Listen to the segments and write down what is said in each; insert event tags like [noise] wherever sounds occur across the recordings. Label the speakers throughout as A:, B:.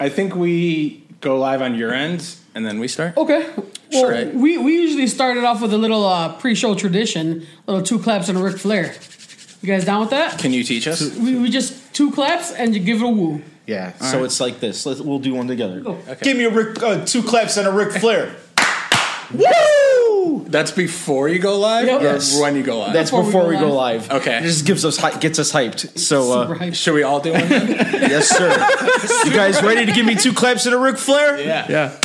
A: I think we go live on your end and then we start.
B: Okay. Well,
A: Sure. Right.
B: we, we usually started off with a little uh, pre-show tradition, little two claps and a Ric Flair. You guys down with that?
A: Can you teach us?
B: We, we just two claps and you give it a woo.
C: Yeah. so it's like this. Let's, we'll do one together.
A: Okay.
C: Oh, Give me a Rick, uh, two claps and a Ric Flair.
A: Woo! That's before you go live [laughs]
B: Yep.
A: or
B: Yes.
A: when you go live.
C: That's before, we, go, live.
A: Okay.
C: It just gives us hy- gets us hyped. So [laughs]
B: Super
C: uh,
B: hype.
A: Should we all do one? then?
C: yes, sir. you guys ready to give me two claps and a Ric Flair?
D: Yeah.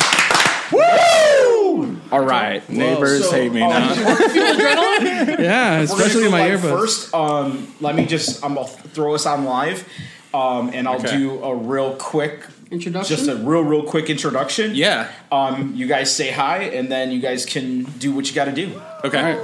C: Woo! All right.
A: Neighbors
C: so,
A: hate me now.
D: Yeah, especially in my
C: live
D: earbuds.
C: First, um, let me just I'm gonna throw us on live, um, and I'll
A: Okay.
C: do a real quick
B: Introduction?
C: just a real real quick introduction.
A: yeah.
C: Um, you guys say hi, and then you guys can do what you got to do.
A: Okay.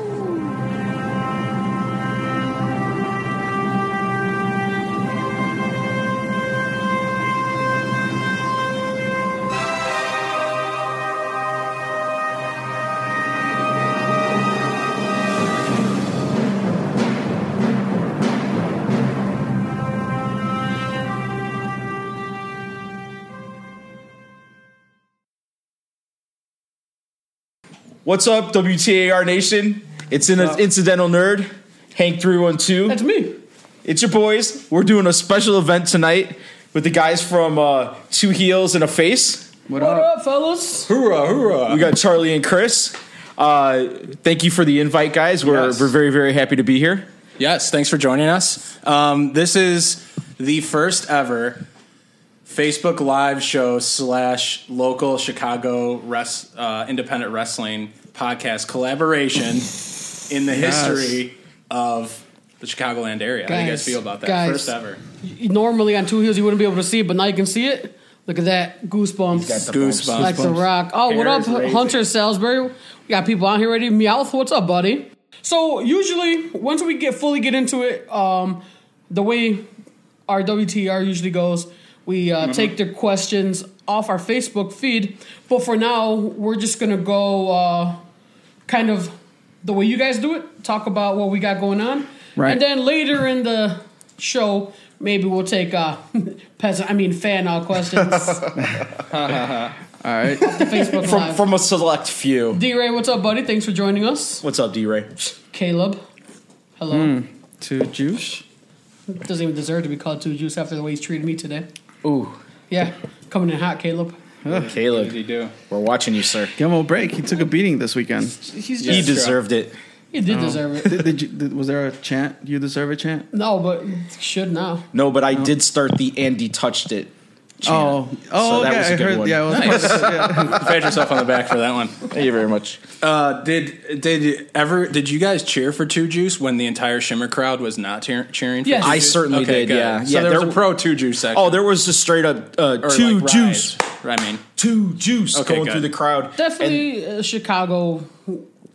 C: What's up, WTAR Nation? It's an incidental nerd, Hank three one two.
B: That's me.
C: It's your boys. We're doing a special event tonight with the guys from uh, Two Heels and a Face.
B: What, up? fellas?
A: Hoorah, hoorah.
C: We got Charlie and Chris. Uh, thank you for the invite, guys. We're
A: Yes.
C: we're very very happy to be here.
A: Yes, thanks for joining us. Um, this is the first ever Facebook Live show slash local Chicago res- uh, independent wrestling podcast collaboration in the
D: Yes.
A: history of the Chicagoland area. How do you guys
B: Guys,
A: feel about that?
B: guys.
A: First ever.
B: Normally on two heels you wouldn't be able to see it, but now you can see it. Look at that. Goosebumps.
A: Goosebumps.
B: Like the rock. Oh, what up,
A: Hair's raising.
B: Hunter Salisbury? We got people out here already. Meowth, what's up, buddy? So usually, once we get fully get into it, um, the way our WTR usually goes, we uh, take their questions off our Facebook feed. But for now, we're just gonna go uh, kind of the way you guys do it. Talk about what we got going on,
D: Right.
B: And then later in the show, maybe we'll take uh, [laughs] peasant. I mean, fan out questions.
D: All right.
B: Facebook
C: From
B: Live.
C: from a select few.
B: D Ray, what's up, buddy? Thanks for joining us.
C: What's up, D Ray?
B: Caleb, hello.
D: to juice.
A: Hmm.
B: Doesn't even deserve to be called two juice after the way he's treated me today.
D: Ooh.
B: Yeah, coming in hot, Caleb.
A: What did
C: Caleb,
A: you do?
C: we're watching you, sir.
D: Give him a break. He took a beating this weekend.
B: He's
C: he
B: just,
A: true.
C: deserved it.
B: he
A: Oh.
B: did deserve it.
D: Did, did you, did, was there a chant? You deserve a chant?
B: No, but should now.
C: No, but I did start the Andy touched it. chant.
D: Oh,
C: So
D: oh,
C: that
D: okay.
C: was a
D: I
C: good
D: heard.
C: one.
D: Yeah, I was
A: Pat yourself on the back for that one.
C: Thank you very much.
A: Uh, did did ever did you guys cheer for Two Juice when the entire Shimmer crowd was not cheer- cheering? For
B: Yes.
A: Two
B: I
A: Juice?
C: certainly did,
A: good.
C: yeah.
A: so
C: Yeah,
A: there,
C: there-
A: was a pro Two Juice section.
C: Oh, there was just straight up uh,
A: Or,
C: two
A: like, Rise,
C: juice,
A: I mean,
C: two juice
A: Okay,
C: going
A: good.
C: through the crowd.
B: Definitely uh, Chicago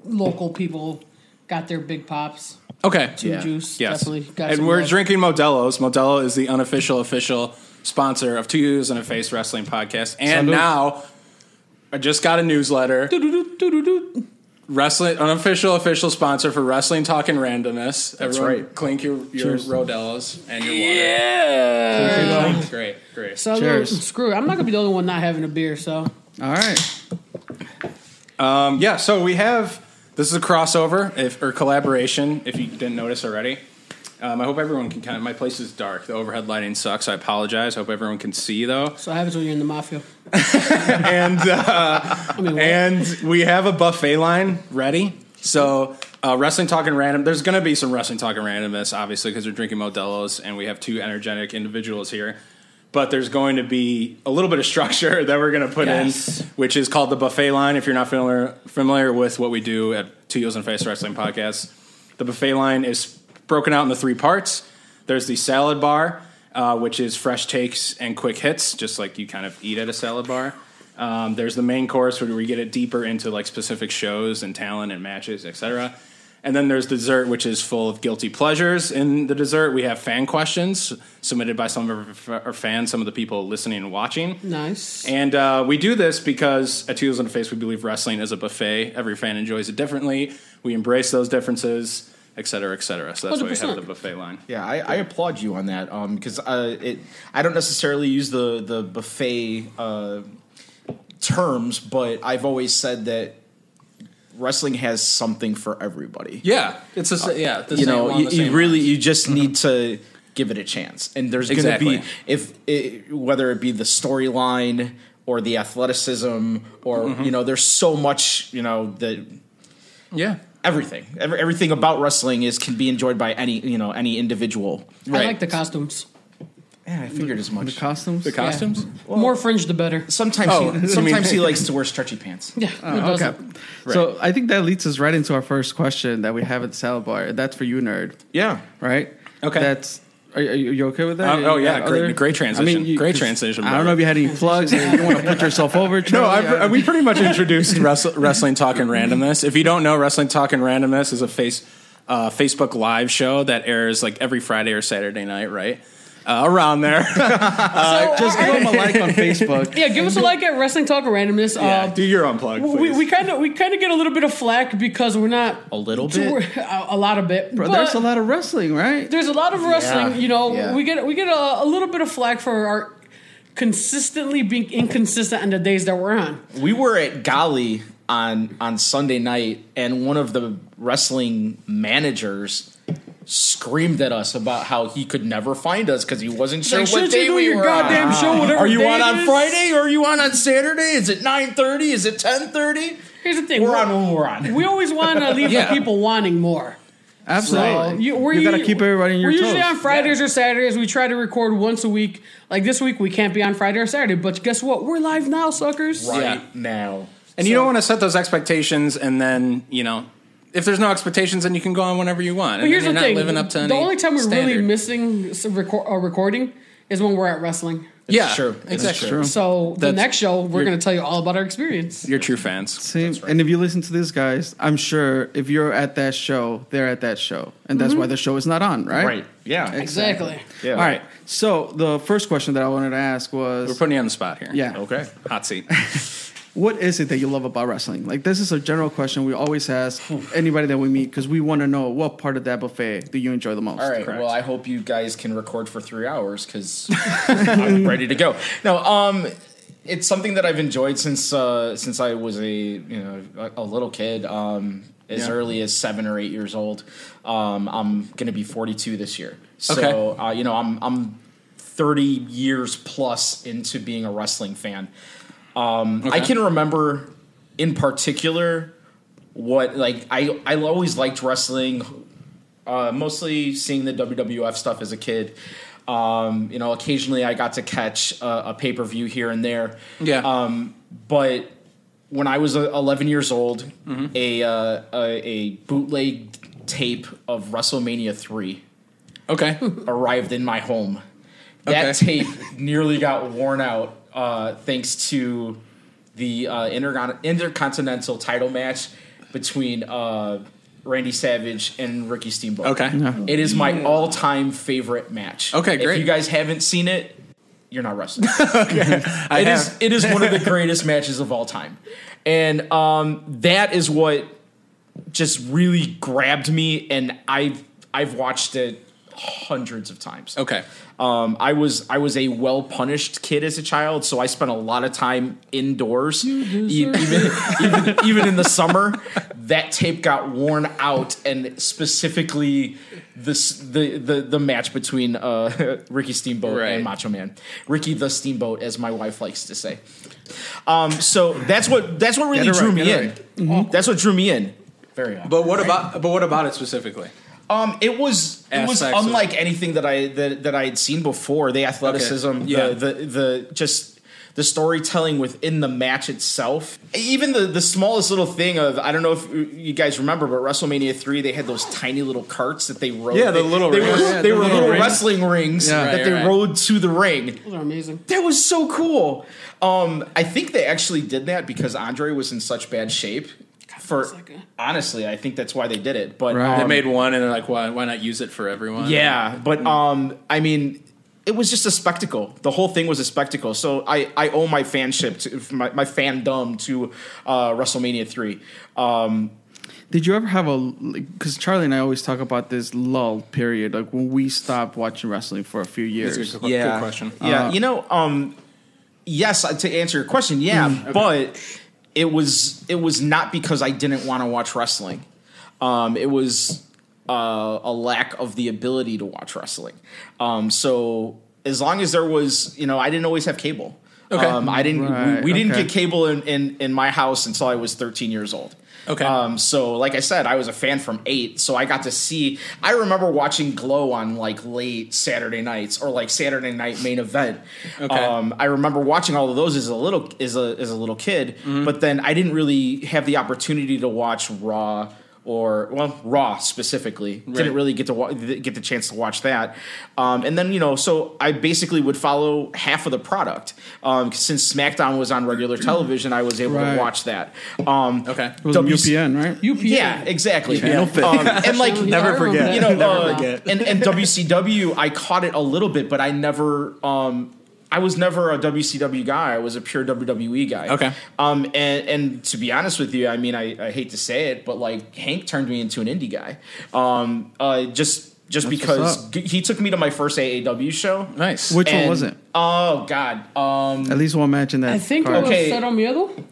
B: local people got their big pops.
A: okay,
B: Two juice.
A: Yes.
B: Definitely got
A: and
B: some
A: we're
B: love.
A: drinking Modelo's. Modelo is the unofficial official sponsor of Two Years and a Face Wrestling Podcast. And
D: Salute.
A: now I just got a newsletter.
B: Doo-doo-doo, doo-doo-doo.
A: Wrestling unofficial official sponsor for Wrestling Talking Randomness. That's Everyone
C: right.
A: Clink your, your
D: Cheers.
A: Rodellos and your water.
B: Yeah.
A: Great, great.
B: So
D: Cheers.
B: screw it. I'm not gonna be the only one not having a beer, so
D: like, all right.
A: Um, yeah, so we have this is a crossover if, or collaboration. If you didn't notice already, um, I hope everyone can kind of. My place is dark. The overhead lighting sucks. I apologize. Hope everyone can see though.
B: so happens when you're in the mafia.
A: And uh,
B: I mean, what?
A: and we have a buffet line ready. So uh, wrestling talking random. There's going to be some wrestling talking randomness, obviously, because we're drinking Modelo's and we have two energetic individuals here. But there's going to be a little bit of structure [laughs] that we're going to put
B: Yes.
A: in, which is called the buffet line. If you're not familiar familiar with what we do at Two Heels and a Face Wrestling Podcast, the buffet line is broken out into three parts. There's the salad bar, uh, which is fresh takes and quick hits, just like you kind of eat at a salad bar. Um, there's the main course where we get it deeper into like specific shows and talent and matches, etc. And then there's dessert, which is full of guilty pleasures. In the dessert, we have fan questions submitted by some of our our fans, some of the people listening and watching.
B: nice.
A: And uh, we do this because at Toodles on the Face, we believe wrestling is a buffet. Every fan enjoys it differently. We embrace those differences. et cetera, et cetera. So that's why we have
B: 100%.
A: the buffet line.
C: Yeah, I, I applaud you on that because uh, it. I don't necessarily use the the buffet uh, terms, but I've always said that wrestling has something for everybody.
A: Yeah, it's a, s- yeah. the
C: you
A: same
C: know,
A: along
C: you,
A: the
C: you
A: same
C: really you just need to give it a chance, and there's
A: Exactly.
C: going to be if it, whether it be the storyline or the athleticism or you know, there's so much you know that
A: line. yeah.
C: everything every, everything about wrestling is can be enjoyed by any you know any individual.
B: I like the costumes.
C: Yeah, I figured as
D: The
C: much.
D: costumes.
A: The costumes.
B: More fringe, the better.
C: Sometimes,
B: [laughs]
A: Oh, you
C: he, sometimes he likes to wear stretchy pants.
B: Yeah, who
D: okay.
B: doesn't?
D: So I think that leads us right into our first question that we have at the salad bar. That's for you, nerd.
C: Yeah,
D: Right.
A: Okay.
D: That's. Are you, are you okay with that?
A: Um, oh,
D: You
A: yeah,
D: got
A: great- great transition. Great
D: 'cause
A: transition,
D: I don't know if you had any plugs. or if you want to put yourself over.
A: [laughs] No,
D: Charlie,
A: I, uh, we pretty much
C: [laughs]
A: introduced wrestle, wrestling talk and randomness. If you don't know, wrestling talk and randomness is a face uh, Facebook live show that airs like every Friday or Saturday night, right? Uh, around there,
D: just
A: [laughs]
D: give them a like on Facebook.
B: Yeah, give us a like at Wrestling Talk or Randomness.
A: yeah, [laughs]
B: Uh,
A: do your unplug. Please.
B: we we kind of we kind of get a little bit of flack because we're not
C: a little
B: too- [laughs]
C: bit.
B: a, a lot of bit.
D: Bro,
B: but
D: there's a lot of wrestling, right?
B: there's a lot of wrestling.
C: Yeah,
B: You know,
C: yeah.
B: we get we get a, a little bit of flack for our consistently being inconsistent on the days that we're on.
C: We were at Gali on on Sunday night, and one of the wrestling managers screamed at us about how he could never find us because he wasn't sure
B: Like,
C: what
B: shouldn't
C: day
B: you do
C: we
B: your
C: were
B: goddamn
C: on.
B: show, whatever
C: Are you
B: day
C: on
B: it
C: on
B: is?
C: Friday? Or are you on on Saturday? Is it nine thirty? Is it ten thirty?
B: Here's the thing:
C: We're on when we're on.
B: We always want to
C: [laughs]
B: leave
A: Yeah.
B: the people wanting more.
D: Absolutely.
B: you, we're
D: you got to
B: usu-
D: keep everybody in your
B: We're
D: toes.
B: usually on Fridays or Saturdays. We try to record once a week. Like this week, we can't be on Friday or Saturday. But guess what? We're live now, suckers.
C: right
A: Yeah.
C: now.
A: and you don't want to set those expectations, and then you know, if there's no expectations, then you can go on whenever you want.
B: But here's
A: you're
B: the
A: not
B: thing:
A: living up to
B: the only time we're really
A: miss.
B: missing some record, uh, recording is when we're at wrestling.
A: yeah,
C: true. It's
A: exactly.
C: true.
B: So the
A: That's-
B: next show, we're
A: you're-
B: going to tell you all about our experience.
A: You're true fans.
D: Same. And if you listen to these guys, I'm sure if you're at that show, they're at that show, and that's why the show is not on, right?
C: Right. Yeah.
B: Mm-hmm. Exactly.
C: Yeah.
D: All right. So the first question that I wanted to ask was,
A: We're putting you on the spot here.
D: yeah,
C: Okay.
A: hot seat.
D: what is it that you love about wrestling? Like this is a general question we
B: [sighs]
D: always ask anybody that we meet because we want to know what part of that buffet do you enjoy the most.
C: All right.
A: Correct.
C: Well, I hope you guys can record for three
A: [laughs]
C: hours because I'm ready to go. No, um, it's something that I've enjoyed since uh, since I was a you know a a little kid, um, as
A: Yeah.
C: early as seven or eight years old. Um, I'm gonna be 42 this year, so
A: Okay.
C: uh, you know I'm I'm 30 years plus into being a wrestling fan. Um, I
A: Okay.
C: can remember in particular what like I I always liked wrestling, uh, mostly seeing the WWF stuff as a kid. Um, you know, occasionally I got to catch a, a pay per view here and there.
A: Yeah.
C: Um, but when I was uh, 11 years old, a, uh, a a bootleg tape of WrestleMania three
A: Okay.
C: arrived in my home. That
A: Okay.
C: tape nearly got worn out uh, thanks to the uh, intergon- intercontinental title match between uh, Randy Savage and Ricky Steamboat.
A: Okay.
C: It is my all time favorite match.
A: Okay,
C: If
A: great.
C: you guys haven't seen it, you're not
A: [laughs]
C: wrestling.
A: I
C: [laughs]
A: have-
C: It is it is one of the greatest matches of all time, and um, that is what just really grabbed me, and I've I've watched it hundreds of times.
A: Okay.
C: Um, I was I was a well punished kid as a child, so I spent a lot of time indoors, e- even, even
D: [laughs]
C: even in the summer. That tape got worn out, and specifically this the the, the match between uh, [laughs] Ricky Steamboat
A: Right.
C: and Macho Man, Ricky the Steamboat, as my wife likes to say. Um, so that's what that's what really
D: Get it
C: drew
D: right, Mm-hmm.
C: me
D: get
C: in.
D: it
C: That's what drew me in. Very awkward.
A: But what about but what about it specifically?
C: Um, it was it
A: Aspects
C: was
A: of-
C: unlike anything that I that, that I had seen before. The athleticism,
A: yeah.
C: the, the the just the storytelling within the match itself. Even the the smallest little thing of I don't know if you guys remember, but WrestleMania three they had those tiny little carts that they rode.
A: Yeah, the
C: They-
A: little
C: they
A: rings.
C: were,
A: Yeah,
C: they
D: the
C: were
D: little
C: little
D: rings.
C: wrestling rings
D: Yeah.
C: that
A: Right,
C: they
A: right.
C: rode to the ring.
B: Those are amazing.
C: That was so cool. Um, I think they actually did that because Andre was in such bad shape. For
B: that's like a-
C: honestly, I think that's why they did it. But
D: Right.
A: They
C: um,
A: made one and they're like, why why not use it for everyone?
C: yeah, but um, I mean, it was just a spectacle. The whole thing was a spectacle. So I, I owe my fanship, to, my, my fandom to uh, WrestleMania three. Um,
D: Did you ever have a because Charlie and I always talk about this lull period, like when we stopped watching wrestling for a few years.
A: That's a good,
C: yeah.
A: good question.
C: Yeah,
D: Uh,
C: you know, um, yes, I- to answer your question, yeah,
A: Hmm,
C: but it was it was not because I didn't want to watch wrestling. Um, it was uh, a lack of the ability to watch wrestling. Um, so as long as there was, you know, I didn't always have cable.
A: Okay.
C: Um, I didn't.
D: Right,
C: we, we didn't
D: okay.
C: get cable in, in in my house until I was 13 years old.
A: Okay.
C: Um, so, like I said, I was a fan from eight, so I got to see. I remember watching Glow on like late Saturday nights or like Saturday night main event.
A: Okay.
C: Um, I remember watching all of those as a little as a as a little kid,
A: Mm-hmm.
C: but then I didn't really have the opportunity to watch Raw or well Raw specifically. Didn't really get to wa- get the chance to watch that. Um, and then you know, so I basically would follow half of the product. Um, since SmackDown was on
A: [clears throat]
C: regular television, I was able
D: Right.
C: to watch that. Um,
A: Okay.
D: It was
C: WC
D: UPN, right?
B: UPN.
C: yeah, exactly.
D: Yeah.
C: Um, [laughs] and like
B: Yeah, I
A: Never
B: remember
A: forget.
B: that.
C: you know,
A: Never
C: uh,
A: forget.
C: and and WCW, I caught it a little bit, but I never. Um, I was never a WCW guy. I was a pure WWE guy.
A: Okay.
C: Um, and, and to be honest with you, I mean, I, I hate to say it, but like Hank turned me into an indie guy. Um, uh, just just because
D: what's
C: g- he took me to my first AAW show.
A: Nice.
D: Which one
C: And-
D: was it?
C: Oh God. Um,
D: At least one match in that.
B: I think it
D: card.
B: was
C: Okay.
B: Cero Miedo.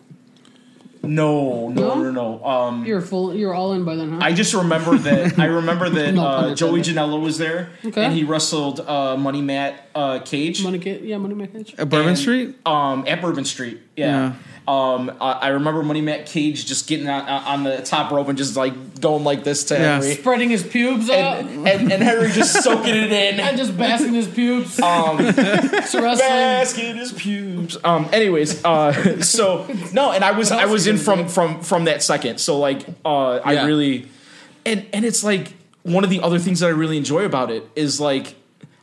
C: no, no,
B: No?
C: no, no. Um,
B: You're full. You're all in by then, huh?
C: I just
B: [laughs]
C: remember that. I remember that
B: No pun
C: uh, Joey
B: intended.
C: Janela was there,
B: Okay.
C: and he wrestled uh, Money Matt uh, Cage
B: money get yeah money making.
D: At Bourbon
C: and,
D: Street.
C: um, at Bourbon Street. Yeah. Um, I, I remember Money Matt Cage just getting on, on the top rope and just like going like this to
D: Yeah.
C: Henry,
B: Spreading his pubes out
C: and, and, and Henry just soaking it in.
B: and just basking his pubes. [laughs] Um, wrestling.
C: Basket his pubes. Um. Anyways, uh. [laughs] So no, and I was I was in from from from that second. So like, uh,
A: Yeah.
C: I really, and and it's like one of the other things that I really enjoy about it is like,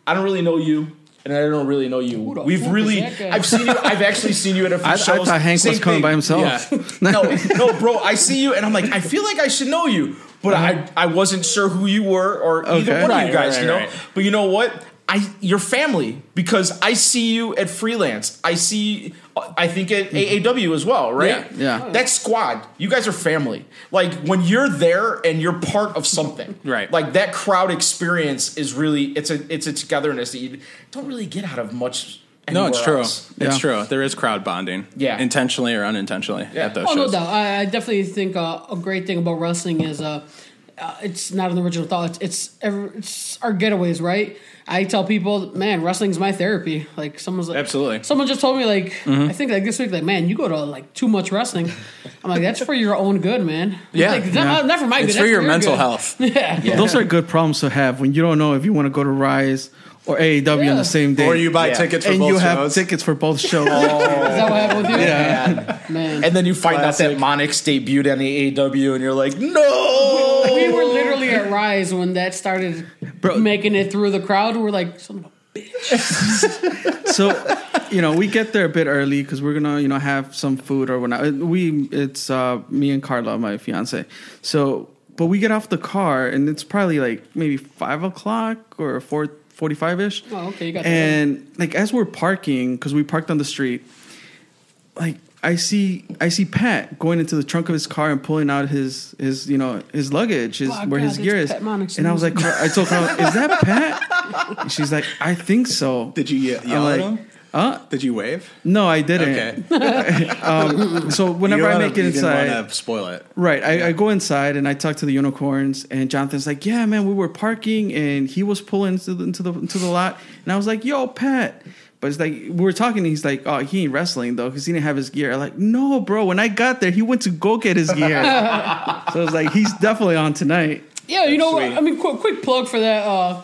C: I don't really know you. And I don't really know you.
B: the
C: We've
B: fuck is
C: really,
B: that guy?
C: I've seen you. I've actually seen you at a few
D: I, I
C: shows.
D: thought Hank
C: Same
D: was coming
C: thing.
D: by himself. [laughs]
A: Yeah. [laughs]
C: No, no, bro. I see you, and I'm like, I feel like I should know you, but I, I wasn't sure who you were or either
D: Okay.
C: one of
A: Uh-huh. Right,
C: you guys.
A: right,
C: you know,
A: right.
C: but you know what? I your family because I see you at freelance. I see. I think at
A: Mm-hmm.
C: AAW as well, right?
D: Yeah. Yeah.
C: That squad, you guys are family. Like when you're there and you're part of something,
A: [laughs] Right.
C: Like that crowd experience is really it's a it's a togetherness that you don't really get out of much.
A: No, it's
C: anywhere
A: true.
C: else.
A: It's
D: Yeah.
A: true. There is crowd bonding.
C: Yeah.
A: Intentionally or unintentionally
C: Yeah.
A: at those
B: Oh no
A: shows.
B: doubt. I, I definitely think uh, a great thing about wrestling is uh, uh, it's not an original thought. It's it's, every, it's our getaways, right? I tell people, man, wrestling's my therapy. Like someone's like,
A: Absolutely. Mm-hmm.
B: Someone just told me like I think like this week like man, you go to like too much wrestling. I'm like that's for your own good, man.
A: Yeah.
B: Like, not, not for my good.
A: It's
B: that's
A: for your mental
B: good. [laughs]
A: health.
B: Yeah.
D: Those are good problems to have when you don't know if you want to go to Rise or AEW on
B: Yeah.
D: the same day,
A: Or you buy
C: Yeah.
A: tickets for
D: and
A: both
D: you have
A: shows.
D: tickets for
B: [laughs]
D: both shows.
B: Is that what happened with you? Yeah. Man.
C: And then you find out that Monix debuted on the AW, and you're like, no.
B: [laughs] we were literally at Rise when that started
D: Bro.
B: making it through the crowd. We're like, son of a
D: so you know we get there a bit early because we're gonna you know have some food or whatnot Uh, we it's uh me and carla my fiance so but we get off the car and it's probably like maybe five o'clock or four forty-five ish
B: Oh, okay, you got that.
D: and like as we're parking because we parked on the street like I see I see Pat going into the trunk of his car and pulling out his his you know his luggage his,
B: Oh,
D: where
B: God,
D: his
B: it's
D: gear is
B: Pat Monix.
D: and I was like Car- I told Carla is that Pat
B: [laughs]
D: And she's like I think so
A: Did you ye-
D: I'm
A: yell at
D: like,
A: him?
D: Huh?
A: Did you wave?
D: No, I didn't. Um,
A: Okay.
D: [laughs] So whenever I make it inside,
A: want to spoil it.
D: right, I, I go inside and I talk to the unicorns, and Jonathan's like, "Yeah, man, we were parking, and he was pulling into the into the, into the lot, and I was like, yo, Pat." But it's like we were talking, and he's like, "Oh, he ain't wrestling though, because he didn't have his gear." I'm like, "No, bro. When I got there, he went to go get his gear." so it's like he's definitely on tonight.
B: Yeah, you know,
A: sweet.
B: I mean, quick, quick plug for that uh,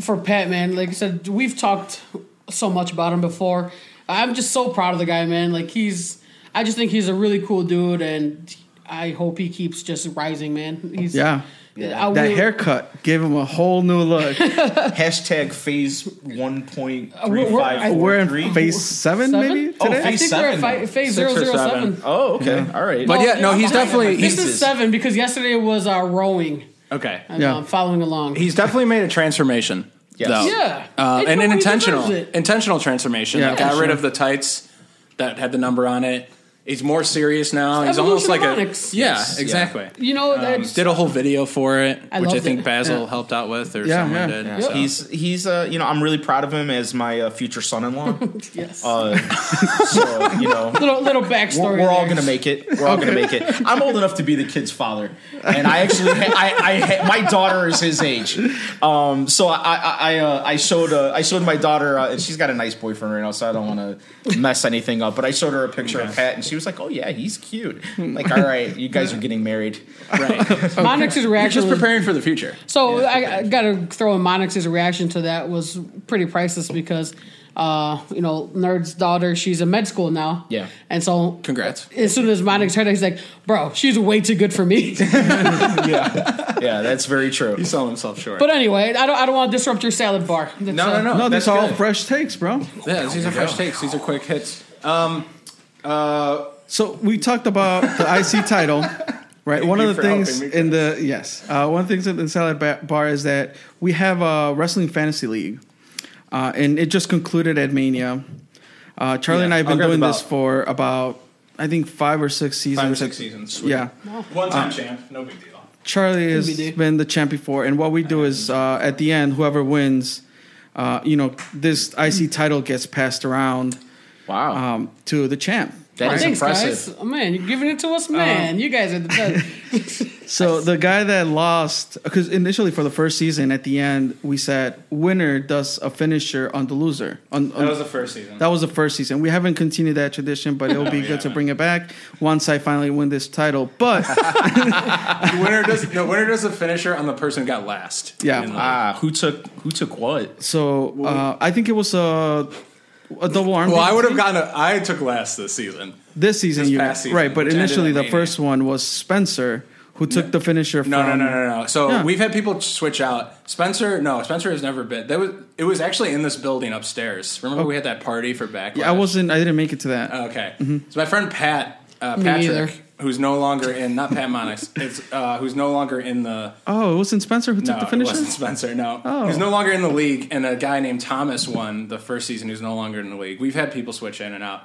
B: for Pat, man. Like I said, we've talked so much about him before. I'm just so proud of the guy, man. Like he's, I just think he's a really cool dude, and I hope he keeps just rising, man. He's
D: Yeah.
B: I
D: That
B: will-
D: haircut gave him a whole new look.
C: Hashtag phase 1.35.
B: we're- we're- I-
D: We're in
C: three.
D: phase seven,
B: Seven?
D: maybe
B: Oh,
D: today.
B: I think we're at fi-
C: Phase
B: phase
A: Six
B: zero
A: or
B: zero
A: seven.
B: seven.
C: Oh, okay. All right.
A: But yeah, no,
B: I'm
A: he's
B: behind
A: definitely-
B: him. This
C: he's-
B: is seven because yesterday was uh, rowing.
A: Okay.
B: And,
D: Yeah.
B: um, following along.
A: He's definitely made a transformation.
C: Yes.
A: Though.
B: Yeah.
A: Uh,
B: And
A: and
B: no,
A: an
B: he deserves
A: intentional
B: it.
A: intentional transformation.
D: Yeah,
A: that
D: for
A: got rid
D: sure.
A: of the tights that had the number on it. He's more serious now. He's almost
B: evolution
A: like
B: of
A: a
B: Onyx.
A: yeah,
C: Yes, yeah.
A: exactly.
B: You know,
A: Um,
B: that's,
A: did a whole video for it,
B: I
A: which I
B: loved
A: think
B: it.
A: Basil helped out with, or
D: Yeah,
A: someone
D: yeah.
A: did.
C: Yeah,
A: so.
C: He's he's uh you know I'm really proud of him as my uh, future son-in-law.
B: yes.
C: Uh, so you know
B: little little backstory.
C: we're, we're all
B: there.
C: gonna make it. We're all gonna make it. I'm old enough to be the kid's father, and I actually, I, I, my daughter is his age. Um, so I, I, I, uh, I showed, uh, I showed my daughter, uh, and she's got a nice boyfriend right now, so I don't want to mess anything up. But I showed her a picture of Pat, and she was like, "Oh yeah, he's cute." Like, all right, you guys are getting married.
A: right.
B: Monix's reaction.
A: Just
B: was-
A: preparing for the future.
B: so I, I gotta throw in Monix's reaction to that was pretty priceless because, uh, you know, Nerd's daughter, she's in med school now.
C: Yeah.
B: And so
A: Congrats.
B: as soon as Monix heard it, he's like, "Bro, she's way too good
A: [laughs]
B: for me."
C: Yeah, yeah, that's very true.
A: He saw himself short.
B: but anyway, I don't I don't want to disrupt your salad bar. That's,
A: no, no,
B: uh,
A: no.
D: No,
A: that's
D: these are all
A: good.
D: fresh takes, bro.
A: Yeah, these are fresh takes. These are quick hits.
D: So we talked about
A: [laughs]
D: the IC title, right? one
A: you
D: of the
A: for helping
D: things
A: me,
D: in the yes, uh, one of the things in the salad Ba- bar is that we have a wrestling fantasy league, uh, and it just concluded at Mania. Uh, Charlie and I have
C: I'll
D: been
C: grab the
D: doing this
C: belt.
D: for about I think five or six seasons.
A: Five or six seasons. Sweet.
D: Yeah, Uh,
A: One time champ. No big deal.
D: Charlie has
B: TBD.
D: been the champ before, and what we do is uh, at the end, whoever wins, uh, you know, this IC title gets passed around
C: Wow,
D: um, to the champ.
C: that is
B: Thanks,
C: impressive.
B: guys. Oh, man, you're giving it to us,
A: Uh-huh.
B: man. you guys are the
A: [laughs]
B: best.
D: So the guy that lost, because initially for the first season, at the end we said winner does a finisher on the loser. On, on-
A: That was the first season.
D: um,
A: Oh,
D: that was the first season. We haven't continued that tradition, but
A: [laughs]
D: it'll be
A: yeah,
D: good to
A: man.
D: bring it back once I finally win this title.
A: [laughs]
D: But
A: The winner does no winner does the finisher on the person who got last.
D: Yeah.
A: In the-
C: Ah, who took who took what?
D: so uh, I think it was a, a double arm.
A: well, I would have
D: DDT?
A: gotten. A, I took last this season.
D: this season,
A: this
D: you-
A: past season,
D: right? But
A: which ended
D: initially,
A: at
D: the
A: Mania.
D: first one was Spencer who took the finisher.
A: No, no,
D: from,
A: no, no, no. So
D: Yeah.
A: we've had people switch out. Spencer, no, Spencer has never been. That was it was actually in this building upstairs. Remember we had that party for backlash.
D: Oh. I Mm-hmm. wasn't. I didn't make it to that.
A: Okay. So my friend Pat uh,
B: Me either.
A: Patrick, who's no longer in, not Pat Monix, it's uh, who's no longer in the.
D: oh, it wasn't Spencer who took
A: No,
D: the
A: it
D: finisher.
A: wasn't Spencer. No,
D: Oh.
A: who's no longer in the league, and a guy named Thomas won the first season. Who's no longer in the league. We've had people switch in and out,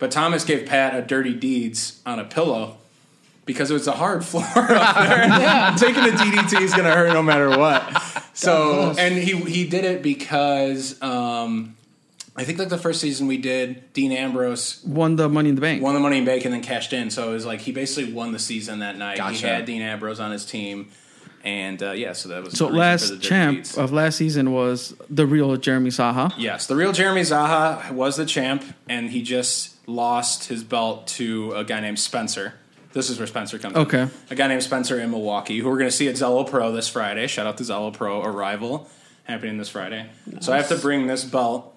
A: but Thomas gave Pat a dirty deeds on a pillow because it was a hard [laughs] floor up there. Taking a DDT is going to hurt no matter what. So, and he he did it because um, I think like the first season we did, Dean Ambrose
D: Won the Money in the Bank.
A: won the Money in Bank and then cashed in. So it was like he basically won the season that night. He
C: Gotcha.
A: had Dean Ambrose on his team, and uh, yeah, so that was
D: So
A: the reason for
D: last
A: the dirty
D: champ
A: deeds.
D: of last season was the real Jeremy Saha.
A: yes, the real Jeremy Zaha was the champ, and he just lost his belt to a guy named Spencer. This is where Spencer comes. in.
D: Okay.
A: a guy named Spencer in Milwaukee, who we're going to see at Zello Pro this Friday. Shout out to Zello Pro Arrival happening this Friday. So I have to bring this belt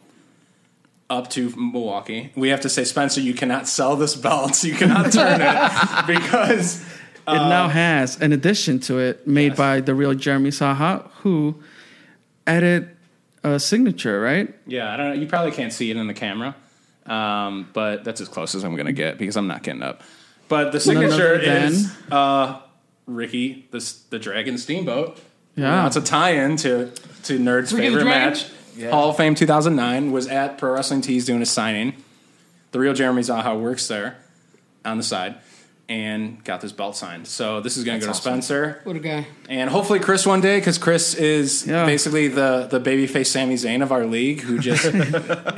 A: up to Milwaukee. We have to say, Spencer, you cannot sell this belt. [laughs] You cannot turn it because
D: it
A: Oh.
D: now has an addition to it made by the real Jeremy Saha, who added a signature, right?
A: Yeah, I don't know. You probably can't see it in the camera, um, but that's as close as I'm going to get because I'm not getting up. But the
D: None other
A: signature
D: than-
A: is uh, Ricky, this, the Dragon Steamboat. You
D: Yeah.
A: know, it's a tie-in to to Nerd's
B: Ricky the
A: favorite
B: Dragon?
A: match, Hall of Fame 2009. Was at Pro Wrestling Tees doing a signing. The real Jeremy Zaha works there on the side and got this belt signed. So this is going to go to
C: That's awesome.
A: Spencer.
B: what a guy.
A: And hopefully Chris one day, because Chris is
D: Yeah.
A: basically the the babyface Sami Zayn of our league, who [laughs] just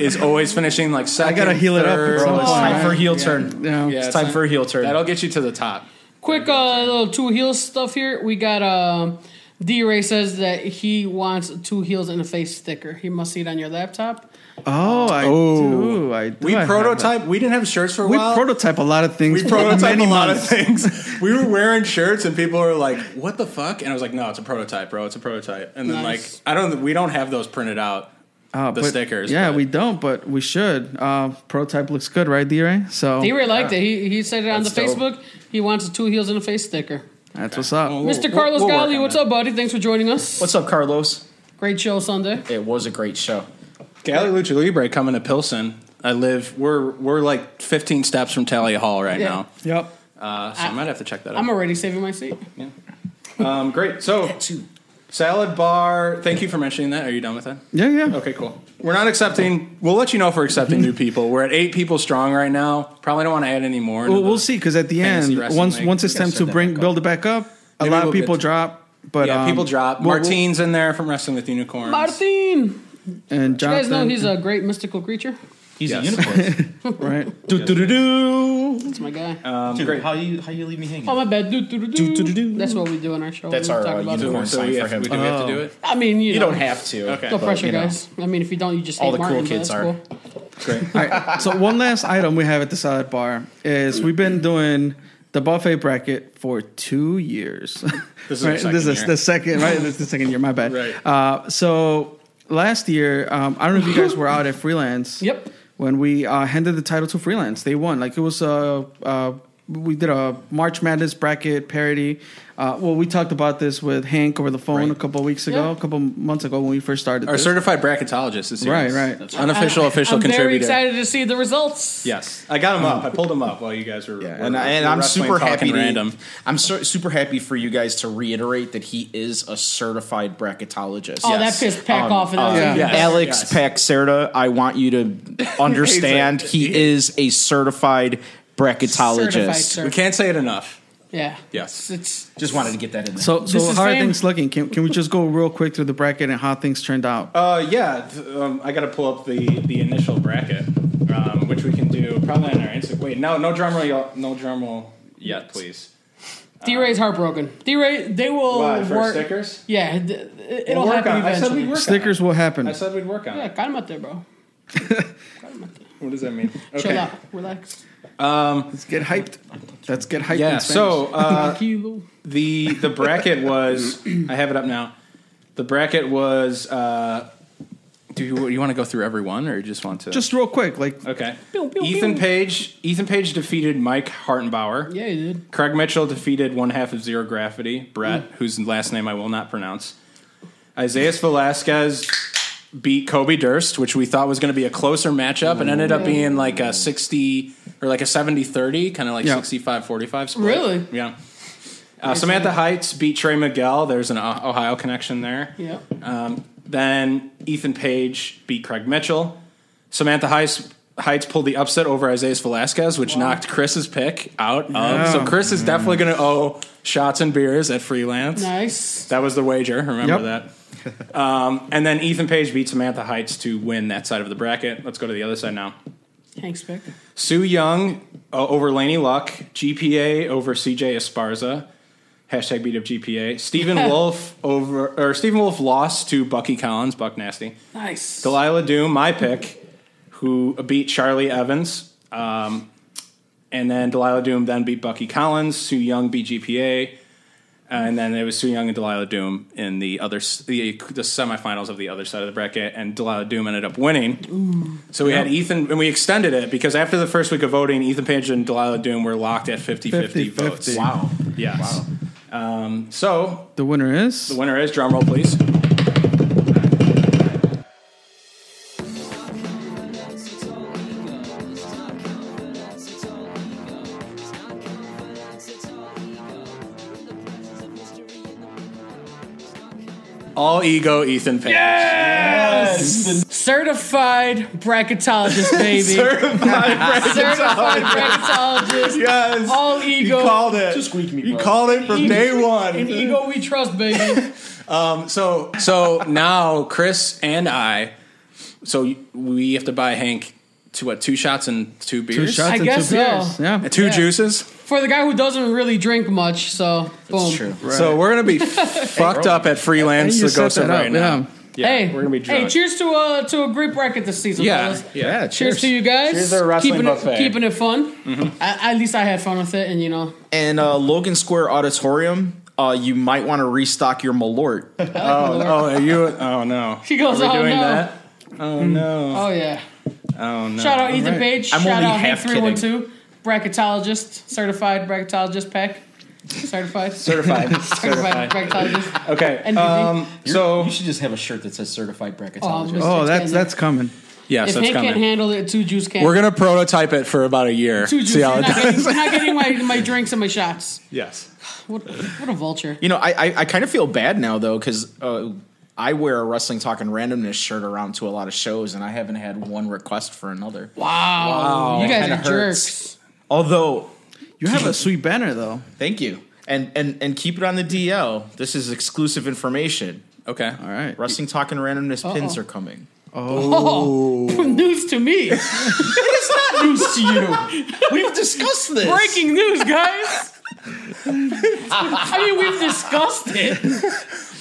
A: is always finishing like second.
D: gotta heal it up at
A: third.
D: some
C: Bro, it's
D: Oh,
C: time
D: man.
C: for a heel turn.
D: Yeah.
A: Yeah,
C: It's time for a heel turn.
A: That'll get you to the top.
B: Quick uh, little two heels stuff here. We got um, D Ray says that he wants two heels and a face sticker. He must see it on your laptop.
D: Oh, I do. I do.
A: We
D: I have that.
A: prototype. We didn't have shirts for a
D: We
A: while.
D: prototype a lot of things.
A: we
D: for
A: prototype a
D: many
A: lot of
D: months.
A: things. [laughs] We were wearing shirts, and people were like, "What the fuck?" And I was like, "No, it's a prototype, bro. It's a prototype." And then
B: Nice.
A: like, I don't. We don't have those printed out.
D: Uh,
A: the
D: but-
A: stickers,
D: Yeah,
A: but-
D: we don't, but we should. Uh, prototype looks good, right, D-Ray? So
B: D Ray liked it. He, he said it on
C: Oh, That's
B: the
C: dope.
B: Facebook. He wants a two heels and a face sticker.
D: that's what's up.
A: Well,
B: Mr.
A: we'll-
B: Carlos
A: we'll work
B: Gali,
A: on
B: what's
A: that.
B: up, buddy? Thanks for joining us.
C: What's up, Carlos?
B: Great show Sunday.
C: It was a great show.
A: Galley Lucha Libre coming to Pilsen. I live. We're we're like 15 steps from Tally Hall right
B: Yeah.
A: now.
D: yep.
A: Uh, so I, might have to check that out.
B: I'm already saving my seat.
A: Um, great. So Salad bar. Thank you for mentioning that. Are you done with that?
D: Yeah, yeah.
A: Okay, cool. We're not accepting. We'll let you know if we're accepting new people. We're at eight people strong right now. Probably don't want to add any more. into
D: Well, we'll
A: the-
D: see because at the
A: Fantasy
D: end,
A: wrestling
D: once
A: league.
D: once it's
A: We gotta
D: time
A: set
D: to
A: that
D: bring
A: back
D: build it back up, a
A: Maybe
D: lot
A: we'll
D: of people
A: get to-
D: drop. But
A: Yeah,
D: um,
A: people drop.
D: we'll- we'll-
A: Martine's in there from Wrestling with Unicorns.
B: Martin.
D: and
B: You guys
D: Jonathan,
B: know he's a great mystical creature.
C: He's
A: Yes.
C: a unicorn.
D: right.
C: do, do, do, do.
B: That's my guy.
A: Um,
C: Dude,
A: great.
C: how you how you leave me hanging?
B: oh my bad. Do, do, do, do.
C: Uh, Do, do, do.
B: That's what we do on our show.
C: That's
B: We
C: our,
B: talk
C: uh,
B: about
C: unicorn.
B: it.
A: So
C: Sign
A: we,
C: for
A: have,
C: him.
A: we, do we have to do it?
B: I mean, you,
C: you
B: know,
C: don't have to.
A: Okay.
B: No
A: but,
B: pressure,
C: you know.
B: guys. I mean, if you don't, you just
C: All
B: hate
C: the cool
B: Martin, but
C: kids
B: that's
C: are.
B: Cool.
A: Great.
D: All right. So one last item we have at the salad bar is we've been doing the buffet bracket for two years.
A: This is our
D: [laughs] right?
A: second
D: this is
A: year.
D: the second right. This is the second year. My bad.
A: Right.
D: Uh, so last year, um, I don't know if you guys were out at freelance.
B: Yep.
D: When we uh, handed the title to freelance, they won. Like it was a. Uh, uh, we did a March Madness bracket parody. Uh, well, we talked about this with Hank over the phone a couple of weeks ago,
B: Yeah.
D: a couple months ago when we first started.
A: Our
D: this.
A: certified bracketologist is here.
D: Right, right.
A: That's Unofficial,
B: I-
A: official
B: I'm very
A: contributor.
B: excited to see the results.
A: Yes, I got him up. I pulled him up while you guys were.
D: Yeah,
A: were-
C: and, and
A: were
C: I'm
A: wrestling,
C: super
A: talking
C: happy. To,
A: Random.
C: I'm so, super happy for you guys to reiterate that he is a certified bracketologist.
B: Oh,
A: Yes.
B: that pissed Pack
C: Um,
B: off. And
C: uh,
B: that was
D: yeah.
B: even
D: Yes.
B: better.
C: Alex
A: Yes.
C: Paxerta, I want you to understand [laughs] he is a certified
B: Certified,
C: bracketologist.
B: sir.
A: We can't say it enough.
B: Yeah.
A: Yes.
B: It's, it's
C: Just wanted to get that in there.
D: So, so
B: This is
D: how are
B: fame.
D: things looking? Can, can we just go real quick through the bracket and how things turned out?
A: Uh, yeah, th- um, I got to pull up the the initial bracket, um, which we can do probably on our Instagram. Wait, no, no drum roll, y'all- no drum roll yet, please.
B: D-Ray's heartbroken. D-Ray, they will
A: Why, for
B: work.
A: stickers?
B: Yeah, th- it'll
A: We'll work
B: happen
A: on- I said
B: eventually.
A: we'd work
D: Stickers
A: on
D: will
A: it. I
D: happen.
A: said we'd work on
B: yeah,
A: it.
B: got him out there, bro.
A: What does that mean?
B: Chill out, relax.
D: Let's get hyped. Let's get hyped.
A: Yeah.
D: in Spanish.
A: So uh,
B: Tranquilo.
A: the the bracket was. I have it up now. The bracket was. Uh, do you, you want to go through every one, or you just want to?
D: just real quick, like
A: okay.
B: Pew, pew,
A: Ethan
B: pew.
A: Page. Ethan Page defeated Mike Hartenbauer.
B: Yeah, he did.
A: Craig Mitchell defeated one half of Zero Gravity, Brett,
B: Mm.
A: whose last name I will not pronounce. Isaias Velasquez beat Kobe Durst, which we thought was going to be a closer matchup and ended up being like a 60 or like a 70 30, kind of like
D: Yeah.
A: 65 45 split.
B: Really?
A: Yeah. Uh, Samantha Heights beat Trey Miguel. There's an O- Ohio connection there.
B: Yeah.
A: Um, then Ethan Page beat Craig Mitchell. Samantha Heights, Heights pulled the upset over Isaias Velasquez, which knocked Chris's pick out of. So Chris is definitely going to owe shots and beers at freelance.
B: Nice.
A: That was the wager. Remember
D: Yep.
A: that. Um, and then Ethan Page beat Samantha Heights to win that side of the bracket. Let's go to the other side now.
B: Hank's pick.
A: Sue Young uh, over Laney Luck, GPA over CJ Esparza, hashtag beat up GPA. Stephen Wolf over or Stephen Wolf lost to Bucky Collins, Buck Nasty.
B: Nice.
A: Delilah Doom, my pick, who beat Charlie Evans. Um, and then Delilah Doom then beat Bucky Collins. Sue Young beat GPA. And then it was Sue Young and Delilah Doom in the other s- the, the semifinals of the other side of the bracket, and Delilah Doom ended up winning. So we had Ethan, and we extended it because after the first week of voting, Ethan Page and Delilah Doom were locked at 50-50 votes.
D: 50-50.
C: wow.
A: Yes. Um, so
D: the winner is
A: the winner is drum roll, please. All ego, Ethan Page.
B: Certified
A: [laughs]
B: bracketologist, baby. Certified bracketologist.
A: Yes.
B: All ego.
A: it.
C: Just squeak me,
A: You
C: bro.
A: called it from
B: Ego-
A: day one.
B: And ego we trust, baby.
A: So so now Chris and I, so we have to buy Hank two what two shots and two
D: two
A: beers,
D: shots
B: I
D: and
B: guess
D: two
B: so.
D: beers. Yeah.
A: two
B: Yeah.
A: juices.
B: For the guy who doesn't really drink much, so boom.
C: It's true.
A: So we're
B: [laughs]
A: gonna be fucked up at freelance
D: You
A: to go
D: set
A: so
D: that
A: right
D: up,
A: now. Yeah,
B: Hey,
A: we're gonna be drunk.
B: Hey, cheers to uh to a great bracket this season.
A: yeah,
B: fellas.
A: yeah.
B: Cheers to you guys.
A: Cheers to the wrestling
B: keeping
A: buffet. Mm-hmm.
B: It, keeping it fun. I, at least I had fun with it, and you know,
C: And uh, Logan Square Auditorium, uh, you might want to restock your [laughs] Malort.
A: Oh, oh, are you. Oh no.
B: She goes,
A: Are we
B: "Oh,
A: doing
B: no."
A: that? Oh no.
B: oh yeah.
A: Oh no.
B: Shout out Ethan
D: Alright.
B: Page.
C: I'm
B: Shout
C: only
B: out Hank
C: half
B: three one two. Bracketologist, certified bracketologist, Peck, certified,
A: Certified.
B: [laughs] certified
A: Certified.
B: bracketologist.
A: Okay.
B: NPV.
A: Um, so
C: should just have a shirt that says certified bracketologist.
B: Oh,
D: Oh,
B: It's
D: that's
B: getting-
D: that's coming.
A: Yeah,
B: if
A: so it's
B: Hank can't
A: coming.
B: handle it, two juice can.
A: We're gonna prototype it for about a year.
B: two juice.
A: See
B: You're
A: how it
B: not, getting,
A: does.
B: you're not getting my, my drinks and my shots.
A: yes.
B: What, what a vulture.
C: You know, I I, I kind of feel bad now though because uh, I wear a wrestling talking randomness shirt around to a lot of shows, and I haven't had one request for another.
B: Wow. You guys
C: Kinda
B: are
C: hurts.
B: jerks.
C: Although,
D: You
A: [laughs]
D: have a sweet banner though.
C: thank you, and and and keep it on the DL. This is exclusive information.
A: Okay.
D: All right.
C: Wrestling talking randomness pins
B: Uh-oh.
C: are coming.
B: Oh, [laughs] news to me.
C: It's not news to you. We've discussed this.
B: Breaking
A: [laughs]
B: news, guys. I mean, we've discussed it.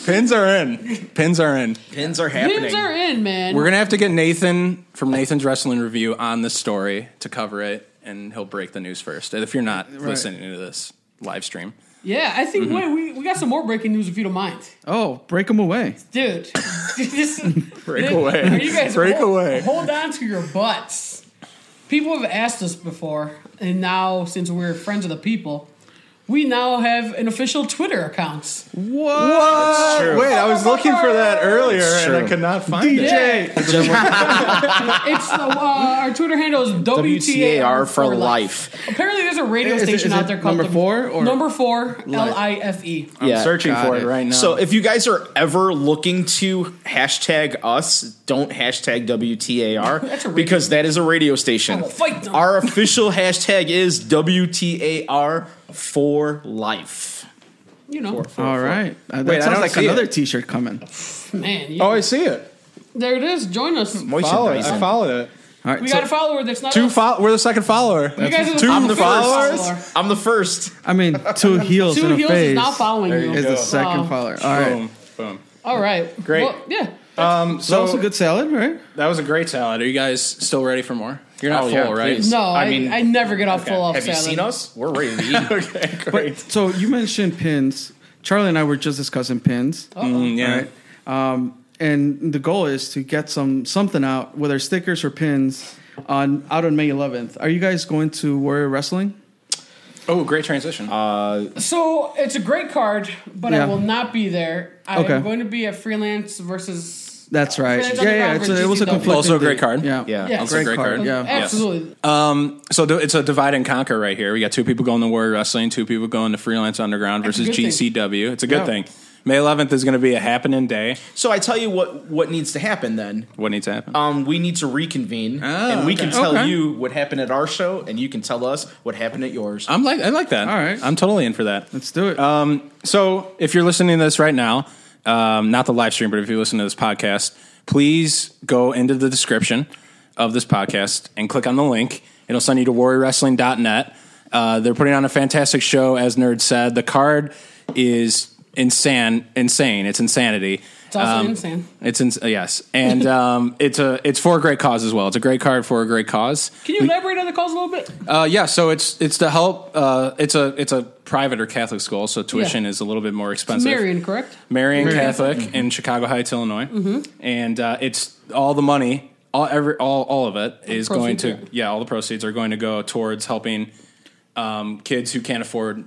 A: Pins are in. Pins are in.
C: pins are happening.
B: Pins are in, man.
A: We're gonna have to get Nathan from Nathan's Wrestling Review on this story to cover it, and he'll break the news first. If you're not listening to this live stream,
B: yeah, I think wait, we, we got some more breaking news if you don't mind.
D: Oh, break them away.
B: Dude, [laughs] this
A: break
B: Are you guys
A: break
B: hold,
A: away.
B: Hold on to your butts. People have asked us before, and now since we're friends of the people, we now have an official Twitter account.
A: What?
C: true.
A: Wait, I was looking for that earlier
C: That's
A: and I
C: true.
A: could not find it.
B: Yeah. it's the, uh, our Twitter handle is
C: WTAR for life.
B: Apparently, there's a radio
D: Is it- is
B: station
D: it
B: out there called
D: number four or-
B: number four L I F E.
A: I'm
C: Yeah,
A: searching
D: got
A: for
D: it.
A: it right now.
C: So if you guys are ever looking to hashtag us, don't hashtag WTAR
B: [laughs] That's a radio-
C: because that is a radio station.
B: I will fight them.
C: Our official hashtag is WTAR for life.
B: You know,
D: All right. Uh, that
A: Wait, I
D: sounds
A: don't
D: like
A: see
D: another
A: it.
D: T-shirt coming.
B: man. You,
A: oh, I see it.
B: there it is. Join us. We
C: Moisture
A: Follow it.
C: Dyson.
A: I followed it.
D: All right.
B: got a
D: So,
B: follower that's not
A: Two
B: us.
A: fol- We're the second follower.
B: You guys are the
A: Two
B: I'm the first
A: followers.
B: follower.
C: I'm the first.
D: I
B: [laughs]
D: mean, two heels
B: Two
D: and a
B: heels
D: face
B: is now following Oh. you.
D: is the
A: go.
D: second
B: Wow.
D: follower. All right.
A: Boom. Boom.
B: All right.
A: Great.
B: Well, yeah.
A: Um,
D: So that was
A: so
D: a good salad, right?
A: that was a great salad. Are you guys still ready for more? You're not
C: Oh,
A: full,
C: yeah,
A: right?
C: please.
A: [laughs]
B: No,
C: I
B: I,
C: mean-
B: I never get off full off
C: Have you
B: salad.
C: seen us? We're
B: [laughs]
C: ready to eat. okay,
D: But so you mentioned pins. Charlie and I were just discussing pins.
A: Mm, yeah.
D: Right. Um, and the goal is to get some something out, whether stickers or pins, on out on May 11th. Are you guys going to Warrior Wrestling?
A: Oh, great transition.
B: So it's a great card, but
D: Yeah.
B: I will not be there. I
D: Okay.
B: am going to be at freelance versus.
D: That's right.
B: Freelance
D: Yeah, yeah.
B: Underground
D: It's a, it was a
B: versus
D: conflicting
A: Also a great
D: date.
A: card.
D: Yeah,
C: Yeah.
B: Yeah.
A: Also a great card.
D: Yeah.
B: Absolutely.
A: Um, so th- it's a divide and conquer right here. We got two people going to Warrior Wrestling, two people going to Freelance Underground
B: That's a
A: versus
B: good thing.
A: GCW. It's a good
D: Yeah.
A: thing. May 11th is going to be a happening day.
C: So I tell you what what needs to happen then.
A: What needs to happen?
C: Um, we need to reconvene, and we can
A: Oh, okay.
C: tell
A: Okay.
C: you what happened at our show, and you can tell us what happened at yours.
A: I'm like, I like that.
D: all right.
A: I'm totally in for that.
D: Let's do it.
A: Um, So if you're listening to this right now, um, not the live stream, but if you listen to this podcast, please go into the description of this podcast and click on the link. It'll send you to warriorwrestling.net. Uh, they're putting on a fantastic show, as Nerd said. The card is insane, insane. It's insanity. Um,
B: It's also insane.
A: It's ins- uh, yes,
B: [laughs]
A: and um, it's a it's for a great cause as well. It's a great card for a great cause.
B: Can you elaborate on the cause a little bit?
A: Uh, yeah, so it's it's to help. Uh, it's a it's a private or Catholic school, so tuition
B: Yeah.
A: is a little bit more expensive.
B: Marion, Mm-hmm. correct?
A: Marian Catholic in Chicago Heights, Illinois, and uh, it's all the money, all every all all of it is going
B: proceeds,
A: to
B: yeah.
A: yeah, all the proceeds are going to go towards helping um, kids who can't afford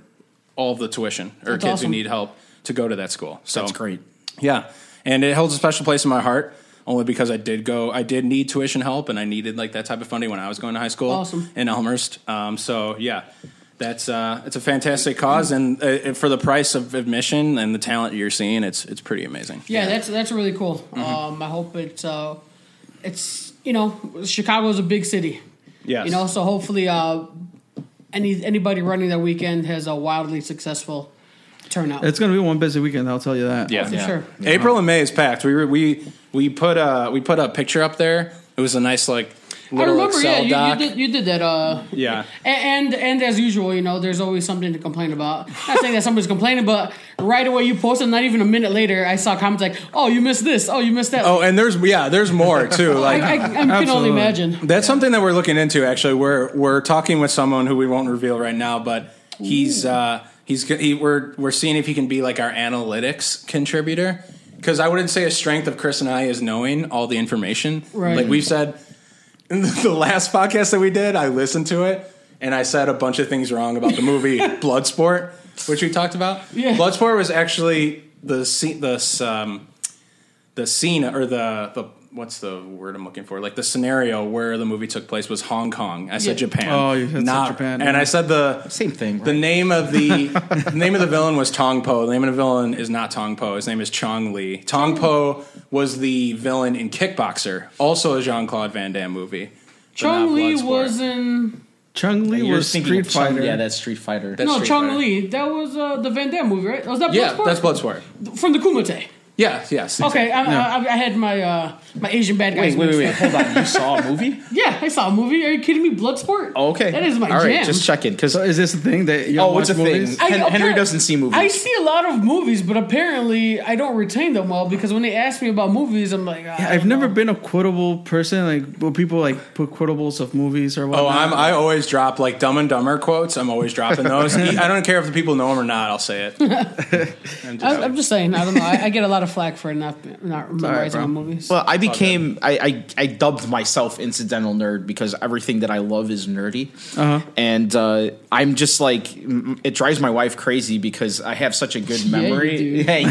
A: all of the tuition or
B: That's
A: kids
B: awesome.
A: who need help to go to that school. So
C: That's great.
A: Yeah, and it holds a special place in my heart. Only because I did go, I did need tuition help, and I needed like that type of funding when I was going to high school
B: Awesome.
A: in Elmhurst. Um, so yeah, that's uh, it's a fantastic cause, and uh, uh, for the price of admission and the talent you're seeing, it's it's pretty amazing.
B: Yeah, that's that's really cool. Um, I hope it's uh, it's you know Chicago's a big city.
A: Yes.
B: You know, so hopefully uh, any anybody running that weekend has a wildly successful turnout.
D: it's going to be one busy weekend. I'll tell you that.
A: yeah,
B: for sure.
A: April and May is packed. We were, we we put a we put a picture up there. It was a nice like
B: I
A: little
B: remember,
A: Excel
B: yeah, you,
A: doc.
B: you did you did that. Uh,
A: yeah,
B: A- And and as usual, you know, there's always something to complain about. Not saying that somebody's complaining, but right away you posted, not even a minute later, I saw comments like, "Oh, you missed this. Oh, you missed that."
A: Oh, and there's yeah, there's more too.
B: [laughs] I,
A: Like
B: I, I can only
D: Absolutely.
B: imagine.
A: That's something that we're looking into. Actually, we're we're talking with someone who we won't reveal right now, but he's uh, he's go- he, we're we're seeing if he can be like our analytics contributor. Because I wouldn't say a strength of Chris and I is knowing all the information.
B: Right.
A: Like we've said in the last podcast that we did, I listened to it and I said a bunch of things wrong about the
B: [laughs]
A: movie Bloodsport, which we talked about.
B: Yeah.
A: Bloodsport was actually the scene, the um, the scene or the the what's the word I'm looking for? Like the scenario where the movie took place was Hong Kong. I said
B: Yeah.
A: Japan.
D: Oh, you said
A: not
D: Japan,
A: And
D: yeah.
A: I said the
C: Same thing,
A: The
C: right?
A: name of the, the name of the villain was Tong Po. The name of the villain is not Tong Po. His name is Chong Li. Tong Po was the villain in Kickboxer, also a Jean Claude Van Damme movie. but not
B: Chung Lee
A: Bloodsport.
B: was in
D: Chung Li
C: You're
D: was
C: thinking
D: Street
C: of Chun-
D: Fighter.
C: Yeah, that's Street Fighter.
A: That's
B: no
A: Street
B: Chung
A: Fighter.
B: Lee. That was uh, the Van Damme movie, right? Was that
A: Yeah,
B: Bloodsport?
A: that's Bloodsport.
B: from the Kumite.
A: Yeah, yes.
B: Okay, I, I, I had my uh, my Asian bad guys.
C: wait, wait, wait,
B: mixed up.
C: wait. Hold on. You saw a movie?
B: Yeah, I saw a movie. Are you kidding me? Bloodsport.
C: [laughs] Oh, okay.
B: that is my
C: All
B: jam.
C: right, just checking. Because
D: So is this a thing that you don't
C: oh, it's a
D: watch movies?
C: thing. Hen-
B: I-
C: Henry
B: appar-
C: doesn't see movies.
B: I see a lot of movies, but apparently I don't retain them well because when they ask me about movies, I'm like, I
D: I've
B: don't
D: never
B: know.
D: been a quotable person. Like, well, people like put quotables of movies or
A: Oh,
D: whatnot.
A: I'm, I always drop like Dumb and Dumber quotes. I'm always dropping those. I don't care if the people know them or not. I'll say it. I'm just-
B: I'm, I'm just saying. I don't know. I, I get a lot of flack for not not memorizing
D: bro.
B: the movies.
C: Well, I became I, I I dubbed myself incidental nerd because everything that I love is nerdy, and uh, I'm just like m- it drives my wife crazy because I have such a good
B: you
C: [laughs] memory.
B: do. [laughs] Siri,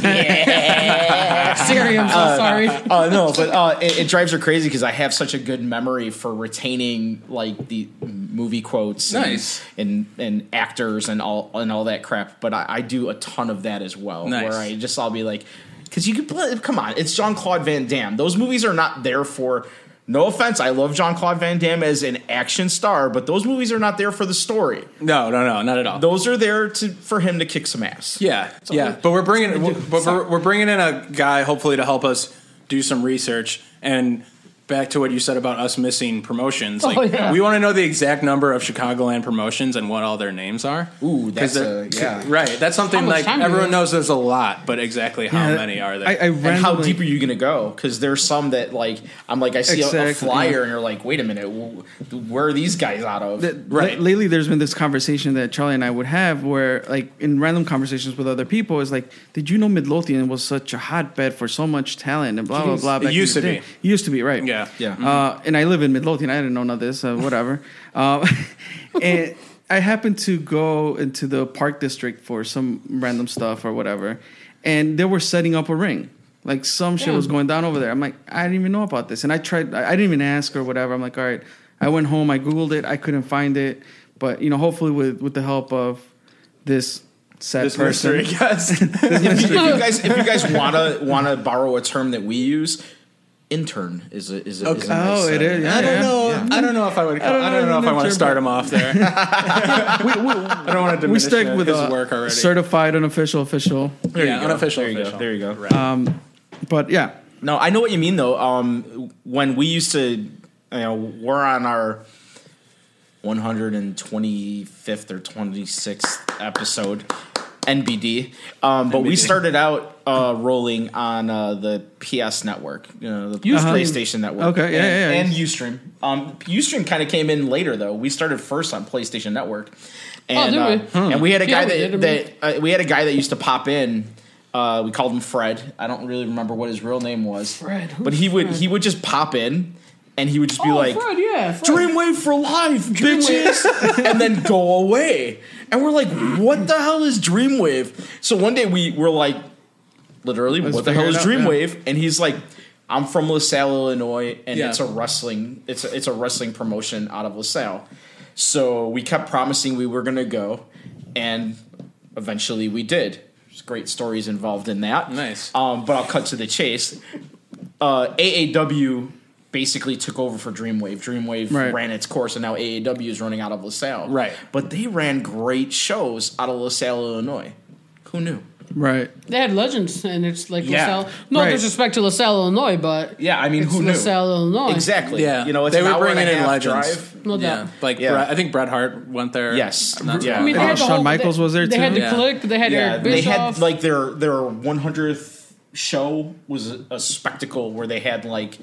B: I'm so
C: [laughs]
B: sorry.
C: Uh, no, but uh, it, it drives her crazy because I have such a good memory for retaining like the movie quotes, and-
A: Nice.
C: and, and actors and all and all that crap. But I, I do a ton of that as well,
A: Nice.
C: where I just I'll be like, because you could play, come on, it's Jean Claude Van Damme. Those movies are not there for. No offense, I love Jean Claude Van Damme as an action star, but those movies are not there for the story.
A: no, no, no, not at all.
C: Those are there to for him to kick some ass.
A: Yeah, yeah. But we're bringing, but we're, we're bringing in a guy hopefully to help us do some research and. Back to what you said about us missing promotions. Like,
B: yeah.
A: We want to know the exact number of Chicagoland promotions and what all their names are.
C: Ooh,
A: 'Cause
C: that's
A: they're-
C: a- yeah.
A: Right. That's
B: How
A: something
B: much
A: like
B: time do
A: everyone
B: they-
A: knows there's a lot, but exactly how
D: Yeah,
A: many are there?
D: I, I randomly,
C: and how deep are you going to go? Because there's some that like I'm like I see a- a,
D: Exactly.
C: flyer and you're like, wait a minute, wh- where are these guys out of?
A: Right.
D: right. lately, there's been this conversation that Charlie and I would have, where like in random conversations with other people, is like, did you know Midlothian was such a hotbed for so much talent and blah blah blah. back in
A: used
D: the
A: to
D: day?
A: be.
D: It used to be, right?
A: Yeah.
C: Yeah.
D: Uh, and I live in Midlothian. I didn't know none of this.
A: [laughs]
D: Uh, whatever. uh, [laughs] and I happened to go into the park district for some random stuff or whatever, and they were setting up a ring. Like some shit was going down over there. I'm like, I didn't even know about this, and I tried. I I didn't even ask or whatever. I'm like, all right. I went home. I googled it. I couldn't find it, but you know, hopefully with with the help of this sad
A: This
D: person.
A: mystery guest.
C: if, you, if you guys if you guys wanna wanna borrow a term that we use, intern is a is a, is a nice,
D: [laughs] Oh, it
C: uh,
D: is. Yeah,
A: I don't
D: yeah.
A: know. I don't know if I would. Call, I
D: don't
A: don't,
D: know
A: know, if I
D: if
A: want to
D: you're-
A: start him off there. I don't want to
D: We
A: diminish
D: stuck with
A: his
D: uh,
A: work already.
D: certified, unofficial, official.
A: there
C: you
A: yeah,
C: go.
A: unofficial.
C: There you go.
A: official.
C: There you go.
D: But yeah,
C: No, I know what you mean though. Um, when we used to, you know, we're on our 125th or 26th episode, NBD. Um, but we
A: NBD.
C: started out uh, rolling on uh, the PS network, you know, the
B: Ustream.
C: PlayStation network.
D: Okay, yeah, yeah, yeah.
C: and, and UStream. Um, UStream kind of came in later though. We started first on PlayStation Network, and
B: Oh, did
C: uh,
B: we? Huh.
C: and we had a
B: Yeah,
C: guy
B: we
C: that,
B: did,
C: that uh, we had a guy that used to pop in. Uh, we called him Fred. I don't really remember what his real name was.
B: Fred, who's
C: but he would
B: Fred?
C: he would just pop in, and he would just be
B: oh,
C: like,
B: Fred, yeah, Fred.
C: Dreamwave for life, bitches, [laughs] and then go away. And we're like, what the hell is Dreamwave? So one day we were like, literally, what the hell
D: figure
C: is
D: it out, yeah.
C: Dreamwave? And he's like, I'm from LaSalle, Illinois, and
A: Yeah.
C: it's a wrestling, it's a, it's a wrestling promotion out of LaSalle. So we kept promising we were gonna go, and eventually we did. There's great stories involved in that.
A: Nice.
C: Um, but I'll cut to the chase uh, AAW basically took over for Dreamwave. Dreamwave
D: Right.
C: ran its course, and now AAW is running out of LaSalle.
A: Right.
C: But they ran great shows out of LaSalle, Illinois. Who knew?
D: right.
B: They had legends, and it's like
C: Yeah.
B: LaSalle. No
D: Right.
B: disrespect to LaSalle, Illinois, but
C: Yeah, I mean,
B: it's
C: who knew?
B: LaSalle, Illinois.
C: Exactly.
A: Yeah,
C: You know, it's
A: they
C: an
A: were
C: hour and
A: bringing in
C: a half
A: legends.
C: drive.
B: No
A: yeah,
B: doubt.
A: like
C: Yeah.
A: Bret, I think Bret Hart went there.
C: Yes.
A: Not too
C: Yeah.
B: I mean, they
D: Oh,
B: had the
D: Shawn
B: whole,
D: Michaels
B: they,
D: was there
B: They had the
D: too.
A: Yeah.
B: click. They had
C: Yeah,
B: Eric
C: they
B: Bischoff.
C: had like their their 100th show was a- a spectacle where they had like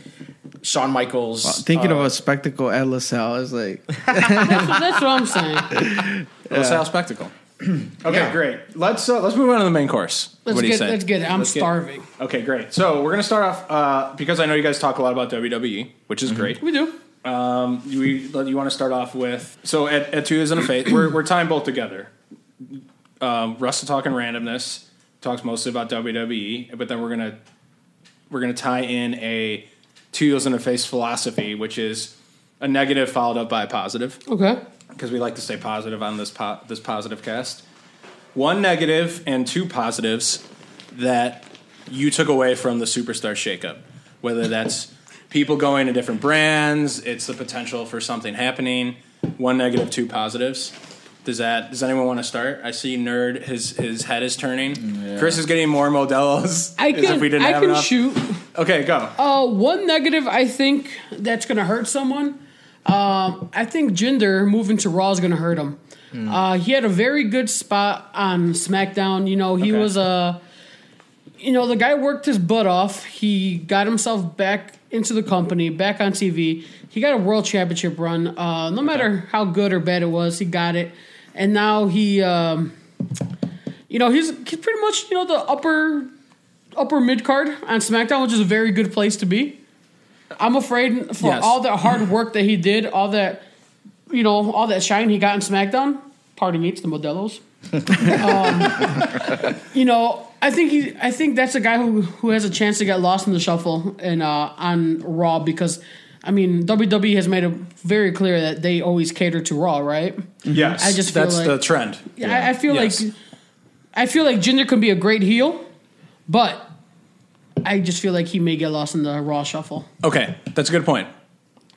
C: Shawn Michaels.
D: Uh,
C: uh,
D: Thinking of a spectacle at LaSalle is like
B: [laughs] That's what I'm saying.
A: LaSalle spectacle. [clears throat]
C: okay,
A: Great. Let's uh, let's move on to the main course.
B: Let's
A: what do you
B: get
A: say?
B: let's get it. I'm
A: Let's
B: starving.
A: Okay, great. So we're gonna start off uh, because I know you guys talk a lot about WWE, which is great.
B: We do.
A: Um, you, you want to start off with so at, at two years and a faith, we're we're tying both together. Um, Russell talking randomness E, talks mostly about WWE, but then we're gonna we're gonna tie in a two heels in a face philosophy, which is a negative followed up by a positive
B: Okay.
A: because we like to stay positive on this po- this positive cast. One negative and two positives that you took away from the superstar shakeup, whether that's people going to different brands, it's the potential for something happening. One negative, two positives. Does that? Does anyone want to start? I see nerd. His his head is turning. Chris is getting more Modelo's.
B: I
A: as
B: can,
A: if we didn't
B: I
A: have
B: can
A: enough.
B: shoot.
A: Okay, go.
B: Uh, one negative, I think that's going to hurt someone. Um, I think Jinder moving to Raw is going to hurt him.
A: Hmm.
B: Uh, he had a very good spot on SmackDown. You know, he
A: Okay.
B: was Uh, you know, the guy worked his butt off. He got himself back into the company, back on TV. He got a world championship run. Uh, no matter how good or bad it was, he got it. And now he, um, you know, he's, he's pretty much you know the upper upper mid card on SmackDown, which is a very good place to be. I'm afraid for
A: Yes.
B: all that hard work that he did, all that you know, all that shine he got in SmackDown. Pardon me, it's the Modelo's
A: [laughs]
B: Um, you know, I think he, I think that's a guy who who has a chance to get lost in the shuffle and uh, on Raw because, I mean, WWE has made it very clear that they always cater to Raw, right?
A: Yes,
B: I just feel
A: that's
B: like-
A: the trend.
B: I, I feel
A: Yes.
B: like, I feel like Jinder can be a great heel, but I just feel like he may get lost in the Raw shuffle.
A: Okay, that's a good point.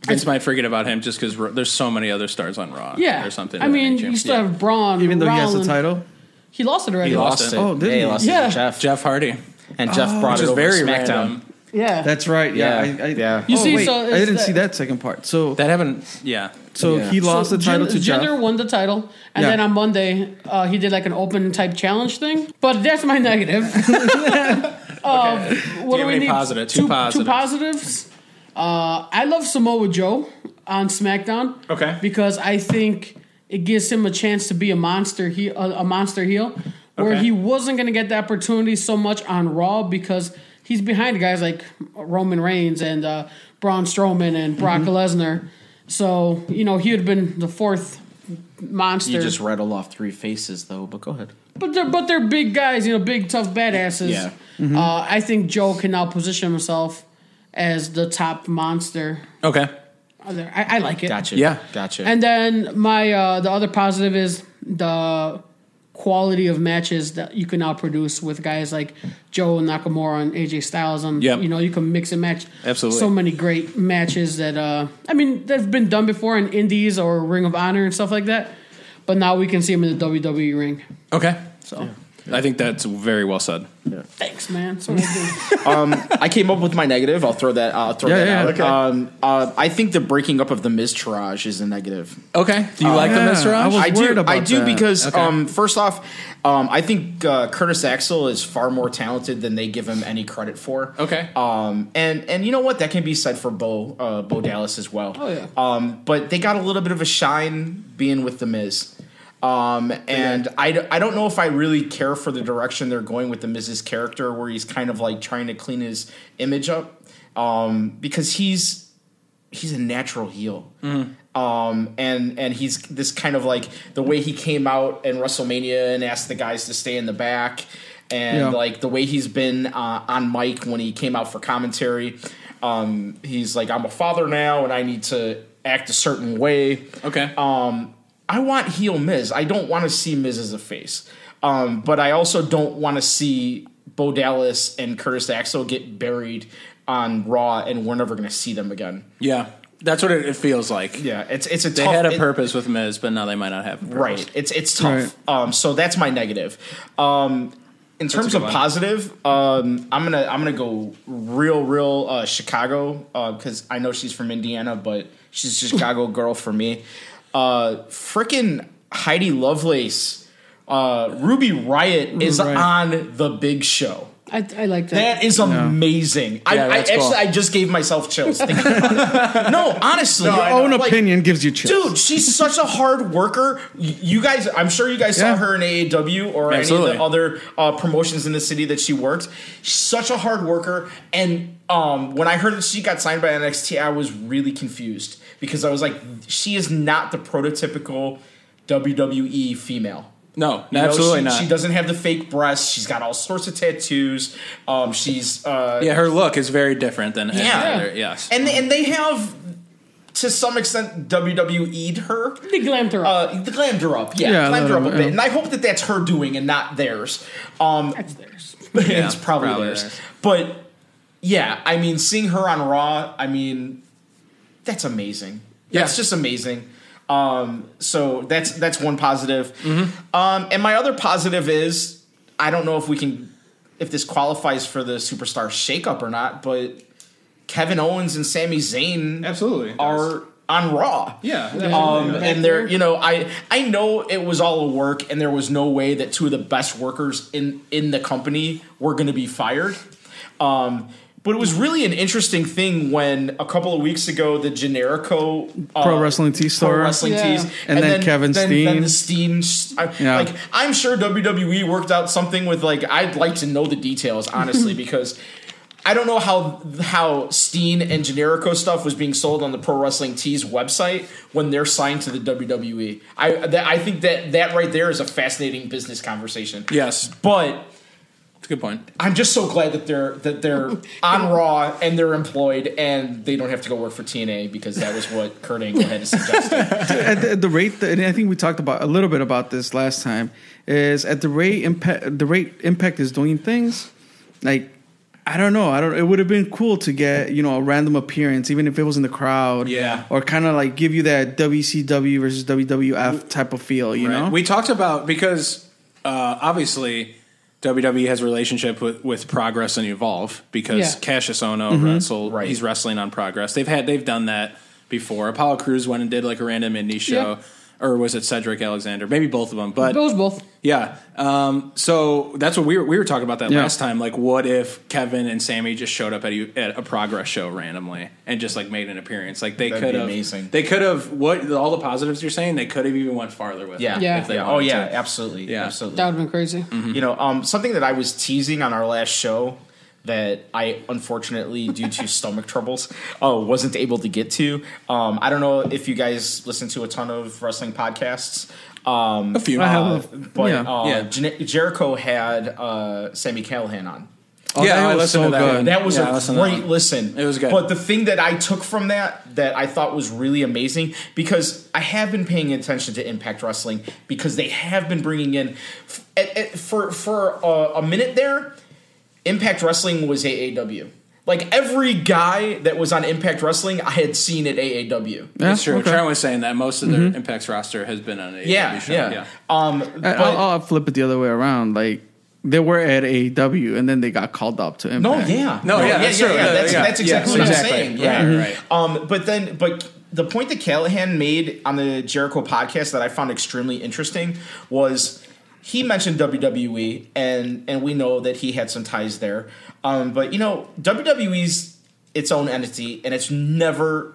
A: Vince might forget about him just because there's so many other stars on Raw.
B: Yeah,
A: or something.
B: I
A: that
B: mean,
A: nature.
B: you still
A: Yeah.
B: have Braun,
D: Even though he has
B: Rollins.
D: the title,
B: He lost it already.
A: He lost
C: lost
A: it.
C: it.
D: Oh, did
C: yeah,
D: he?
C: he lost it
B: Yeah.
C: to Jeff.
A: Jeff Hardy,
C: And Jeff brought
A: which
C: it
A: is
C: over
A: very
C: to SmackDown.
A: random.
B: Yeah,
D: that's right. Yeah,
C: Yeah,
D: I, I,
C: yeah.
B: You
D: oh,
B: see,
D: wait,
B: so
D: I
B: it's
D: didn't
B: that-
D: see that second part. So
A: That haven't. Yeah,
D: so
C: Yeah.
D: he lost the title to Jeff.
B: Jinder won the title, and
D: Yeah.
B: then on Monday uh, he did like an open type challenge thing. But that's my
A: [laughs]
B: negative. [laughs] Uh, what
A: Do you
B: do
A: have
B: we
A: any
B: need?
A: positive- two positives.
B: positives. Uh, I love Samoa Joe on SmackDown.
A: Okay.
B: because I think it gives him a chance to be a monster. He a, a monster heel. Where
A: Okay.
B: he wasn't going to get the opportunity so much on Raw because he's behind guys like Roman Reigns and uh, Braun Strowman and Brock
C: Mm-hmm.
B: Lesnar. So, you know, he would have been the fourth monster.
C: You just rattle off three faces though, but go ahead.
B: But they're but they're big guys, you know, big tough badasses.
C: Yeah. Mm-hmm.
B: Uh, I think Joe can now position himself as the top monster.
A: Okay.
B: out there. I, I like it.
C: Gotcha.
A: Yeah.
C: Gotcha.
B: And then my uh, the other positive is the quality of matches that you can now produce with guys like Joe Nakamura and AJ Styles. And
A: Yep.
B: you know you can mix and match
A: Absolutely.
B: so many great matches that uh, I mean that have been done before in Indies or Ring of Honor and stuff like that. But now we can see them in the WWE ring.
A: Okay. So I think that's very well said.
B: Thanks, man.
C: [laughs]
B: So what I do.
C: I came up with my negative. I'll throw that. I'll throw
D: Yeah,
C: that
D: yeah,
C: out.
D: okay.
C: Um, uh, I think the breaking up of the Miz Taraj is a negative.
A: Okay. Do you like
D: yeah,
A: the Mr.
D: I
A: Raj?
D: was-
C: Uh, I do.
D: worried about
C: I do
D: that.
C: because
A: Okay.
C: um, first off, um, I think uh, Curtis Axel is far more talented than they give him any credit for.
A: Okay.
C: Um, and and you know what? That can be said for Bo uh, Bo Dallas as well.
B: Oh, yeah.
C: Um, but they got a little bit of a shine being with the Miz. Um, and I, d- I don't know if I really care for the direction they're going with the Miz's character, where he's kind of like trying to clean his image up, um, because he's he's a natural heel. Um, and and he's this kind of like the way he came out in WrestleMania and asked the guys to stay in the back, and
D: Yeah.
C: like the way he's been uh, on mic when he came out for commentary. Um, he's like, I'm a father now, and I need to act a certain way.
A: okay.
C: uh, I want heel Miz. I don't want to see Miz as a face, um, but I also don't want to see Bo Dallas and Curtis Axel get buried on Raw, and we're never going to see them again.
A: yeah. That's what it, it feels like.
C: Yeah, it's it's a
A: They
C: tough,
A: had a
C: it-
A: purpose with Miz, but now they might not have a purpose.
C: Right. It's it's tough. Um, so that's my negative. Um, in terms
A: good
C: of
A: one.
C: positive, um, I'm gonna I'm gonna go real real uh, Chicago because I know she's from Indiana, but she's a [laughs] Chicago girl for me. Uh, Frickin' Heidi Lovelace, uh, Ruby Riot is
D: Riott.
C: on the Big Show.
B: I, I like that.
C: That is amazing. I,
A: Yeah,
C: I
A: that's
C: actually
A: cool.
C: I just gave myself chills. Thinking about [laughs] it. No, honestly,
D: Your
C: I know.
D: own
C: Like,
D: opinion gives you chills.
C: Dude, she's such a hard worker. Y- You guys, I'm sure you guys
D: Yeah.
C: saw her in AAW or
A: Absolutely.
C: any of the other uh, promotions in the city that she worked. She's such a hard worker. And um, when I heard that she got signed by NXT, I was really confused because I was like, she is not the prototypical WWE E female.
A: No,
C: You know,
A: absolutely
C: she,
A: not.
C: She doesn't have the fake breasts. She's got all sorts of tattoos. Um, she's uh,
A: yeah, her look is very different than any
C: Yeah.
A: other. Yes.
C: and and they have to some extent WWE'd her.
B: They glammed her up.
C: Uh, they glammed her up, yeah,
D: Yeah,
C: glammed her up a
D: yeah.
C: bit, and I hope that that's her doing and not theirs. [laughs] Um,
B: That's theirs.
C: it's probably,
A: probably
C: theirs.
A: theirs.
C: but yeah, I mean, seeing her on Raw, I mean, that's amazing.
A: Yeah.
C: That's just amazing. Um, so that's that's one positive.
A: Mm-hmm.
C: Um, and my other positive is I don't know if we can if this qualifies for the superstar shakeup or not, but Kevin Owens and Sami Zayn
A: Absolutely, it does.
C: are on Raw.
A: Yeah,
C: Um,
A: absolutely.
C: and they're you know I I know it was all a work and there was no way that two of the best workers in in the company were going to be fired. Um, but it was really an interesting thing when a couple of weeks ago the Generico uh,
D: Pro Wrestling Tea Store.
C: Pro Wrestling
B: Yeah.
C: Tees,
B: And
D: then Kevin
C: then the
D: Steen.
C: Steen. sh- I-
D: Yeah.
C: Like I'm sure WWE worked out something with like I'd like to know the details honestly because I don't know how how Steen and Generico stuff was being sold on the Pro Wrestling Tees website when they're signed to the WWE. I that, I think that that right there is a fascinating business conversation.
A: yes,
C: But
A: it's a good point.
C: I'm just so glad that they're that they're on Raw and they're employed and they don't have to go work for TNA because that was what Kurt Angle had suggested.
D: at the, at the rate that, and I think we talked about a little bit about this last time is at the rate impact the rate impact is doing things like I don't know I don't it would have been cool to get you know a random appearance even if it was in the crowd
A: Yeah.
D: or kind of like give you that WCW versus WWF type of feel you
A: Right.
D: know
A: We talked about because uh, obviously WWE has a relationship with, with Progress and Evolve because
B: Yeah.
A: Cassius Ono
D: Mm-hmm.
A: wrestled.
C: Right.
A: He's wrestling on Progress. They've had they've done that before. Apollo Crews went and did like a random indie show, or was it Cedric Alexander? Maybe both of them. But
B: It was both.
A: yeah. Um, so that's what we were, we were talking about that
D: Yeah.
A: last time. Like, what if Kevin and Sammy just showed up at a, at a progress show randomly and just like made an appearance? Like they
C: That'd
A: could
C: be
A: have.
C: amazing.
A: They could have what all the positives you're saying. They could have even went farther with.
C: yeah,
A: it
B: Yeah.
A: if they
C: Oh
A: wanted
C: yeah,
A: to.
C: absolutely,
A: Yeah.
C: absolutely.
B: That would have been crazy.
A: Mm-hmm.
C: You know, um, something that I was teasing on our last show that I unfortunately, due to stomach troubles, uh, wasn't able to get to. Um, I don't know if you guys listen to a ton of wrestling podcasts. Um,
A: A few.
D: I have
C: uh,
D: a-
C: but
D: yeah.
C: uh,
A: Yeah.
C: Jer- Jericho had uh, Sammy Callahan on.
D: Oh,
A: yeah,
D: that
A: I
D: was
A: listened
D: so
A: to that.
D: good.
A: one.
C: That was
A: Yeah, I
C: a
A: listened to that
C: great
A: one.
C: listen.
A: It was good.
C: But the thing that I took from that that I thought was really amazing because I have been paying attention to Impact Wrestling because they have been bringing in f- at- at- for for a, a minute there. Impact Wrestling was AAW. Like every guy that was on Impact Wrestling, I had seen at AAW. Yeah,
D: Yeah,
A: That's true.
D: okay. Mm-hmm.
A: Trent was saying that most of their Impact's roster has been on a
C: yeah.
A: show.
C: Um,
A: Uh,
D: I-
C: but-
D: I'll, I'll flip it the other way around like they were at AEW and then they got called up to
C: No,
D: Impact
C: yeah,
A: No, yeah,
C: yeah,
A: that's true. Yeah,
C: that's,
A: yeah.
C: that's exactly
A: Yes,
C: what
A: exactly.
C: I'm saying. Yeah,
A: Right, right.
C: Um, but then, but the point that Callahan made on the Jericho podcast that I found extremely interesting was he mentioned WWE, and and we know that he had some ties there. Um, but you know, WWE's its own entity, and it's never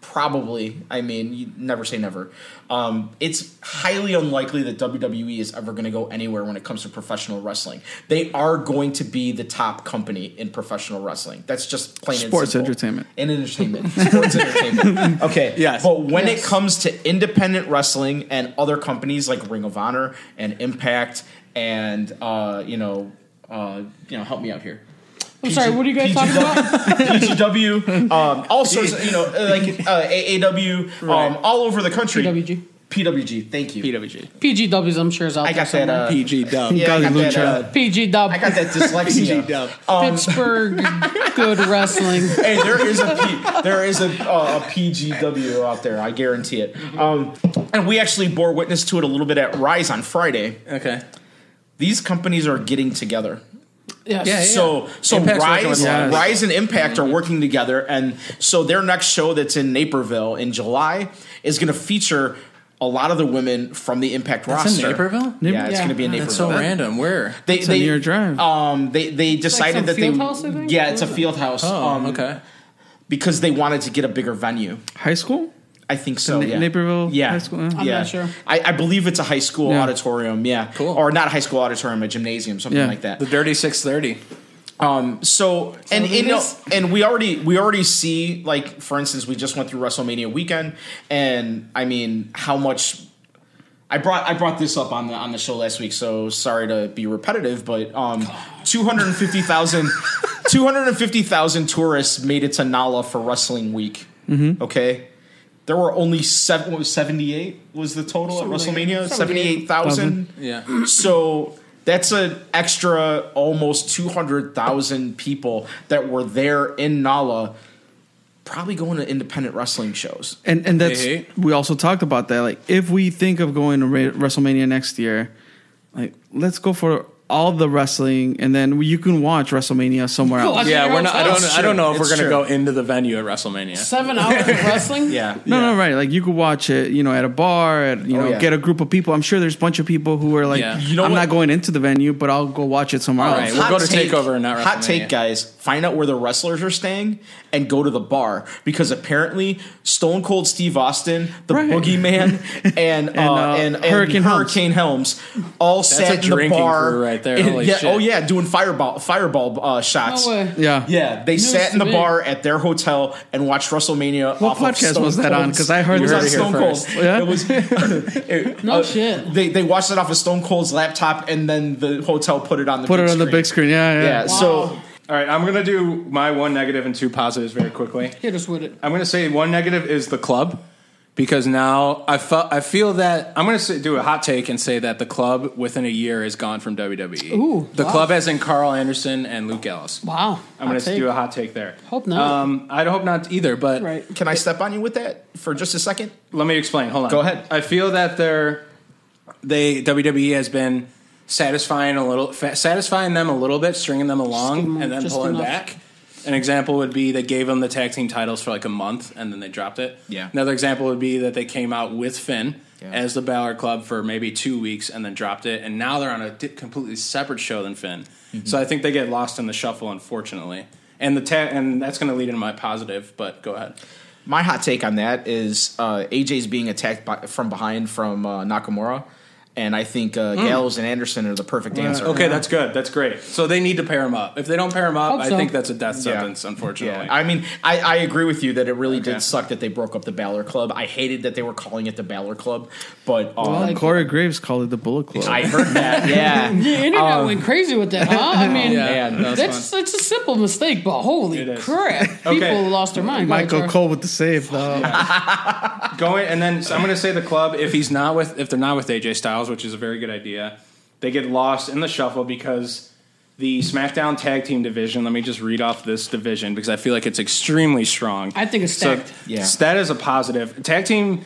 C: probably i mean you never say never um, it's highly unlikely that wwe is ever going to go anywhere when it comes to professional wrestling they are going to be the top company in professional wrestling that's just plain
D: Sports
C: and simple.
D: entertainment.
C: and entertainment sports entertainment okay
A: Yes.
C: but when it
B: Yes.
C: comes to independent wrestling and other companies like ring of honor and impact and uh, you know uh, you know help me out here
B: I'm sorry, what are you guys talking about?
C: PGW, E um, all sorts of, you know, uh, like uh, AAW, um,
A: Right.
C: all over the country.
B: PWG.
C: PWG, thank you.
A: PWG.
B: PGWs, I'm sure, is out
C: I
B: there.
C: got that.
B: somewhere.
C: Uh,
A: PG Dub.
C: yeah, I, got
D: Golly,
C: that uh,
B: PGW.
C: I
A: [laughs]
C: got that dyslexia.
A: Dub. [laughs]
B: Pittsburgh Good Wrestling.
C: hey, there is a P, there is a, uh, a PGW out there. I guarantee it.
A: Mm-hmm.
C: Um, and we actually bore witness to it a little bit at Rise on Friday.
A: Okay.
C: These companies are getting together.
B: Yes.
A: Yeah, yeah.
C: So so
A: Impact's working with
C: Rise,
A: Rise.
C: Rise and Impact
A: Mm-hmm.
C: are working together, and so their next show that's in Naperville in July is going to feature a lot of the women from the Impact
A: in
C: roster.
A: Naperville?
C: Yeah, it's
B: Yeah.
C: going to be in Naperville.
A: That's so random. Where?
C: They,
D: It's a near drive.
C: Um, they they decided
B: some
C: that they
B: field house, I think?
C: yeah, it's a
B: Or-
C: field house.
A: Oh,
C: um,
A: okay.
C: Because they wanted to get a bigger venue.
D: high school
C: I think so.
D: Na-
C: yeah.
D: Naperville
C: yeah.
D: High School, yeah.
B: I'm
C: yeah.
B: not sure.
C: I, I believe it's a high school
D: Yeah.
C: auditorium. Yeah,
A: Cool.
C: Or not a high school auditorium, a gymnasium, something
D: Yeah.
C: like that.
A: The Dirty Six Thirty.
C: So and
B: it
C: and, you
B: [laughs]
C: know,
B: is.
C: and we already we already see like for instance we just went through WrestleMania weekend and I mean how much I brought I brought this up on the on the show last week, so sorry to be repetitive, but um,
B: [laughs]
C: 250,000 250,000 tourists made it to Nala for Wrestling Week.
B: Mm-hmm.
C: Okay, there were only seven, what was seventy eight was the total at
B: Something like-
C: WrestleMania seventy eight thousand.
A: Yeah.
C: So that's an extra almost 200,000 people that were there in Nala, probably going to independent wrestling shows.
D: And and that's
A: Hey.
D: we also talked about that. Like if we think of going to Ra- WrestleMania next year, like let's go for all the wrestling, and then we, you can watch WrestleMania somewhere
B: Cool,
D: else.
B: I-
A: Yeah, we're not. I don't.
C: It's
A: I don't know if
C: true.
A: we're gonna
C: It's
A: go into the venue at WrestleMania.
B: Seven hours of wrestling.
C: Yeah.
D: No, no, right. Like you could watch it, you know, at a bar, at you
C: Oh,
D: know,
C: yeah.
D: get a group of people. I'm sure there's a bunch of people who are like,
A: Yeah.
C: You know
D: I'm
C: what? Oh,
D: not going into the venue, but I'll go watch it somewhere
A: All
D: else.
A: right, we'll go to TakeOver and not
C: Hot
A: WrestleMania.
C: take, guys. Find out where the wrestlers are staying and go to the bar because apparently Stone Cold Steve Austin, the
D: Right.
C: [laughs] Boogeyman, and, uh,
D: uh,
C: and, and
D: Hurricane Helms.
C: Hurricane Helms all
A: a
C: sat in the
A: drinking
C: bar
A: crew right there.
C: And-
A: Holy
C: yeah,
A: shit.
C: Oh yeah, doing fireball fireball uh, shots.
B: No way.
D: Yeah,
C: Yeah, they
B: News
C: sat
B: to
C: in the
B: me.
C: bar at their hotel and watched WrestleMania.
D: What
C: off
D: podcast
C: of Stone
D: was that on? 'Cause I heard
C: it was
D: this
C: on
D: here
C: Stone Cold.
D: first. Yeah?
C: It was. it-
A: Oh.
B: No shit.
C: They they watched it off of Stone Cold's laptop, and then the hotel put it on the
D: put
C: big
D: it on the big screen. Yeah, yeah.
C: Yeah. So
A: All right, I'm gonna do my one negative and two positives very quickly.
B: Hit us with it.
A: I'm gonna say one negative is the club because now I fe- I feel that I'm gonna say, do a hot take and say that the club within a year is gone from WWE.
B: Ooh,
A: the
B: wow.
A: club as in Carl Anderson and Luke Ellis.
B: Wow.
A: I'm gonna
B: Hot take.
A: do a hot take there.
B: Hope not.
A: Um, I hope not either. But
B: right.
C: can I step on you with that for just a second?
A: let me explain. Hold on.
C: Go ahead.
A: I feel that they're they WWE has been satisfying a little fa- satisfying them a little bit, stringing them along,
B: Just enough-
A: and then
B: just
A: pulling
B: enough.
A: back. An example would be they gave them the tag team titles for like a month and then they dropped it.
C: Yeah.
A: Another example would be that they came out with Finn as the Balor Club for maybe two weeks and then dropped it, and now they're on a di- completely separate show than Finn.
C: Mm-hmm.
A: So I think they get lost in the shuffle, unfortunately. And the ta- and that's going to lead into my positive, but go ahead.
C: My hot take on that is uh, AJ's being attacked by, from behind from uh, Nakamura, and I think uh,
D: Hmm.
C: Gallows and Anderson are the perfect answer.
A: Okay, that's good. That's great. So they need to pair him up. If they don't pair him up,
B: Hope
A: I
B: so.
A: think that's a death
C: Yeah.
A: sentence. Unfortunately,
C: Yeah, I mean, I, I agree with you that it really
A: Okay.
C: did suck that they broke up the Balor Club. I hated that they were calling it the Balor Club, but uh,
D: Well,
B: Like-
D: Corey Graves called it the Bullet
C: [laughs]
D: Club.
C: I heard that. Yeah,
B: The internet went crazy with that,
A: [laughs]
B: huh? I mean,
A: Um, Yeah,
C: man,
A: that was
B: that's it's a simple mistake, but holy
A: is. [laughs]
B: crap, people
A: Okay.
B: lost their mind.
D: Michael
B: Walter.
D: Cole with the
A: [laughs]
D: save though.
A: fun. going and then so I'm going to say the club if he's not with if they're not with AJ Styles, which is a very good idea, they get lost in the shuffle because the SmackDown Tag Team division. Let me just read off this division because I feel like it's extremely strong.
B: I think it's stacked.
A: So
C: Yeah.
A: that is a positive. Tag team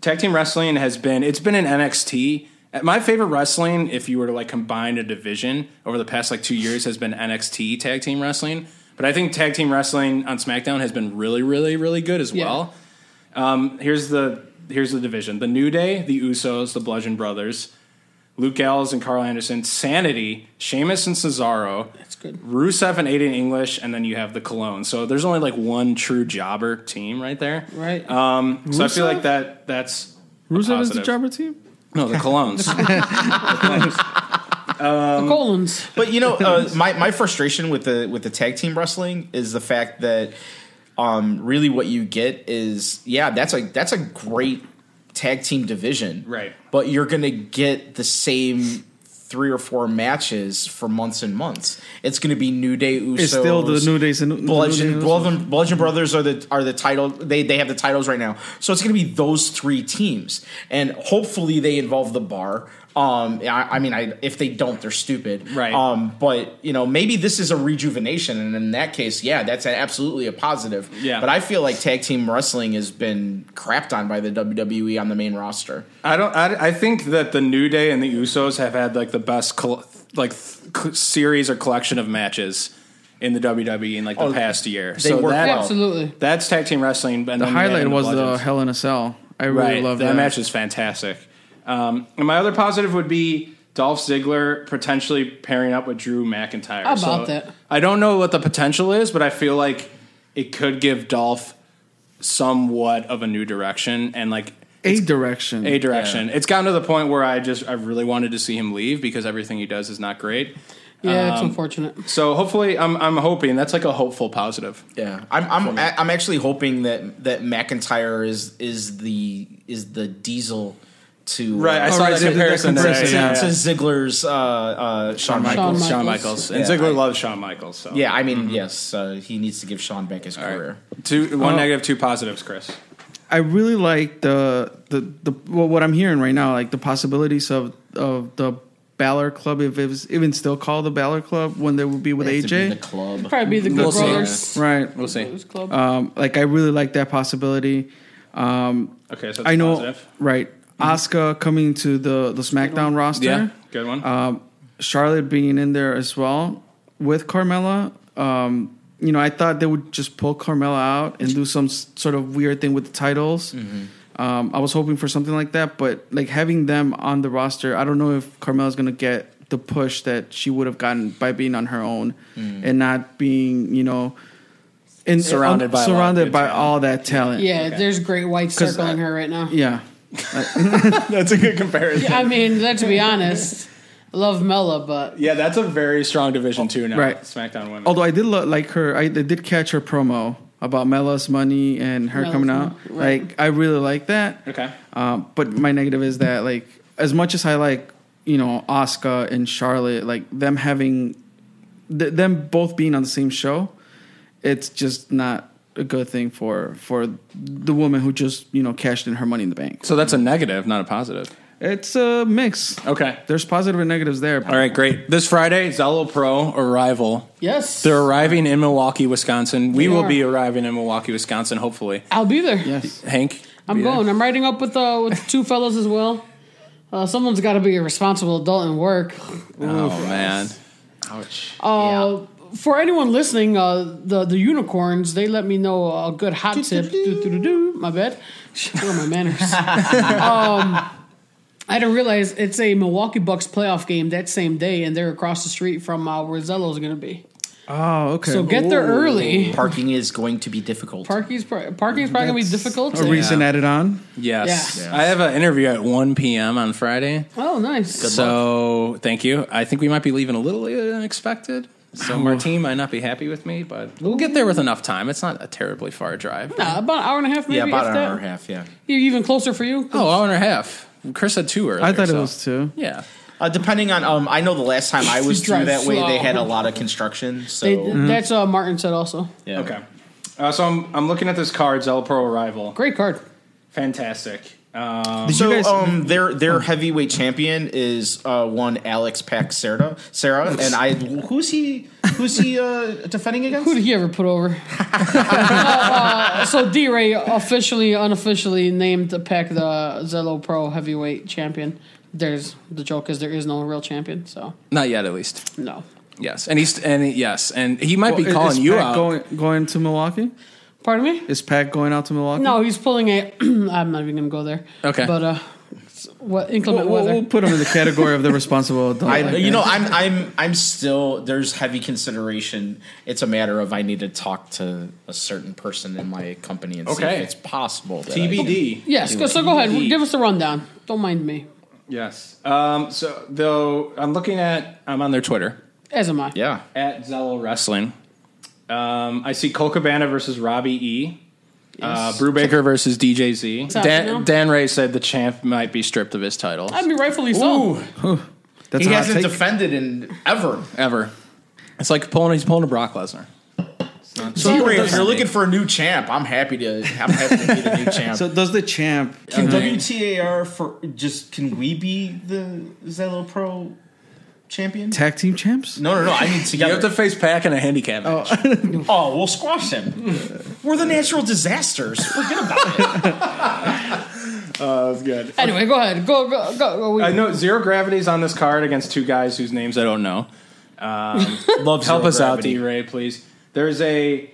A: tag team wrestling has been it's been in NXT. My favorite wrestling, if you were to like combine a division over the past like two years, has been NXT tag team wrestling. But I think tag team wrestling on SmackDown has been really, really, really good as
B: Yeah.
A: well. Um, here's the here's the division: the New Day, the Usos, the Bludgeon Brothers, Luke Gallows and Carl Anderson, Sanity, Sheamus and Cesaro,
B: That's good.
A: Rusev and Aiden English, and then you have the Cologne. So there's only like one true jobber team right there.
B: Right.
A: Um, so I feel
D: Rusev?
A: like that that's a
D: Rusev is the
A: positive.
D: jobber team.
A: No, the
C: [laughs]
A: Colognes. Um,
B: the Colons.
C: but you know, uh, my my frustration with the with the tag team wrestling is the fact that um, really what you get is yeah, that's a that's a great tag team division,
A: Right.
C: But you're gonna get the same. Three or four matches for months and months. It's going to be New Day Usos.
D: It's still the New Days and
C: Bludgeon,
D: New Day Usos.
C: Bludgeon, Bludgeon Brothers are the are the title. They they have the titles right now, so it's going to be those three teams, and hopefully they involve the bar. Um, I, I mean, I if they don't, they're stupid,
A: Right.
C: Um, but you know, maybe this is a rejuvenation, and in that case, yeah, that's a- absolutely a positive.
A: Yeah.
C: But I feel like tag team wrestling has been crapped on by the WWE on the main roster.
A: I don't. I, I think that the New Day and the Usos have had like the best col- like th- cl- series or collection of matches in the WWE in like the
C: Oh,
A: past year.
C: they
A: so
C: work
A: that,
C: well.
B: Absolutely.
A: that's tag team wrestling. And
D: The highlight was the Hell in a Cell. I really
A: right.
D: love
A: that,
D: that.
A: match is fantastic. Um, and my other positive would be Dolph Ziggler potentially pairing up with Drew McIntyre.
B: How about that?
A: I don't know what the potential is, but I feel like it could give Dolph somewhat of a new direction and like
D: A direction.
A: a direction. It's gotten to the point where I just I really wanted to see him leave because everything he does is not great.
B: Yeah,
A: Um,
B: it's unfortunate.
A: So hopefully, I'm I'm hoping that's like a hopeful positive.
C: Yeah, I'm I'm a- I'm actually hoping that that McIntyre is is the is the diesel to
A: Right, I
C: uh,
A: saw
D: right,
A: that
D: they did that
A: comparison. today,
D: comparison,
A: yeah,
D: yeah.
A: yeah.
C: to Ziggler's uh, uh, Shawn Michaels.
B: Michaels.
A: Shawn Michaels.
B: Shawn Michaels.
A: And
C: Yeah,
A: Ziggler
C: I-
A: loves Shawn Michaels. So.
C: Yeah, I mean, yes, uh, he needs to give Shawn back his
A: All
C: career.
A: right. Two, one negative, two positives, Chris.
D: I really like the the the well, what I'm hearing right now, like the possibilities of of the Balor Club, if it was even still called the Balor Club, when they would be with
C: Have to be in
D: AJ,
C: the club.
B: Probably be the
A: We'll
B: Good
A: see.
B: Brothers.
D: right?
A: We'll see.
B: Brothers Club.
D: Um, like I really like that possibility.
A: Okay, so that's
D: I know,
A: positive.
D: right? Asuka coming to the the SmackDown roster,
A: Yeah, good one.
D: Um, Charlotte being in there as well with Carmella. Um, you know, I thought they would just pull Carmella out and do some s- sort of weird thing with the titles.
A: Mm-hmm.
D: Um, I was hoping for something like that, but like having them on the roster, I don't know if Carmella's gonna get the push that she would have gotten by being on her own
A: Mm.
D: and not being, you know, in,
A: Surrounded by a lot of
D: surrounded
A: good
D: by
A: talent.
D: all that talent.
B: yeah,
A: okay.
B: there's great white
D: 'Cause,
B: circling
D: uh,
B: her right now.
D: yeah.
A: that's a good comparison.
B: I mean, let's be honest. Love Mella, but
A: Yeah, that's a very strong division too now.
D: Right.
A: SmackDown women.
D: Although I did lo- like her, I, I did catch her promo about Mela's money and her
B: Mela's
D: coming
B: money,
D: out.
B: right.
D: Like I really like that.
A: okay.
D: Um, but my negative is that like as much as I like you know Oscar and Charlotte, like them having th- them both being on the same show, it's just not a good thing for for the woman who just you know cashed in her money in the bank.
A: So that's a negative, not a positive.
D: It's a mix.
A: Okay.
D: There's positive and negatives there.
A: All right, great. This Friday, Zello Pro arrival.
B: yes,
A: They're arriving in Milwaukee, Wisconsin. We
B: They
A: will
B: are.
A: be arriving in Milwaukee, Wisconsin, hopefully.
B: I'll be there.
D: Yes.
A: Hank?
B: I'm
A: be there?
B: going. I'm riding up with uh, with two fellas as well. Uh, someone's got to be a responsible adult and work.
A: Oh, man.
C: Ouch.
B: Uh, For anyone listening, uh, the the unicorns they let me know a good hot tip. Do-do-do-do. My bad. [laughs] Where are my manners? [laughs] um, I didn't realize it's a Milwaukee Bucks playoff game that same day, and they're across the street from uh, where Zello's going to be.
D: Oh, okay.
B: So get there early.
C: Parking is going to be difficult.
B: Parking's pro- parking's probably going to be difficult.
D: a reason added on.
A: Yes.
B: Yeah.
C: Yes.
A: I have an interview at 1 p.m. on Friday.
B: Oh, nice.
A: so thank you. I think we might be leaving a little later than expected. So Martine might not be happy with me, but we'll get there with enough time. It's not a terribly far drive.
B: Nah, about an hour and a half, maybe.
C: yeah, about
B: if
C: an
B: that.
C: hour and a half. Yeah,
B: You're even closer for you.
A: Oh, hour and a half. Chris said two earlier.
D: I thought it
A: so-
D: was two.
A: Yeah.
C: uh, depending on. Um, I know the last
B: [laughs]
C: time I was through
B: Drive
C: that way,
B: slow.
C: they had a lot of construction. So Mm-hmm.
B: They, That's uh, Martin said also.
C: yeah.
A: Okay. Uh, so I'm, I'm looking at this card, Zello Pro Arrival.
B: Great card.
A: Fantastic.
D: Did
C: So
D: you guys? oh.
C: um, their their heavyweight champion is uh, one Alex Pack Sarah, Sarah, and I who's he who's he uh, defending against?
B: Who did he ever put
C: [laughs]
B: over? [laughs] uh, uh, so D Ray officially, unofficially named the pack the Zello Pro Heavyweight Champion. There's the joke is there is no real champion, so
A: Not yet, at least.
B: no.
A: Yes, and he's and he, yes, and he might be
D: is-
A: calling
D: is
A: you
D: Pat
A: out.
D: Going, going to Milwaukee?
B: Pardon me?
D: Is Pat going out to Milwaukee?
B: No, he's pulling a. [clears throat] I'm not even gonna go there.
A: Okay.
B: but uh, s- what inclement
D: We'll, we'll-
B: weather?
D: we'll put him in the category of the responsible adult.
C: I, you know, I'm I'm I'm still there's heavy consideration. It's a matter of I need to talk to a certain person in my company and see
A: Okay.
C: if it's possible. that I
A: TBD.
B: yes, go- so go ahead. Give us a rundown. Don't mind me.
A: Yes. Um, so though I'm looking at I'm on their Twitter
B: As am I.
C: can- yeah,
A: at Zello Wrestling. Um, I see Cole Cabana versus Robbie E. Uh, Brubaker versus DJZ.
B: up, you
A: Dan,
B: know?
A: Dan Ray said the champ might be stripped of his title
B: I mean, rightfully so.
D: That's
C: he
D: a hot
C: hasn't
D: take.
C: defended in ever.
A: ever. It's like pulling he's pulling a Brock Lesnar.
C: So if you're looking for a new champ, I'm happy to I'm happy to be the new champ.
D: so does the champ?
E: Can WTAR for just can we be the Zello Pro champion?
D: Tag team champs?
C: no, no, no. I mean
A: You
C: together.
A: have to face Pack in a handicap. match.
E: Oh, we'll squash him.
C: We're the natural disasters. Forget about it.
B: Anyway, go ahead. Go go go. go. We-
A: I know zero gravity's on this card against two guys whose names I don't know.
C: [laughs]
A: Help
C: Love Zero
A: us out,
C: Gravity.
A: D Ray, please. There's a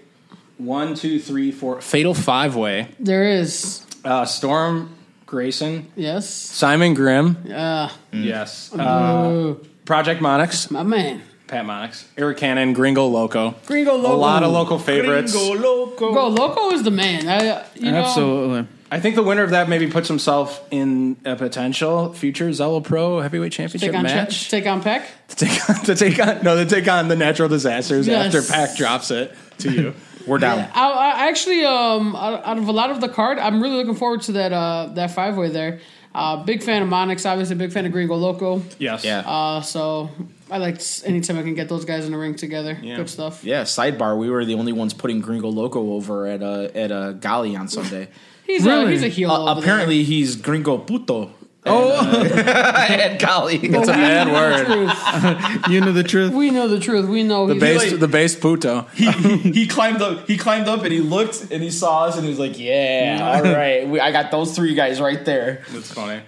A: one, two, three, four fatal five way.
B: there is
A: Uh, Storm Grayson,
B: yes.
A: Simon Grimm,
B: Uh,
A: yes. Uh,
B: oh,
A: Project Monix,
B: my man.
A: Pat Monix, Eric Cannon, Gringo Loco. A
B: Gringo Loco.
A: lot of local favorites.
B: Go Loco is the man. I uh, you know
D: Absolutely.
A: I think the winner of that maybe puts himself in a potential future Zello Pro Heavyweight Championship
B: take on
A: match
B: take on Peck.
A: to take on to take on no to take on the Natural Disasters
B: Yes.
A: after Pack drops it to you.
C: We're down.
B: I, I actually um out, out of a lot of the card, I'm really looking forward to that uh that five way there. Uh, big fan of Monix, obviously. Big fan of Gringo Loco.
A: [laughs] Yes.
C: Yeah.
B: Uh, so I like s- anytime I can get those guys in the ring together.
A: Yeah.
B: Good stuff.
C: yeah, sidebar. We were the only ones putting Gringo Loco over at a at a galley on Sunday.
B: He's a,
D: Really?
B: he's a heel.
C: Uh,
B: over there.
C: apparently, he's Gringo Puto. Oh, [laughs] at galley.
A: It's a bad word.
B: Truth.
D: You know the truth.
B: we know the truth. We know
A: The
B: he's
A: base, the base puto.
C: he, he climbed up. He climbed up and he looked and he saw us and he was like, "Yeah, all [laughs] right, we, I got those three guys right there."
A: That's funny.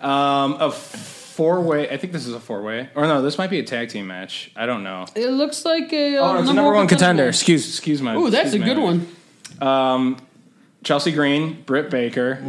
A: Um, a four way. I think this is a four way. Or no, this might be a tag team match. I don't know.
B: It looks like a uh,
A: Oh, no, it's a number one contender. Excuse, excuse my.
B: Ooh, that's a
A: excuse my
B: good one.
A: Um, Chelsea Green, Britt Baker,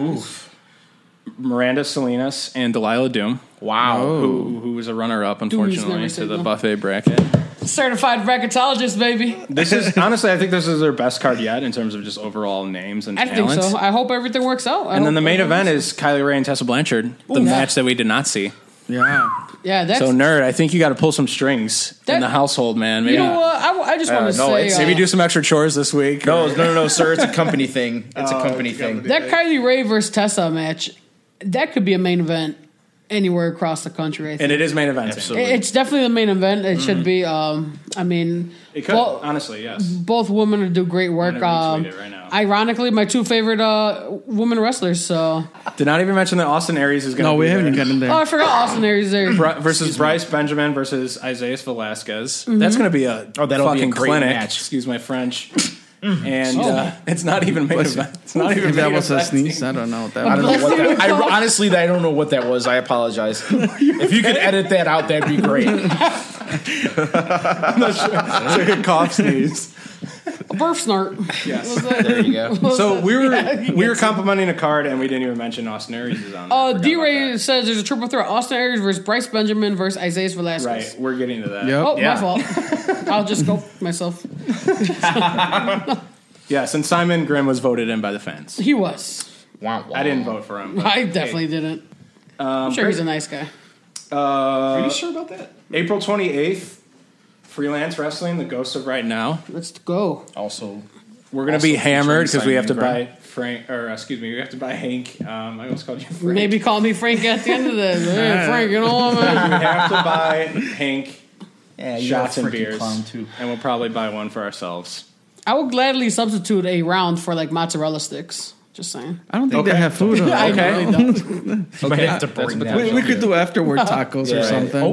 A: Miranda Salinas, and Delilah Doom,
C: Wow.
B: Oh.
A: who, who was a runner-up, unfortunately, to
B: said
A: the
B: no.
A: buffet bracket.
B: Certified bracketologist, baby.
A: This is [laughs] honestly, I think this is their best card yet in terms of just overall names and
B: I
A: talent.
B: think so. I hope everything works out. I
A: And then
B: hope
A: the main
B: everything-
A: event is Kylie Ray and Tessa Blanchard, the match that we did not see.
D: Yeah.
B: Yeah, that's.
A: So, nerd, I think you got to pull some strings in
B: That-
A: the household, man. Maybe,
B: you know what? I, w- I just want to
C: no,
B: say
C: it's-
B: uh,
A: maybe do some extra chores this week.
C: No, no, no, no, sir. It's a company thing. Oh, It's a company thing.
B: that Kylie Ray versus Tessa match. That could be a main event anywhere across the country. I think.
A: and it Mm-hmm. is main event.
C: Absolutely.
B: It- it's definitely the main event. It should be. Um, I mean,
A: It could,
B: well,
A: honestly, yes.
B: both women do great work.
A: I'm gonna
B: Um,
A: retweet it right now.
B: ironically, my two favorite uh, women wrestlers. So,
A: Did not even mention that Austin Aries is going to
D: No,
A: be
D: we haven't
A: there.
D: even gotten
B: oh,
D: there.
B: I forgot Austin Aries there.
A: Bri- versus Bryce Benjamin versus Isaias Velasquez. That's going to be a
C: Oh, that'll be a
A: fucking
C: great
A: clinic.
C: match.
A: Excuse my French. and uh, it's not even main event. It's not even
D: If that
A: main
D: was a
A: event. [laughs]
D: sneeze, I don't know what
C: I
D: that
C: don't
D: was.
C: know what that. I, honestly, I don't know what that was. I apologize. if [laughs] you could edit that out, that'd be great.
A: It's like a [laughs] cough sneeze.
B: Burf snort.
A: Yes.
B: What was that?
C: There you go.
B: What
C: [laughs]
B: was
A: So
B: that?
A: we were we
B: Yeah.
A: were complimenting a card, and we didn't even mention Austin Aries is on. there. I
B: Uh,
A: forgot
B: D
A: about
B: Ray
A: that.
B: says there's a triple threat: Austin Aries versus Bryce Benjamin versus Isaiah Velasquez.
A: Right, we're getting to that.
D: Yep.
B: Oh,
A: Yeah.
B: my
A: [laughs]
B: fault. I'll just go myself.
A: Yes, and Simon Grimm was voted in by the fans.
B: He was.
C: Wow,
A: I didn't vote for
B: [laughs]
A: him. but-
B: I definitely didn't.
A: Um,
B: I'm sure he's a nice guy.
A: Uh,
E: Are you sure about that?
A: April twenty eighth, freelance wrestling, the ghost of right now.
B: Let's go.
C: Also,
A: We're gonna be hammered because we
C: Simon
A: have to
C: Grimm.
A: buy Frank, or excuse me, we have to buy Hank. Um, I almost called you [laughs]
B: [laughs]
A: Frank.
B: Maybe call me Frank at the end of this. Hey, Frank, you know what, man?
A: [laughs] we have to buy Hank
E: Yeah,
A: shots and beers, and we'll probably buy one for [laughs] ourselves.
B: I would gladly substitute a round for like mozzarella sticks. Just saying.
D: I don't think they
A: Okay.
D: have
A: [laughs]
D: food. on
B: I
D: it.
A: Okay.
B: really don't.
C: okay, have to bring that.
D: We, we could do
B: [laughs]
D: after work tacos or
C: Yeah.
D: something.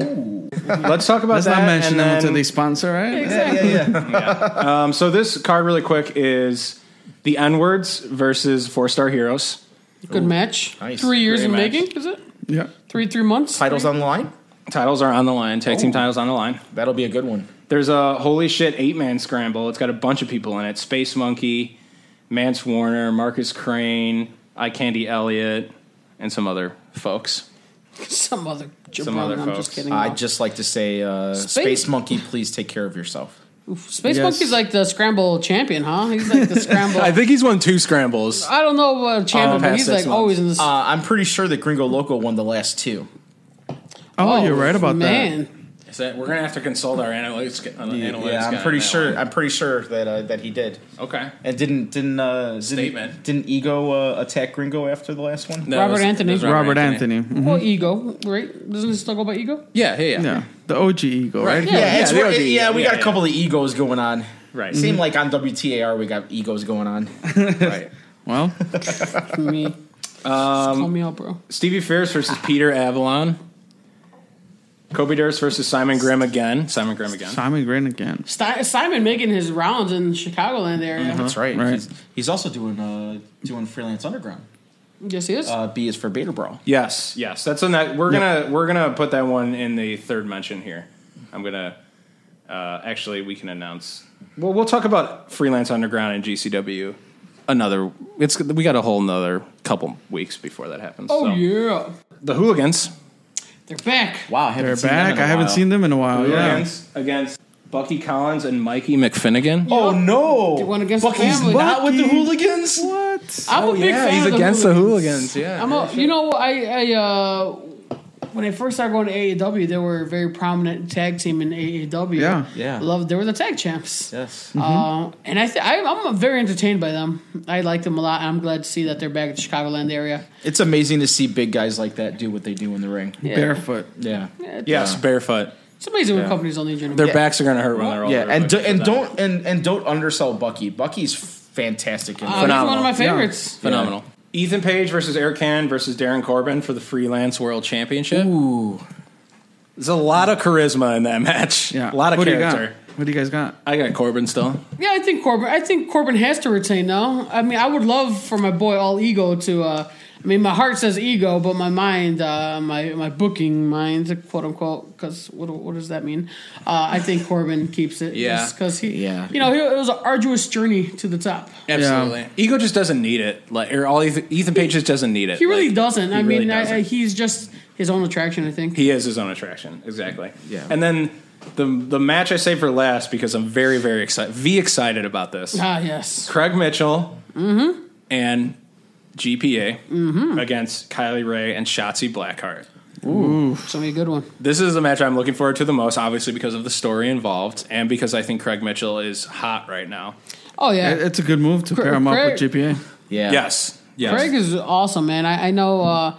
C: Oh,
A: Let's talk about
D: Let's
A: that.
D: not mention
A: and
D: them
A: then-
D: until they sponsor, right?
B: Exactly.
A: Um, so this card, really quick, is the N words versus four star heroes.
B: Good match.
C: nice.
B: Three years
A: Great
B: in
A: match.
B: making, is it?
D: Yeah.
B: Three, three months?
C: titles on the line.
A: Titles are on the line. Tag team titles on the line.
C: That'll be a good one.
A: There's a holy shit eight man scramble. It's got a bunch of people in it. Space Monkey, Mance Warner, Marcus Crane, Eye Candy Elliott, and some other folks.
B: Some other jabron.
A: Some other
B: I'm
A: folks.
B: just kidding.
C: I'd just like to say, uh, Space, Monkey, please take care of yourself.
B: Oof. Space
D: Yes.
B: Monkey's like the scramble champion, huh? He's
A: [laughs]
B: like the scramble. I,
A: think he's won two scrambles.
B: don't know what champion, but
A: Um, past
B: he's
A: six
B: like
A: months.
B: always in this.
C: Uh, I'm pretty sure that Gringo Loco won the last two.
D: Oh, you're right about that.
B: man.
A: Is that, we're gonna have to consult our analytics. Uh, analytics
C: yeah,
A: guy
C: I'm
A: on
C: pretty
A: that
C: sure.
A: one.
C: I'm pretty sure that uh, that he did.
A: Okay.
C: And didn't didn't uh, didn't,
A: Statement.
C: didn't Ego uh, attack Gringo after the last one?
A: No,
B: Robert
A: it it
B: Anthony.
A: was
D: Robert Anthony. Mhm.
B: Well, ego, right? Doesn't it still go by
A: [laughs]
B: ego?
A: Yeah, yeah, yeah.
D: Yeah. The OG ego, right?
B: Yeah,
C: Yeah, it's
A: they
C: wor-
A: would be-
C: yeah, we
A: yeah,
C: got a
A: yeah.
C: couple of egos going on.
A: Right.
C: Seem like on WTAR we got egos going on.
A: Right.
D: Well,
B: Me. Just call me out, bro.
A: Stevie Fierce versus Peter Avalon. Kobe Durst versus Simon Grimm again. Simon Grimm again.
D: Simon Grant again.
B: Sti- Simon making his rounds in Chicagoland area.
A: Mm-hmm.
C: That's right.
D: Right.
C: He's, he's also doing uh, doing freelance underground.
B: Yes, he is.
C: Uh, B is for Beta Brawl.
A: Yes, yes. That's on that. We're gonna we're gonna put that one in the third mention here. I'm gonna uh, actually we can announce. Well, we'll talk about freelance underground and GCW. Another, it's we got a whole another couple weeks before that happens.
B: oh
A: so.
B: yeah,
A: the hooligans,
B: they're back.
C: Wow, I haven't
D: They're
C: seen them
D: back.
C: in a
D: I haven't
C: while.
D: seen them in a
A: Oh,
D: while. Yeah.
A: hooligans against Bucky Collins and Mikey McFinnigan.
C: Oh no!
B: They went against the
C: Bucky's
B: family.
C: not with the hooligans.
D: What?
B: I'm a big fan.
A: Oh, he's
B: of
A: against
B: the
A: the hooligans. Yeah,
B: I'm a, you know, I, I uh, when I first started going to AEW, they were a very prominent tag team in AEW.
D: Yeah.
E: Yeah.
B: Love they were the tag champs.
E: Yes.
C: Mm.
B: Uh, and I, th- I I'm very entertained by them. I like them a lot. and I'm glad to see that they're back in the Chicagoland area.
C: It's amazing to see big guys like that do what they do in the ring.
B: Yeah.
D: barefoot.
C: Yeah.
B: Yeah,
A: Yes, barefoot.
B: It's amazing when companies only injury.
A: Their backs are going to hurt when they're older.
C: Yeah, and do,
A: but-
C: and don't and, and don't undersell Bucky. Bucky's fantastic in the
B: Uh, he's one of
A: Phenomenal.
B: my favorites.
A: phenomenal. Ethan Page versus Eric Can versus Darren Corbin for the freelance world championship. Ooh, there's a lot of charisma in that match.
D: Yeah,
A: a lot of
D: What do you got?
A: character.
D: What do you guys got?
A: I got Corbin still.
B: Yeah, I think Corbin. I think Corbin has to retain now. I mean, I would love for my boy All Ego to. Uh, I mean, my heart says ego, but my mind, uh, my my booking mind, quote unquote, because what what does that mean? Uh, I think Corbin keeps it.
A: Yeah.
B: because he.
C: Yeah.
B: You know, he, it was an arduous journey to the top.
A: Absolutely, Ego just doesn't need it. Like or all Ethan, Ethan Page just doesn't need it.
B: He really
A: Like,
B: doesn't.
A: he
B: I
A: really
B: mean, I, I,
A: doesn't.
B: he's just his own attraction. I think.
A: He is his own attraction, exactly.
C: Yeah.
A: And then the the match I saved for last because I'm very very excited, v excited about this.
B: ah yes.
A: Craig Mitchell and GPA against Kylie Ray and Shotzi Blackheart.
B: So a good one.
A: This is the match I'm looking forward to the most, obviously because of the story involved and because I think Craig Mitchell is hot right now.
B: Oh yeah.
D: It- It's a good move to pair him up with GPA.
C: yeah.
A: Yes, yes.
B: Craig is awesome, man. I, I know, uh,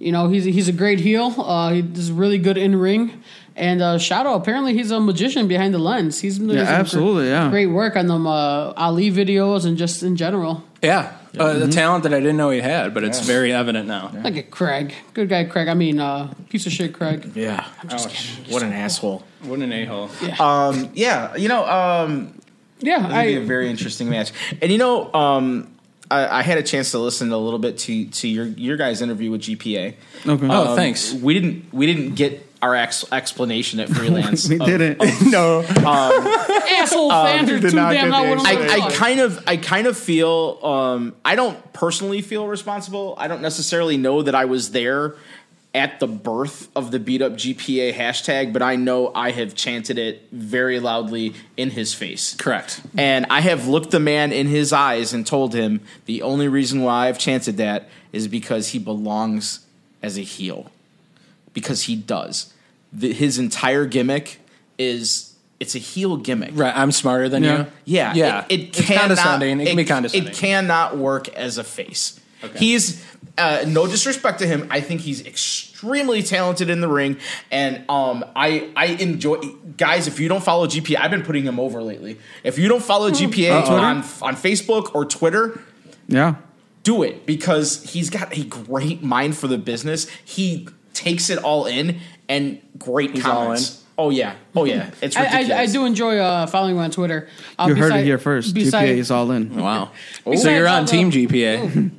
B: you know, he's he's a great heel. Uh, he's really good in ring. And uh, Shadow, apparently, he's a magician behind the lens. He's been doing
D: Yeah,
B: some gr-
D: absolutely, yeah.
B: great work on them uh, Ali videos and just in general.
A: yeah, Uh, the talent that I didn't know he had, but it's very evident now.
B: Look at Craig, good guy, Craig. I mean, uh, piece of shit, Craig.
C: Yeah.
A: Ouch.
C: What an asshole.
A: What an a hole!
C: Um, yeah, you know, um,
B: Yeah,
C: It'll be a
B: I,
C: very interesting match. And you know, um, I, I had a chance to listen a little bit to to your your guys' interview with GPA.
D: Okay.
A: Oh,
C: Um,
A: thanks.
C: We didn't we didn't get our ex- explanation at
D: [laughs]
C: freelance.
D: [laughs] we
C: of-
D: did it.
A: no, [laughs]
B: asshole fans are
A: Oh,
B: too
A: not
B: damn
A: get
B: out.
A: the
B: What am I,
C: I, I
B: gonna do?
C: kind of I kind of feel um, I don't personally feel responsible. I don't necessarily know that I was there at the birth of the beat up GPA hashtag, but I know I have chanted it very loudly in his face.
A: correct.
C: And I have looked the man in his eyes and told him the only reason why I've chanted that is because he belongs as a heel. Because he does. The, his entire gimmick is it's a heel gimmick.
A: Right, I'm smarter than
D: Yeah.
A: you.
C: Yeah,
A: yeah.
C: It, it
A: It's
C: cannot,
A: condescending. It, can be condescending.
C: It cannot work as a face. He's uh, no disrespect to him. I think he's extremely talented in the ring, and um, I I enjoy guys. If you don't follow GPA, I've been putting him over lately. If you don't follow
B: Hmm.
C: GPA on on Facebook or Twitter,
D: Yeah.
C: do it because he's got a great mind for the business. He takes it all in and great
A: all
C: comments. Oh yeah, oh yeah, it's
B: I,
C: ridiculous.
B: I, I do enjoy uh, following him on Twitter. Uh,
D: You heard
B: beside-
D: it here first.
B: beside-
D: GPA is all in.
A: Wow.
B: Besides
A: So you're
B: all
A: on
B: the-
A: Team GPA.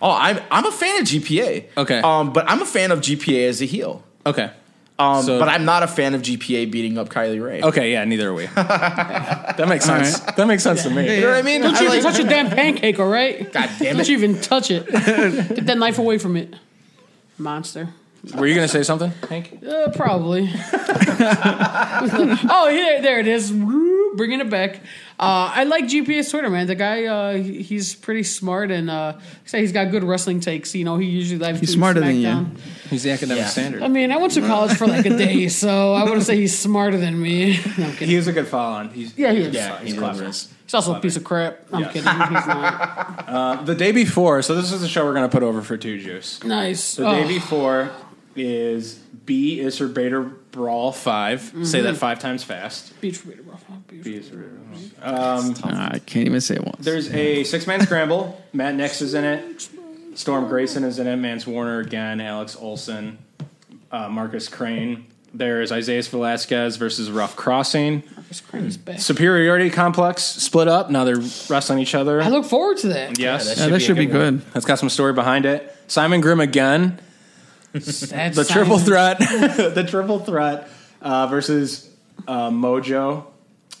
C: Oh, I'm I'm a fan of GPA.
A: Okay.
C: Um, but I'm a fan of GPA as a heel.
A: Okay.
C: Um,
A: So-
C: but I'm not a fan of GPA beating up Kylie Ray.
A: Okay, yeah, neither [laughs] are we. that makes
D: All
A: sense. That makes sense to me.
C: You know what I mean?
B: Don't
C: I
B: you even
C: like-
B: touch a damn pancake, all right?
C: [laughs] God damn
B: Don't
C: it.
B: you even touch
D: [laughs]
B: it. Get that knife away from it. Monster.
A: Were you going to say something, Hank?
B: Uh, probably. [laughs] oh, yeah, there it is. Woo, Bringing it back. Uh, I like GPS Twitter, man. The guy, uh, he- he's pretty smart, and uh, like I say he's got good wrestling takes. You know, he usually live
D: He's smarter than you.
A: He's the academic
C: Yeah.
B: I
A: standard.
B: mean, I went to college for like a day, so I wouldn't say he's smarter than me. [laughs] No, I'm kidding.
A: He is a good follow on. He's,
B: Yeah, he is.
A: Yeah, he's
C: He
A: clever.
C: is.
B: He's also a piece of crap. I'm kidding.
A: [laughs]
B: He's not.
A: The day before, so this is the show we're going to put over for Two Juice.
B: Nice.
A: The
B: Oh.
A: day before is B is for Beta Brawl 5. Say
D: Mm-hmm.
A: that five times fast.
B: Oh, Beach for Beta Brawl.
A: B is for
D: Ah, I can't even say it once.
A: There's a six man scramble. Matt Nex is in it. Storm Grayson is in it. Mance Warner again. Alex Olson. Uh, Marcus Crane. There is Isaiah Velasquez versus Rough Crossing.
B: Marcus Crane is back.
A: Superiority Complex split up. Now they're wrestling each other.
B: I look forward to that.
A: yes.
C: Yeah,
D: yeah, that should be good.
A: That's got some story behind it. Simon Grimm again.
B: That's
A: The
B: Simon.
A: triple
B: [laughs]
A: threat. the triple threat uh, versus uh, Mojo.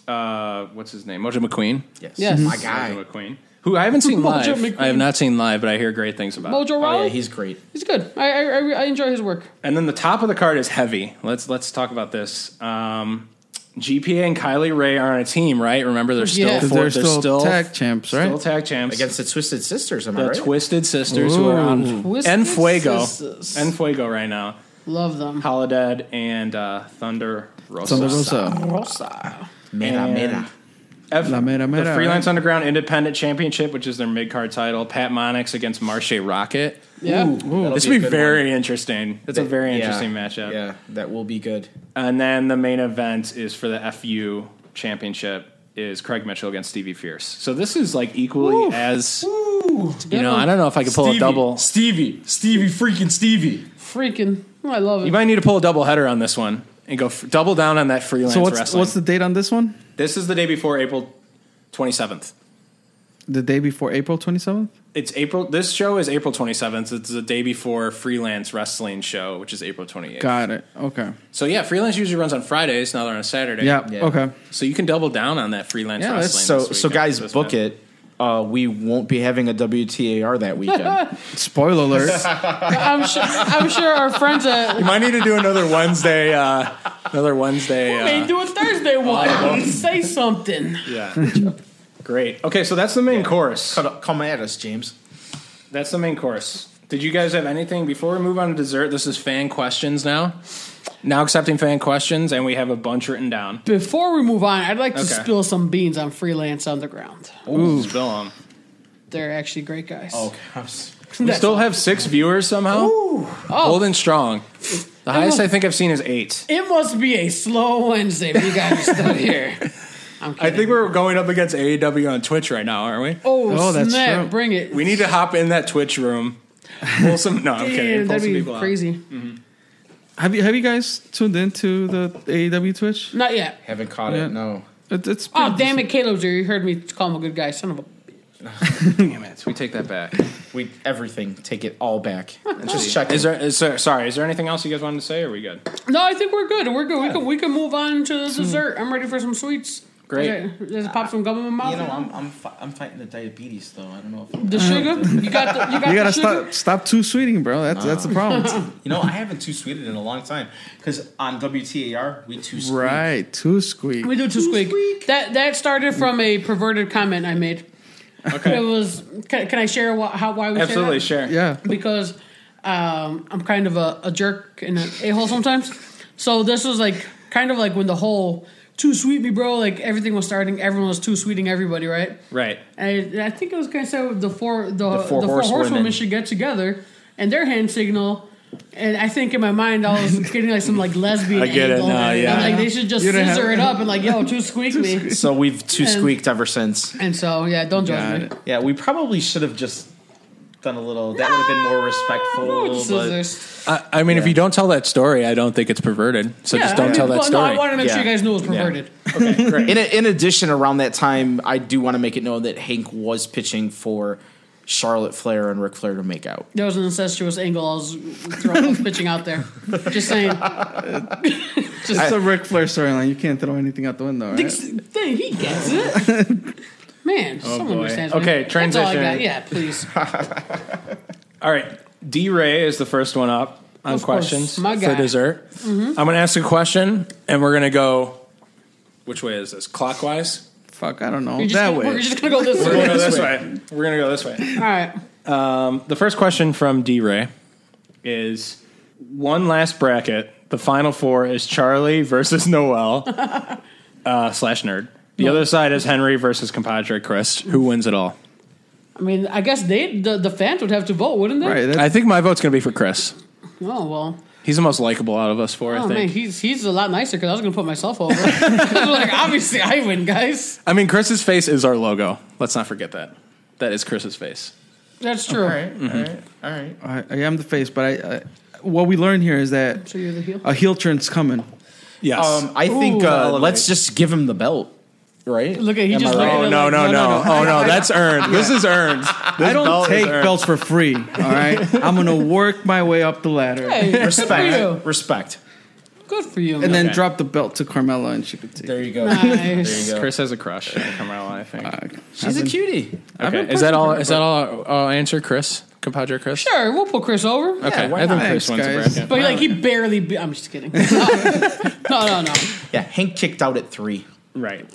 A: Uh, what's his name? Mojo McQueen.
C: Yes.
B: Yes.
C: My
B: Mojo
C: guy.
A: Mojo McQueen. Who I haven't seen live.
B: [laughs] Mojo
A: I have
B: McQueen.
A: not seen live, but I hear great things about.
B: Mojo Rawley.
C: Oh, yeah,
B: he's
C: he's great.
B: good. I, I I I enjoy his work.
A: And then the top of the card is heavy. Let's let's talk about this. Um, GPA and Kylie Ray are on a team, right? Remember, they're still
B: Yeah.
A: four-
D: They're still tag champs, right?
A: Still tag champs
C: Against the Twisted Sisters, am I
A: the
C: right?
A: Twisted Sisters who are on
B: Twisted
A: En Fuego,
B: Sisters.
A: En Fuego right now.
B: Love them.
A: Holodad and uh, Thunder Rosa.
D: Thunder Rosa.
B: Rosa.
C: Mera,
A: And
C: mera.
A: F-
D: La mera mera,
A: the
D: right?
A: Freelance Underground Independent Championship, which is their mid card title. Pat Monix against Marche Rocket.
B: Yeah.
C: That'll
A: this
C: a
A: would be
C: good
A: very
C: one.
A: interesting. It's a very interesting matchup.
C: Yeah, that will be good.
A: And then the main event is for the FU Championship is Craig Mitchell against Stevie Fierce. So this is like equally as you know. I don't know if I could pull
C: Stevie,
A: a double.
C: Stevie, Stevie, freaking Stevie.
B: Freaking. I love it.
A: You might need to pull a double header on this one and go f- double down on that freelance
D: So what's
A: wrestling.
D: what's the date on this one?
A: this is the day before April twenty seventh.
D: The day before April twenty seventh.
A: It's April. This show is April twenty seventh. It's the day before freelance wrestling show, which is April twenty eighth.
D: Got it. Okay.
A: So yeah, freelance usually runs on Fridays. Now they're on a Saturday.
D: Yeah.
C: Yeah.
D: Okay.
A: So you can double down on that freelance
C: Yeah, that's-
A: wrestling.
C: so
A: this
C: so
A: weekend,
C: guys,
A: this
C: book
A: weekend.
C: it. Uh, we won't be having a WTAR that
A: [laughs]
C: weekend.
D: Spoiler alert.
B: I'm sure. I'm sure our
A: [laughs]
B: friends at.
A: Might need to do another Wednesday. Uh, another Wednesday.
B: They
A: Uh,
B: do a Thursday one. [laughs] Say something.
A: yeah. [laughs] Great. Okay, so that's the main course.
C: Cut up- Come at us, James.
A: That's the main course. Did you guys have anything before we move on to dessert? This is fan questions now. Now accepting fan questions, and we have a bunch written down.
B: Before we move on, I'd like to
A: Okay.
B: spill some beans on Freelance Underground.
A: Ooh, spill 'em.
B: They're actually great guys.
C: Okay.
A: We still have six viewers somehow. Holding strong. The highest I think I've seen is eight.
B: It must be a slow Wednesday if you guys
E: [laughs]
B: are still here. I'm
A: I
B: kidding.
A: think we're going up against AEW on Twitch right now, aren't we?
B: oh,
D: Oh, that's
B: snap.
D: true.
B: Bring it.
A: We need to hop in that Twitch [laughs] room. Pull some. No, I'm kidding. Pull
B: Damn,
A: some
B: that'd
A: people out.
B: be
A: Hmm.
B: crazy.
D: have you have you guys tuned into the AEW Twitch?
B: Not yet.
A: [laughs]
C: Haven't caught
D: Yeah.
C: it. No.
D: It, it's
B: Oh, damn it, Caleb's here. You heard me call him a good guy. Son of a.
A: Damn it. We take that back.
C: We everything. Take it
A: [laughs]
C: all back. Just check.
A: Is there, is there? Sorry. Is there anything else you guys wanted to say? Or are we [laughs] good?
B: No, I think we're good. We're good. We can we can move on to dessert. I'm ready for some sweets.
A: Hmm. Great.
B: Okay, Just pop some gum in my mouth.
E: Uh, You know, I'm I'm, fi- I'm fighting the diabetes though. I don't know. if
B: the sugar. You got
A: [laughs]
B: the. You got
D: You gotta
B: the sugar.
D: stop stop too sweeting, bro. That's that's the problem.
B: [laughs]
E: You know, I haven't two sweeted in a long time because on WTAR we two sweet.
D: right. Too squeak.
B: We do two squeak.
E: squeak.
B: That that started from a perverted comment I made. It
A: Okay.
B: was. Can, can I share wh- how why we say
A: Absolutely.
B: that?
A: Sure.
D: Yeah.
B: because um, I'm kind of a, a jerk and an a hole sometimes. So this was like kind of like when the whole too sweet me bro, like everything was starting. Everyone was too sweeting everybody, right?
A: Right.
B: And I think it was kind of said the four the, the
A: four
B: four,
A: horsewomen.
B: horsewomen should get together and their hand signal. And I think in my mind I
A: [laughs]
B: was getting like some like lesbian.
A: I get it
B: angle.
A: now, yeah.
B: I'm like they should just
D: You don't have-
B: scissor it up and like yo
D: [laughs]
B: too squeak me.
C: So we've two squeaked ever since.
B: And so yeah, don't judge
D: Got
B: me.
D: it.
E: Yeah, we probably should have just done a little. That would have been more respectful.
B: Oh,
E: but
B: scissors.
A: I, I mean, if you don't tell that story, I don't think it's perverted. So just don't
B: I-
A: tell that
B: well, No,
A: story.
B: I want to make sure
C: Yeah.
B: you guys knew it was
C: Yeah.
B: perverted.
C: In, in addition, around that time, I do want to make it known that Hank was pitching for Charlotte Flair and Ric Flair to make out.
B: There was an incestuous angle I was throwing,
A: [laughs]
B: I was pitching out there. Just saying. Just
D: It's a Ric Flair storyline. You can't throw anything out the window, right?
B: thinks, think he gets it. Man, someone
A: Oh, boy.
B: understands. me.
A: Okay,
B: That's all I
A: transition.
B: got. Yeah, please.
A: All right. D Ray is the first one up on
B: Of course,
A: questions
B: my
A: for
B: guy. Mm-hmm.
A: dessert. I'm going to ask a question, and we're going to go. Which way is this? Clockwise?
D: Fuck, I don't know.
B: You're just
D: that
B: gonna,
D: way.
B: We're just gonna go this
A: [laughs] We're going to
B: way.
A: go this way. We're going to go this way.
B: All right.
A: The first question from D Ray is one last bracket. The final four is Charlie versus
B: [laughs]
A: Noel uh, slash nerd. The other side is Henry versus compadre Chris. Who wins it all?
B: I mean, I guess they the, the fans would have to vote, wouldn't they?
D: right. That's,
A: I think my vote's going to be for Chris.
B: Oh well.
A: He's the most likable out of us four. I
B: Oh man,
A: think.
B: he's he's a lot nicer because I was gonna put myself over. [laughs] I was like, obviously, I win, guys.
A: I mean, Chris's face is our logo. Let's not forget that. That is Chris's face.
B: That's true.
C: right, all right.
D: I, I am the face, but I, I what we learn here is that
B: So you're the heel.
A: Uh,
D: a heel turn's coming.
A: Yes.
C: Um, I think
A: Ooh,
C: uh,
A: elevate.
C: let's just give him the belt, right?
B: Look at he just.
A: oh
B: looking at it
A: no,
B: like,
A: no, no, Oh [laughs] no, that's earned. This is earned.
D: I don't
A: belt is
D: take
A: earned.
D: belts for free. All
B: [laughs]
D: right, I'm gonna work my way up the ladder
B: Hey, good [laughs] for you.
C: Respect. Respect.
B: Good for you.
D: and
B: man.
D: then
A: Okay.
D: drop the belt to Carmella, and she could take.
C: There you go.
B: nice.
C: go.
A: [laughs] Chris has a crush on Carmella, I think.
C: She's a cutie.
A: okay. Is that all? Is that all? I'll answer Chris, compadre Chris.
B: Sure, we'll put Chris over. Yeah.
A: Okay,
C: why
A: I think
D: not?
A: Chris wins
D: Thanks,
A: the
D: guys.
A: bracket.
B: But like he barely. Be- I'm just [laughs] kidding. No, no, no. no.
C: Yeah, Hank kicked out at three.
A: [laughs] Right.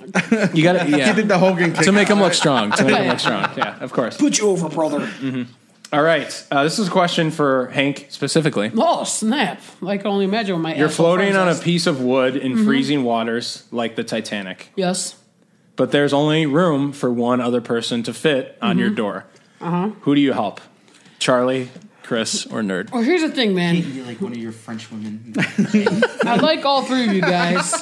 A: You got to yeah.
D: The Hogan
A: [laughs]
D: kick.
A: to make him look strong. To make him
B: Yeah.
A: look strong. Yeah, of course. Mm-hmm.
C: Put you over, brother.
A: All right. Uh, this is a question for Hank specifically.
B: Oh snap! I can only imagine what my
A: You're
B: asshole
A: floating
B: friend
A: on a
B: says.
A: piece of wood in freezing waters like the Titanic,
B: yes.
A: but there's only room for one other person to fit on
B: Mm-hmm.
A: your door. Uh-huh. Who do you help? Charlie, Chris, or Nerd?
B: Well, here's the thing, man.
E: You're like one of your French women.
B: [laughs] I like all three of you guys.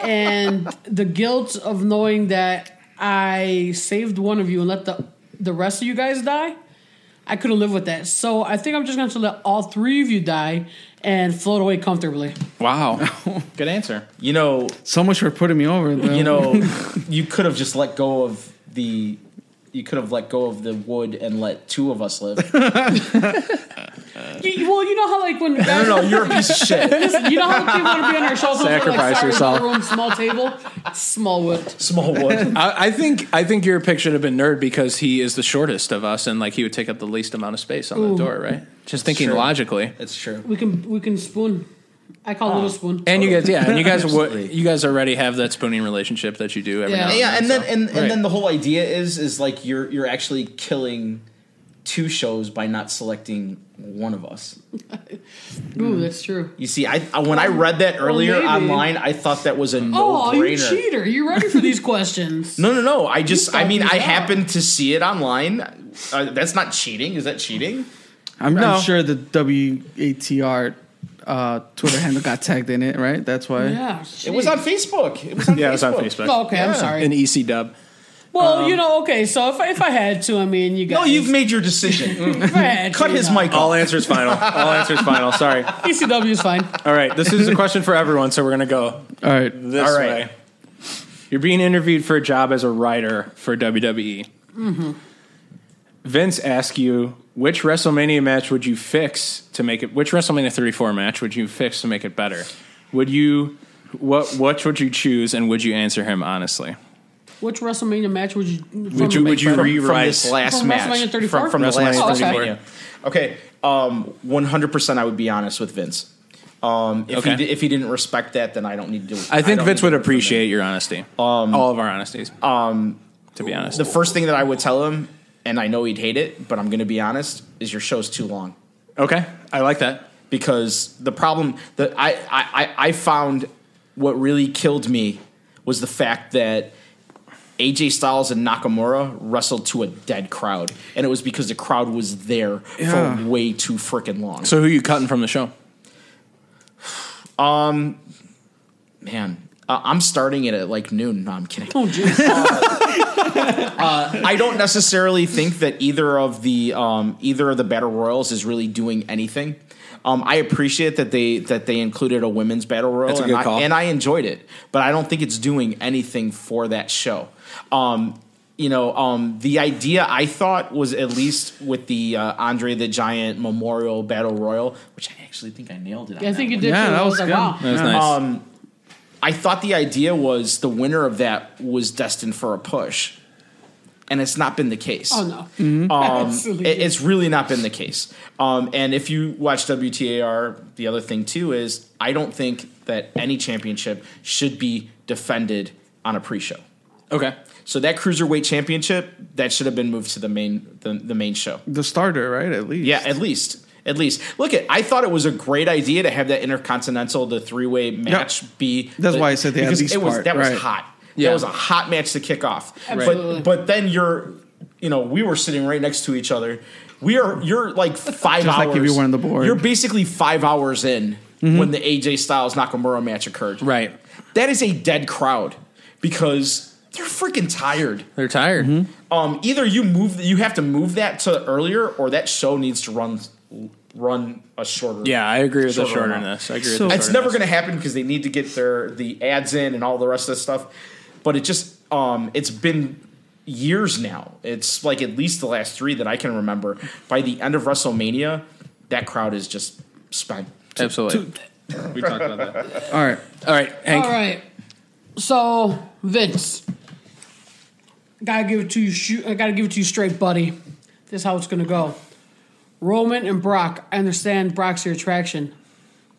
B: And the guilt of knowing that I saved one of you and let the the rest of you guys die, I couldn't live with that. So I think I'm just going to let all three of you die and float away comfortably.
A: [laughs] Wow. Good answer.
C: You know,
D: So much for putting me over. Though.
C: you [laughs] know, you could have just let go of the. You could have let go of the wood and let two of us live. No,
B: You, well, you know how [laughs] like when guys,
C: no, you're a piece of shit.
B: you know how people want to be on their show,
A: Sacrifice
B: like, sorry,
A: yourself.
B: Room, small table, small wood.
C: [laughs] Small wood.
A: I, I think I think your picture should have been Nerd because he is the shortest of us, and like he would take up the least amount of space on the door, right? Just thinking
C: Sure.
A: logically.
C: That's true.
B: We can we can spoon. I call little spoon.
A: And you guys, yeah, and you [laughs] guys,
C: Absolutely.
A: would, you guys already have that spooning relationship that you do every
B: Yeah.
A: now and
C: yeah,
A: then.
C: and then and, and
A: Right.
C: then the whole idea is is like you're you're actually killing two shows by not selecting one of us.
B: Ooh, that's true.
C: You see, I, I when I read that earlier
B: maybe.
C: online, I thought that was a
B: Oh, you
C: no-brainer.
B: cheater! You ready for these questions?
C: no, no, no. I just
B: You
C: I mean
B: fucking
C: I
B: suck.
C: happened to see it online. Uh, that's not cheating. Is that cheating?
D: I'm,
A: No.
D: I'm sure the WATR uh, Twitter [laughs] handle got tagged in it, right? That's why.
B: Yeah,
C: It was on Facebook. It was on
A: yeah,
C: Facebook.
A: it was on Facebook.
B: Oh, okay, I'm
C: Yeah.
B: sorry.
A: An EC dub.
B: well, you know, okay. So if I, if I had to, I mean, you guys.
C: No, you've made your decision.
B: if I had to,
C: Cut
B: you
C: his
B: know.
C: mic off.
A: All answers final. All answers final. Sorry.
B: ECW is fine.
A: All right, this is a question for everyone, so we're gonna go
D: All right.
A: this
C: All right.
A: way. You're being interviewed for a job as a writer for WWE. Mm-hmm. Vince asks you which WrestleMania match would you fix to make it. Which WrestleMania 34 match would you fix to make it better? Would you what What would you choose, and would you answer him honestly?
B: Which WrestleMania match would you? From
A: Would you Would you
C: from,
A: rewrite
C: from this last
B: From
C: match
B: WrestleMania 34?
C: from, from the
A: WrestleMania
C: last
B: Oh, okay.
C: WrestleMania. Okay, um, one hundred percent. I would be honest with Vince. Um, if,
A: Okay.
C: he di- if he didn't respect that, then I don't need to.
A: I think
C: don't
A: Vince
C: need
A: would
C: to do it for him.
A: appreciate your honesty. All of our honesties. Um, to be honest,
C: The first thing that I would tell him, and I know he'd hate it, but I'm going to be honest, is your show's too long.
A: okay, I like that.
C: because the problem that I, I, I- I found what really killed me was the fact that AJ Styles and Nakamura wrestled to a dead crowd, and it was because the crowd was there
D: Yeah.
C: for way too freaking long.
A: So,
C: So,
A: who are you cutting from the show?
C: man, uh, I'm starting it at like noon. No, I'm kidding. Uh,
B: Oh,
C: [laughs]
B: jeez.
C: I don't necessarily think that either of the um, either of the battle royals is really doing anything. Um, I appreciate that they that they included a women's battle royal,
A: That's a
C: and,
A: good
C: I,
A: call.
C: and I enjoyed it, but I don't think it's doing anything for that show. Um, you know, um, the idea I thought was at least with the uh, Andre the Giant Memorial Battle Royal, which I actually think I nailed it. on
B: I
C: that
B: think you
C: one.
B: did.
D: Yeah,
B: too.
D: that
B: I
D: was
B: was like,
D: good.
B: wow.
A: That was nice.
C: I thought the idea was the winner of that was destined for a push, and it's not been the case.
B: Oh no. [laughs]
C: It-
B: Absolutely.
C: it's really not been the case. Um, and if you watch WTAR, the other thing too is I don't think that any championship should be defended on a pre-show.
A: okay.
C: So that cruiserweight championship that should have been moved to the main the, the main show.
D: The starter, right? At least.
C: Yeah, at least. At least, look at. I thought it was a great idea to have that intercontinental, the three way match be.
D: That's why I said the at
C: because
D: least
C: it was
D: part,
C: that was
D: right.
C: hot.
A: Yeah.
C: That was a hot match to kick off.
B: Absolutely.
C: But but then you're, you know, we were sitting right next to each other. We are. You're like five
D: Just
C: hours.
D: like if you weren't on the board. Mm-hmm.
C: You're basically five hours in when the AJ Styles Nakamura match occurred.
A: Right.
C: That is a dead crowd because they're freaking tired
A: They're tired.
C: um, either you move you have to move that to earlier or that show needs to run run a shorter
A: Yeah, I agree with the
C: Shorter amount.
A: shorterness. I agree
D: So-
A: with the
C: it's never
A: shorterness.
C: going to happen because they need to get their the ads in and all the rest of this stuff but it just um it's been years now it's like at least the last three that i can remember by the end of wrestlemania that crowd is just spent
A: Absolutely. we talked about that.
D: All right.
A: All right, Hank.
B: All right. So Vince, gotta give it to you. shu- I gotta give it to you straight, buddy. This is how it's gonna go. Roman and Brock. I understand Brock's your attraction.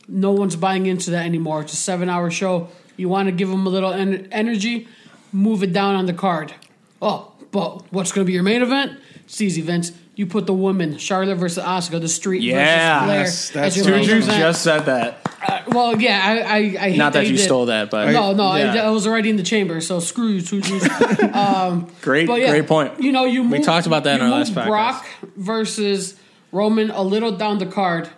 B: No one's buying into that anymore. It's a seven-hour show. You want to give him a little en- energy, move it down on the card. Oh, but what's gonna be your main event? It's easy, Vince. you put the woman, Charlotte versus Oscar, the street
A: Yeah.
B: versus
D: Yes,
B: Flair.
D: that's
B: as your
D: right.
B: main
A: Dude, you
B: event.
A: just said that.
B: Uh, well, yeah, I, I, I hate
A: Not that
B: you
A: you
B: did-
A: stole that, but
B: No, no, I-
A: Yeah.
B: I, was already in the chamber, so screw you, two Jews.
A: [laughs] great,
B: But yeah,
A: great point.
B: You know, you
A: We
B: moved-
A: talked about that
B: you
A: in our last
B: moved
A: podcast.
B: Brock versus Roman a little down the card.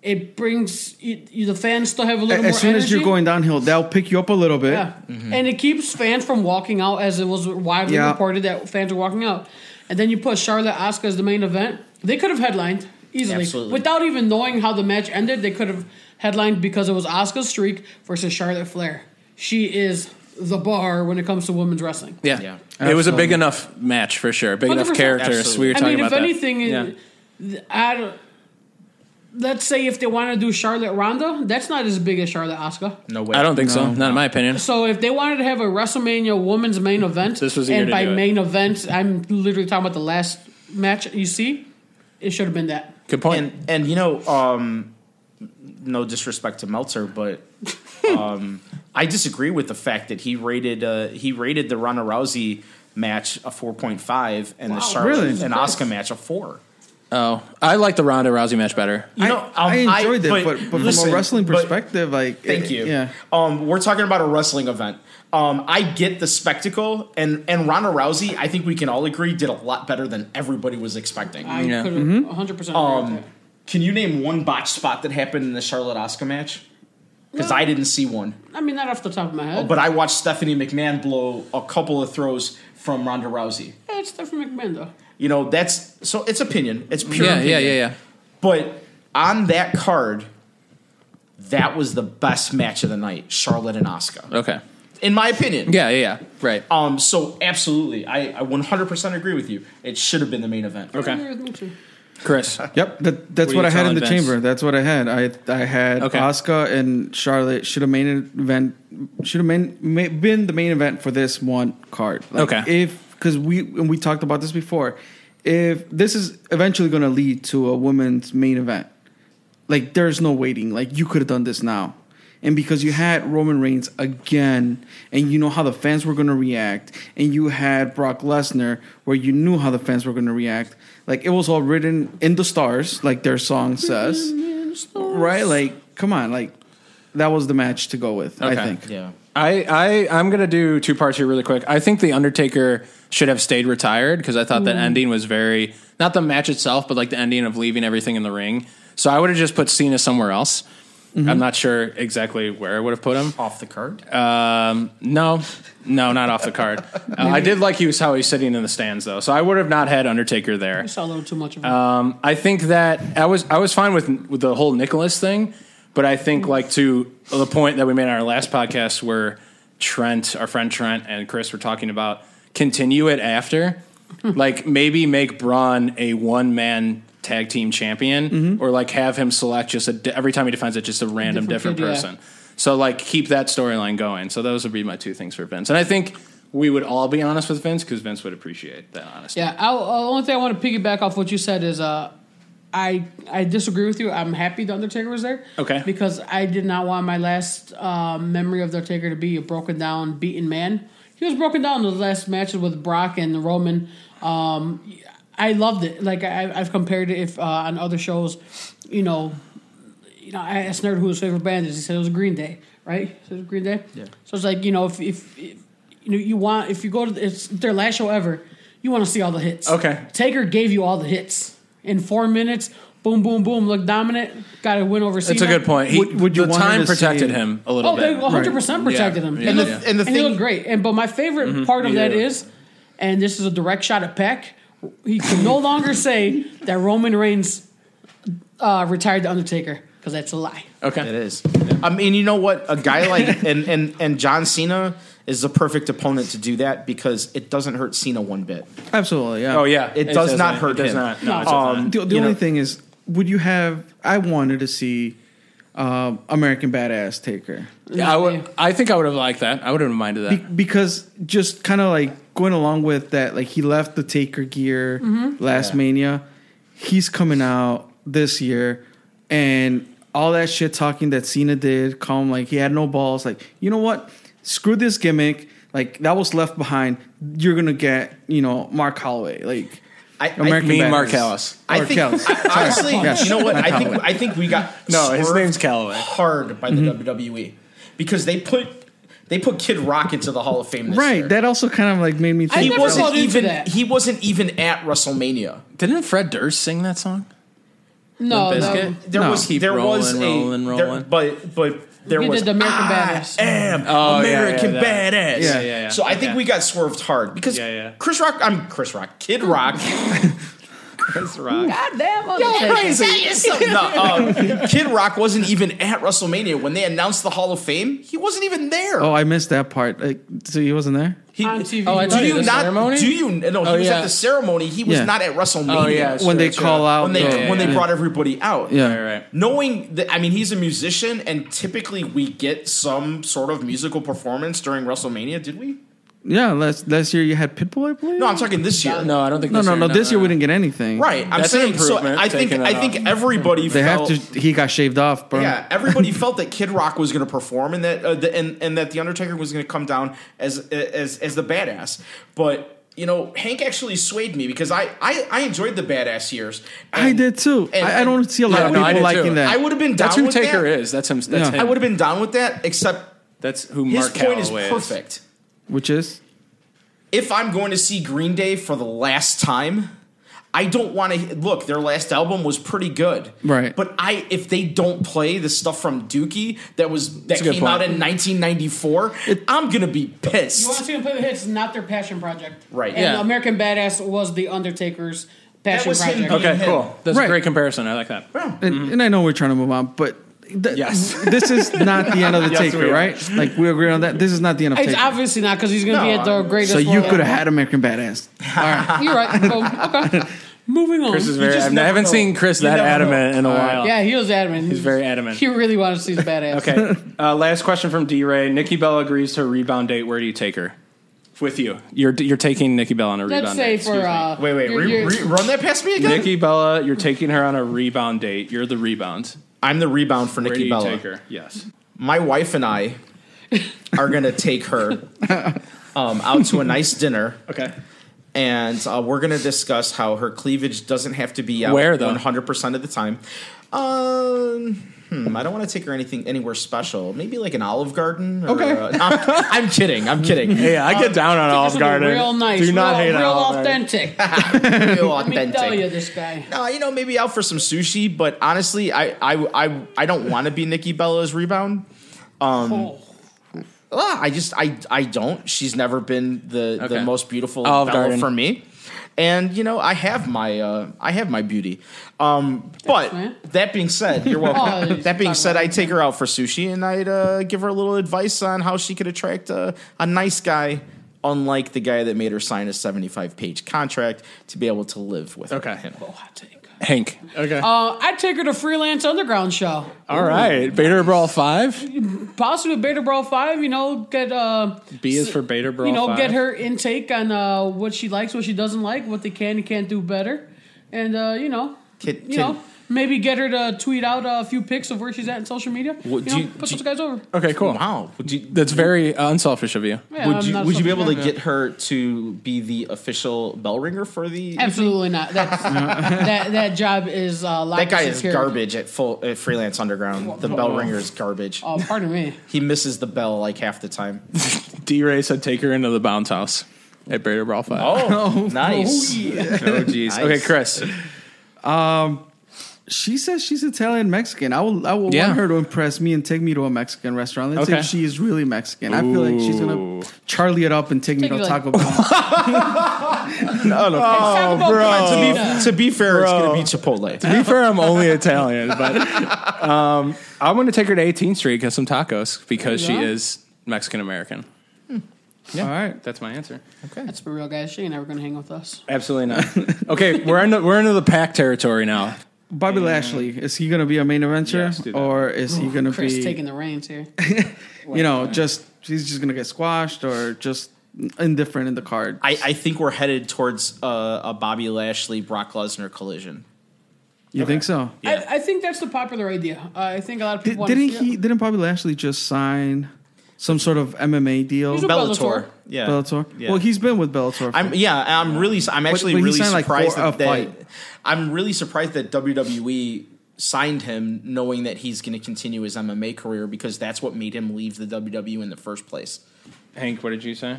B: It brings you, you, the fans still have a little more.
D: As soon as you're
B: energy.
D: going downhill, they'll pick you up a little bit.
B: Yeah.
A: Mm-hmm.
B: And it keeps fans from walking out, as it was widely
D: Yeah.
B: reported that fans were walking out. And then you put Charlotte Asuka as the main event. They could have headlined easily.
C: Absolutely.
B: Without even knowing how the match ended, they could have headlined because it was Asuka's streak versus Charlotte Flair. She is the bar when it comes to women's wrestling.
A: Yeah.
C: Yeah.
A: It was a big
D: Absolutely.
A: enough match for sure. Big enough
B: 100%.
A: characters.
C: Absolutely.
A: We were
B: I
A: talking
B: mean, if
A: about that.
B: anything,
A: Yeah.
B: th- I don't. Let's say if they want to do Charlotte Ronda, that's not as big as Charlotte Asuka.
C: No way.
A: I don't think so. Not in my opinion.
B: So if they wanted to have a WrestleMania women's main event,
A: Mhm. This was the year
B: and
A: to
B: by
A: do it.
B: main event, I'm literally talking about the last match you see. It should have been that.
A: Good point.
C: And and you know, um, no disrespect to Meltzer, but um, [laughs] I disagree with the fact that he rated uh, he rated the Ronda Rousey match a four point five and the Charlotte
D: really?
C: and Oscar match a four.
A: oh, I like the Ronda Rousey match better.
C: You
D: I,
C: know, um,
D: I enjoyed it, but, but
C: listen,
D: from a wrestling
C: but-
D: perspective, like
C: Thank
D: it-
C: you.
D: Yeah,
C: Um, we're talking about a wrestling event. Um, I get the spectacle, and and Ronda Rousey, I think we can all agree, did a lot better than everybody was expecting.
B: I
A: Yeah. Um,
B: could have 100 percent.
C: can you name one botch spot that happened in the Charlotte Oscar match? Because I didn't see one,
B: I mean, not off the top of my
A: oh,
B: head.
C: but I watched Stephanie McMahon blow a couple of throws from Ronda Rousey.
B: yeah, it's Stephanie McMahon though.
C: You know, that's so it's opinion. It's pure.
A: Yeah, yeah,
C: opinion.
A: yeah, yeah.
C: But on that card, that was the best match of the night, Charlotte and Oscar,
A: Okay.
C: in my opinion.
A: Yeah, yeah, yeah. Right.
C: Um, so absolutely, I, I 100% agree with you. It should have been the main event.
A: Okay.
B: Yeah, me too.
A: Chris.
D: yep. That, that's
A: What are
D: what,
A: you
D: I had in
A: telling
D: the
A: Vince?
D: chamber. That's what I had. I I had
A: Okay.
D: Oscar and Charlotte should have main event should have main, ma- been the main event for this one card. Like,
A: Okay.
D: if because we and we talked about this before, if this is eventually going to lead to a women's main event, like there's no waiting. Like you could have done this now. And because you had Roman Reigns again, and you know how the fans were going to react, and you had Brock Lesnar, where you knew how the fans were going to react, like it was all written in the stars, like their song says, right? Like, come on, like that was the match to go with. I
A: Okay.
D: think.
C: Yeah.
A: I, I, I'm going to do two parts here really quick. I think The Undertaker should have stayed retired because I thought that ending was very, not the match itself, but like the ending of leaving everything in the ring. So I would have just put Cena somewhere else. I'm not sure exactly where I would have put him.
C: Off the card.
A: Uh, No, no, not off the card. Uh, I did like he was how he's sitting in the stands though, so I would have not had Undertaker there.
B: I saw a little too much of it.
A: Um, I think that I was I was fine with, with the whole Nicholas thing, but I think like to the point that we made on our last podcast where Trent, our friend Trent and Chris were talking about continue it
B: [laughs]
A: after, like maybe make Braun a one man tag team champion,
B: Mm-hmm.
A: or like have him select just a di- every time he defends it just a random different,
B: Different kid, yeah.
A: person. So like keep that storyline going. So those would be my two things for Vince, and I think. We would all be honest with Vince because Vince would appreciate that honesty.
B: Yeah, I, uh, the only thing I want to piggyback off what you said is uh, I I disagree with you. I'm happy the Undertaker was there.
A: Okay.
B: Because I did not want my last uh, memory of the Undertaker to be a broken down, beaten man. He was broken down in the last matches with Brock and Roman. Um, I loved it. Like I, I've compared it if uh, on other shows, you know, you know, I asked Nerd who his favorite band is. He said it was Green Day, right? He said it was Green Day. Yeah. So it's like you know, if, if, if you know, you want if you go to the, it's their last show ever, you want to see all the hits.
A: Okay.
B: Taker gave you all the hits in four minutes. Boom, boom, boom. Look dominant. Got a win over.
A: That's a
B: Cena.
A: good point. He,
D: Would- would you
A: the
D: want her
A: time
D: to
A: protected
D: see-
A: him a little
B: Oh, they
A: bit.
B: 100 percent
A: Right.
B: protected
A: Yeah.
B: him.
A: Yeah. And
B: And, the,
A: the-
C: and the
B: he looked
C: thing-
B: great. And but my favorite part of that
A: Yeah.
B: is, and this is a direct shot at Peck. He can no longer say that Roman Reigns uh, retired the Undertaker because that's a lie.
A: Okay.
C: It is. I mean, you know what? A guy like and and and John Cena is the perfect opponent to do that because it doesn't hurt Cena one bit.
D: Absolutely. Yeah.
A: Oh yeah,
C: It does not hurt
A: It does
C: him. Um,
A: not. No,
B: No.
A: it does not.
D: The, the
C: You
D: only
C: know-
D: thing is, would you have? I wanted to see um, American Badass Taker.
A: Yeah, I would. I think I would have liked that. I would have minded that.
D: Be- because just kind of like going along with that, like he left the Taker gear
C: Mm-hmm.
D: last Mania. He's coming out this year, and all that shit talking that Cena did, calm like he had no balls. Like you know what? Screw this gimmick. Like that was left behind. You're gonna get you know Mark Holloway. Like
C: I,
D: American
A: Mean
D: Badass.
A: Mark Ellis.
C: I, I
D: or
C: think
D: Kells.
C: I, honestly,
D: Yes.
C: you know what? I think I think we got
A: No, his
C: swerved
A: name's Calloway.
C: Hard by the WWE because they put they put Kid Rock into the Hall of Fame. This
D: Right.
C: year.
D: That also kind of like made me
B: I
D: think.
C: he
B: never
C: wasn't
B: bought into
C: even
B: that.
C: he wasn't even at WrestleMania.
A: Didn't Fred Durst sing that song?
B: No,
A: Limp
B: Oh, no.
A: Bizkit?
C: There
D: No.
C: was
A: Keep
C: there was a
A: rolling, rolling,
C: there-
A: rolling.
C: but but there
B: He
C: was
B: did the American
C: I
B: Badass.
C: am
A: Oh, yeah, yeah,
C: American
A: that.
C: badass.
D: Yeah, yeah,
A: yeah.
C: So I think
A: Okay.
C: we got swerved hard because
A: Yeah, yeah.
C: Chris Rock. I'm Chris Rock. Kid Rock.
A: [laughs] Chris Rock.
B: God damn,
C: Y'all
B: Undertaker.
C: crazy. No, um, Kid Rock wasn't even at WrestleMania when they announced the Hall of Fame. He wasn't even there.
D: Oh, I missed that part. Like, so he wasn't there.
C: He- uh,
B: On TV.
A: Oh, I thought
C: do
A: he
C: you
A: was at the
C: not?
A: ceremony?
C: Do you? No, he
A: Oh,
C: was
A: yeah.
C: at the ceremony. He was
D: Yeah.
C: not at WrestleMania.
A: Oh yeah,
D: When they
A: sure,
D: call
A: sure.
D: out
C: When they
D: the-
A: yeah,
C: when they
A: yeah.
C: brought everybody out.
D: Yeah.
A: Right, right.
C: Knowing that, I mean, he's a musician, and typically we get some sort of musical performance during WrestleMania. Did we?
D: Yeah, last last year you had Pitbull, I believe.
C: No, I'm talking this year.
A: No, I don't think.
D: no,
A: this
D: no,
A: year,
D: no. This year we didn't get anything.
C: Right. I'm
A: That's an
C: saying. So
A: improvement,
C: I think
A: taking
C: I
A: that
C: think
A: off.
C: everybody
D: They have
C: felt
D: to. um, He got shaved off, bro.
C: Yeah, everybody felt that Kid Rock was going to perform and that uh, the, and and that the Undertaker was going to come down as as as the badass. But you know, Hank actually swayed me because I I, I enjoyed the badass years.
D: I
C: And
D: did too.
C: and-
D: I, I don't see a lot
A: Yeah,
D: of
A: no, I
D: people
A: did
D: liking
A: too.
D: that.
C: I would have been down
A: That's who
C: with
A: Taker
C: that.
A: is. That's him. That's
D: Yeah.
A: him.
C: I would have been down with that, except
A: That's who
C: his
A: Mark
C: point is
A: Calloway
C: perfect.
D: which is
C: If I'm going to see Green Day for the last time. I don't want to look. Their last album was pretty good,
D: Right.
C: But I, if they don't play the stuff from Dookie that was that
A: a good
C: came out
A: point.
C: in 1994, I'm gonna be pissed.
B: You want to see them play the hits, not their passion project.
C: Right.
B: And
A: Yeah.
B: American Badass was the Undertaker's passion
C: was him
B: project.
C: being-
A: Okay,
C: Yeah.
A: cool. That's a
D: Right.
A: great comparison. I like that.
D: and, and I know we're trying to move on, but th-
A: Mm-hmm. Yes.
D: [laughs] this is not the end of
A: [laughs]
D: the
A: Yes,
D: Taker,
A: we are.
D: right? Like we agree on that. This is not the end of
B: It's
D: Taker.
B: obviously not because he's going to be
C: No,
B: at the
C: I-
B: greatest.
D: So you
B: world-
D: could have had American Badass.
B: You're right. Oh, okay. Moving on.
A: Chris is very.
C: just
A: I've- I
C: never
A: haven't
C: know.
A: seen Chris
C: You
A: that
C: never know.
A: adamant in a while.
B: yeah, he was adamant. He's
A: very adamant.
B: He really wanted to see his badass.
A: Okay. Uh, last question from D Ray. Nikki Bella agrees to a rebound date. Where do you take her? With you. You're you're taking Nikki Bella on a
B: Let's
A: rebound
B: say
A: date.
B: for
A: Excuse me.
B: uh,
C: Wait, wait,
B: your-
C: re-
B: your-
C: re- run that past me again.
A: Nikki Bella, you're taking her on a rebound date. You're the rebound.
C: I'm the rebound for
A: Where do
C: Nikki
A: you
C: Bella.
A: take her? Yes.
C: My wife and I are gonna
A: [laughs]
C: take her um, out to a nice dinner,
A: Okay.
C: and uh, we're gonna discuss how her cleavage doesn't have to be out
A: Where, though?
C: 100 percent of the time. Um, hmm, I don't want to take her anything anywhere special. Maybe like an Olive Garden. Or,
D: Okay.
C: uh, I'm, I'm kidding. I'm
A: [laughs]
C: kidding.
A: Yeah, I get down on
B: This
A: Olive
B: would be
A: Garden.
B: Real nice.
A: Do not
B: real,
A: hate on
B: Real
A: Olive Garden.
B: authentic.
C: Real
B: Let me tell
C: authentic.
B: you, this guy.
C: No, Uh, you know, maybe out for some sushi, but honestly, I I I, I don't want to be Nikki Bella's rebound.
B: Oh.
C: Ah, I just I I don't. She's never been the the
A: Okay.
C: most beautiful
A: Olive
C: Bella
A: Garden.
C: for me. And you know, I have my uh I have my beauty. Um but
B: man.
C: that being
B: [laughs]
C: said, you're welcome.
B: Oh,
C: that being
B: talk
C: said,
B: about
C: I'd take her out for sushi and I'd uh give her a little advice on how she could attract a, a nice guy unlike the guy that made her sign a 75 page contract to be able to live with
A: Okay.
C: him.
B: oh,
A: Hank. Okay.
B: Uh, I'd take her to Freelance Underground show.
A: All right. Beta Brawl 5.
B: Possibly Beta Brawl 5, you know, get, uh,
A: B is for Beta Brawl
B: you know,
A: 5.
B: get her intake on uh, what she likes, what she doesn't like, what they can and can't do better. And, uh, you know,
C: Kid-
B: you
C: kid-
B: know, maybe get her to tweet out a few pics of where she's at in social media.
C: What-
B: you
C: do
B: know,
C: you-
B: put
C: do
B: those
C: you-
B: guys over.
A: Okay, cool.
C: Wow. Would you
A: That's very uh, unselfish of you. [laughs]
B: Yeah,
C: would
B: I'm
C: you
B: not a
C: would you be
B: social
C: able to
B: guy.
C: get her to be the official bell ringer for the
B: Absolutely not.
C: [laughs]
B: That's, that that job is uh,
C: that guy is garbage at full at freelance underground. The bell ringer is garbage.
B: Oh, pardon
C: [laughs]
B: me.
C: He misses the bell like half the
D: [laughs]
C: time.
A: D Ray said take her into the bounce house at Beta Brawl 5.
C: Oh, nice.
A: Oh, jeez. Okay, Chris.
D: She says she's Italian Mexican. I will. I will
A: Yeah.
D: want her to impress me and take me to a Mexican restaurant. Let's say
A: Okay.
D: she is really Mexican. I feel like she's
A: Ooh.
D: gonna Charlie it up and take,
B: Take
D: me to
B: you like-
D: Taco Bell.
A: [laughs] No, no.
B: Oh,
C: To be, [laughs] to be fair, it's gonna be Chipotle.
A: To [laughs] be fair, I'm only Italian, but um, [laughs] I'm going to take her to 18th Street get some tacos because she
B: Yeah.
A: is Mexican American.
D: All right.
A: That's my answer.
B: That's for real, guys. She ain't ever gonna hang with us.
A: Absolutely not. [laughs] okay, we're into we're into the pack territory now.
D: Bobby
C: uh,
D: Lashley is he gonna be a main
A: Yes,
D: eventer
A: do that.
D: or is he gonna
B: Chris
D: be
B: taking the reins here.
D: you know just he's just gonna get squashed or just indifferent in the card?
C: I, I think we're headed towards uh, a Bobby Lashley Brock Lesnar collision.
D: you think so?
B: I, I think that's the popular idea. Uh, I think a lot of
D: Did,
B: people
D: didn't
B: wanna see
D: he? Didn't Bobby Lashley just sign? some sort of MMA deal.
B: He's a- Bellator.
C: Yeah.
D: Bellator.
C: Yeah.
D: Well, he's been with Bellator. For,
C: I'm yeah. I'm really. I'm actually
D: but he
C: really
D: signed, like,
C: surprised
D: for a
C: that, that.
D: fight.
C: I'm really surprised that WWE signed him, knowing that he's going to continue his MMA career because that's what made him leave the WWE in the first place.
A: Hank, what did you say?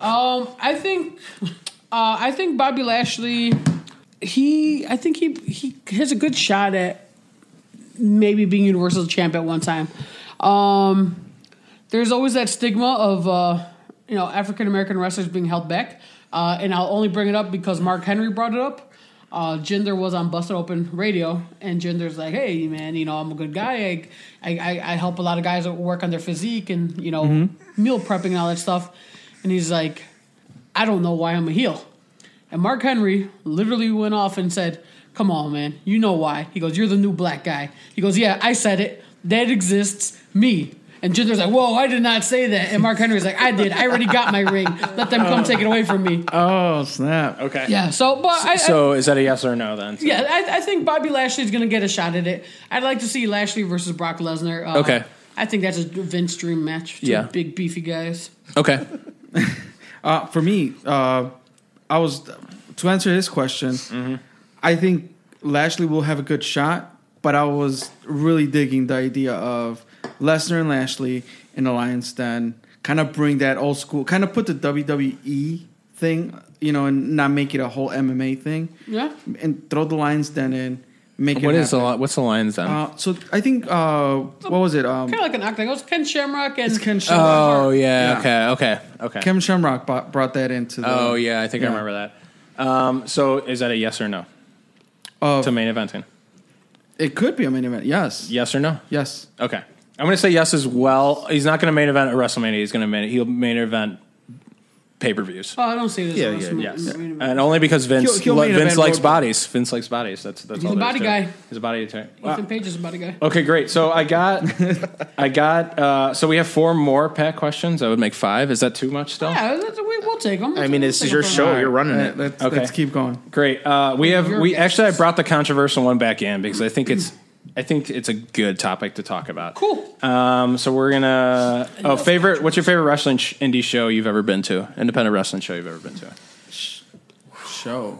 B: Um, I think, uh, I think Bobby Lashley, he, I think he he has a good shot at maybe being Universal Champ at one time. Um, there's always that stigma of uh, you know African American wrestlers being held back, uh, and I'll only bring it up because Mark Henry brought it up. Uh, Jinder was on Busted Open Radio, and Jinder's like, "Hey, man, you know I'm a good guy. I, I, I I help a lot of guys work on their physique and you know meal prepping and all that stuff." And he's like, "I don't know why I'm a heel." And Mark Henry literally went off and said, Come on, man, you know why. He goes, You're the new black guy. He goes, Yeah, I said it. That exists, me. And Jinder's like, Whoa, I did not say that. And Mark Henry's like, I did. I already got my ring. Let them come take it away from me.
D: oh snap!
A: Okay.
B: Yeah, so, but I. I-
A: So is that a yes or no then?
B: yeah, I, I think Bobby Lashley's going to get a shot at it. I'd like to see Lashley versus Brock Lesnar. Uh,
A: Okay.
B: I think that's a Vince dream match. Two
A: Yeah.
B: Big, beefy guys.
A: Okay.
D: Uh, for me, uh, I was to answer his question. I think Lashley will have a good shot, but I was really digging the idea of Lesnar and Lashley in alliance. Then kind of bring that old school, kind of put the WWE thing, you know, and not make it a whole MMA thing,
B: Yeah.
D: and throw the Lions Den in. Make
A: What
D: it
A: is the
D: happen.
A: li- what's the lines then?
D: Uh, so I think uh, what was it? Um,
B: Kind of like an octagon. It's Ken Shamrock and.
D: it's Ken Shamrock.
A: oh yeah,
D: Yeah.
A: Okay. Okay. Okay.
D: Ken Shamrock bought, brought that into. The,
A: oh yeah, I think I
D: Yeah.
A: remember that. Um, so is that a yes or no
D: Uh,
A: to main eventing?
D: it could be a main event. Yes.
A: Yes or no?
D: Yes.
A: Okay. I'm going to say yes as well. He's not going to main event at WrestleMania. He's going to main he'll main event pay per views.
B: Oh, I don't see this.
C: Yeah,
B: in
C: yeah,
B: WrestleMania.
A: Yes,
B: Wait a minute.
A: and only because Vince
D: He'll- he'll
A: lo-
D: main
A: Vince
D: event
A: likes
D: Road-
A: bodies. Vince likes bodies. That's that's
B: He's
A: all
B: a
A: there is
B: body
A: to it.
B: guy.
A: He's a body attorney.
B: Ethan Page is a body guy.
A: Okay, great. So I got, I got. Uh, so we have four more pet questions. I would make five. Is that too much still?
B: Yeah, that's, we, we'll take them.
C: I mean,
B: We'll
C: this
B: take
C: is your
B: 'em.
C: show. You're running
D: Uh,
C: it.
D: let's,
A: Okay.
D: let's keep going.
A: Great. Uh, we have
B: Your
A: we
B: guesses.
A: actually I brought the controversial one back in because I think it's I think it's a good topic to talk about.
B: Cool.
A: Um, so we're gonna. Oh, favorite. What's your favorite wrestling sh- indie show you've ever been to? Independent wrestling show you've ever been to?
C: Show.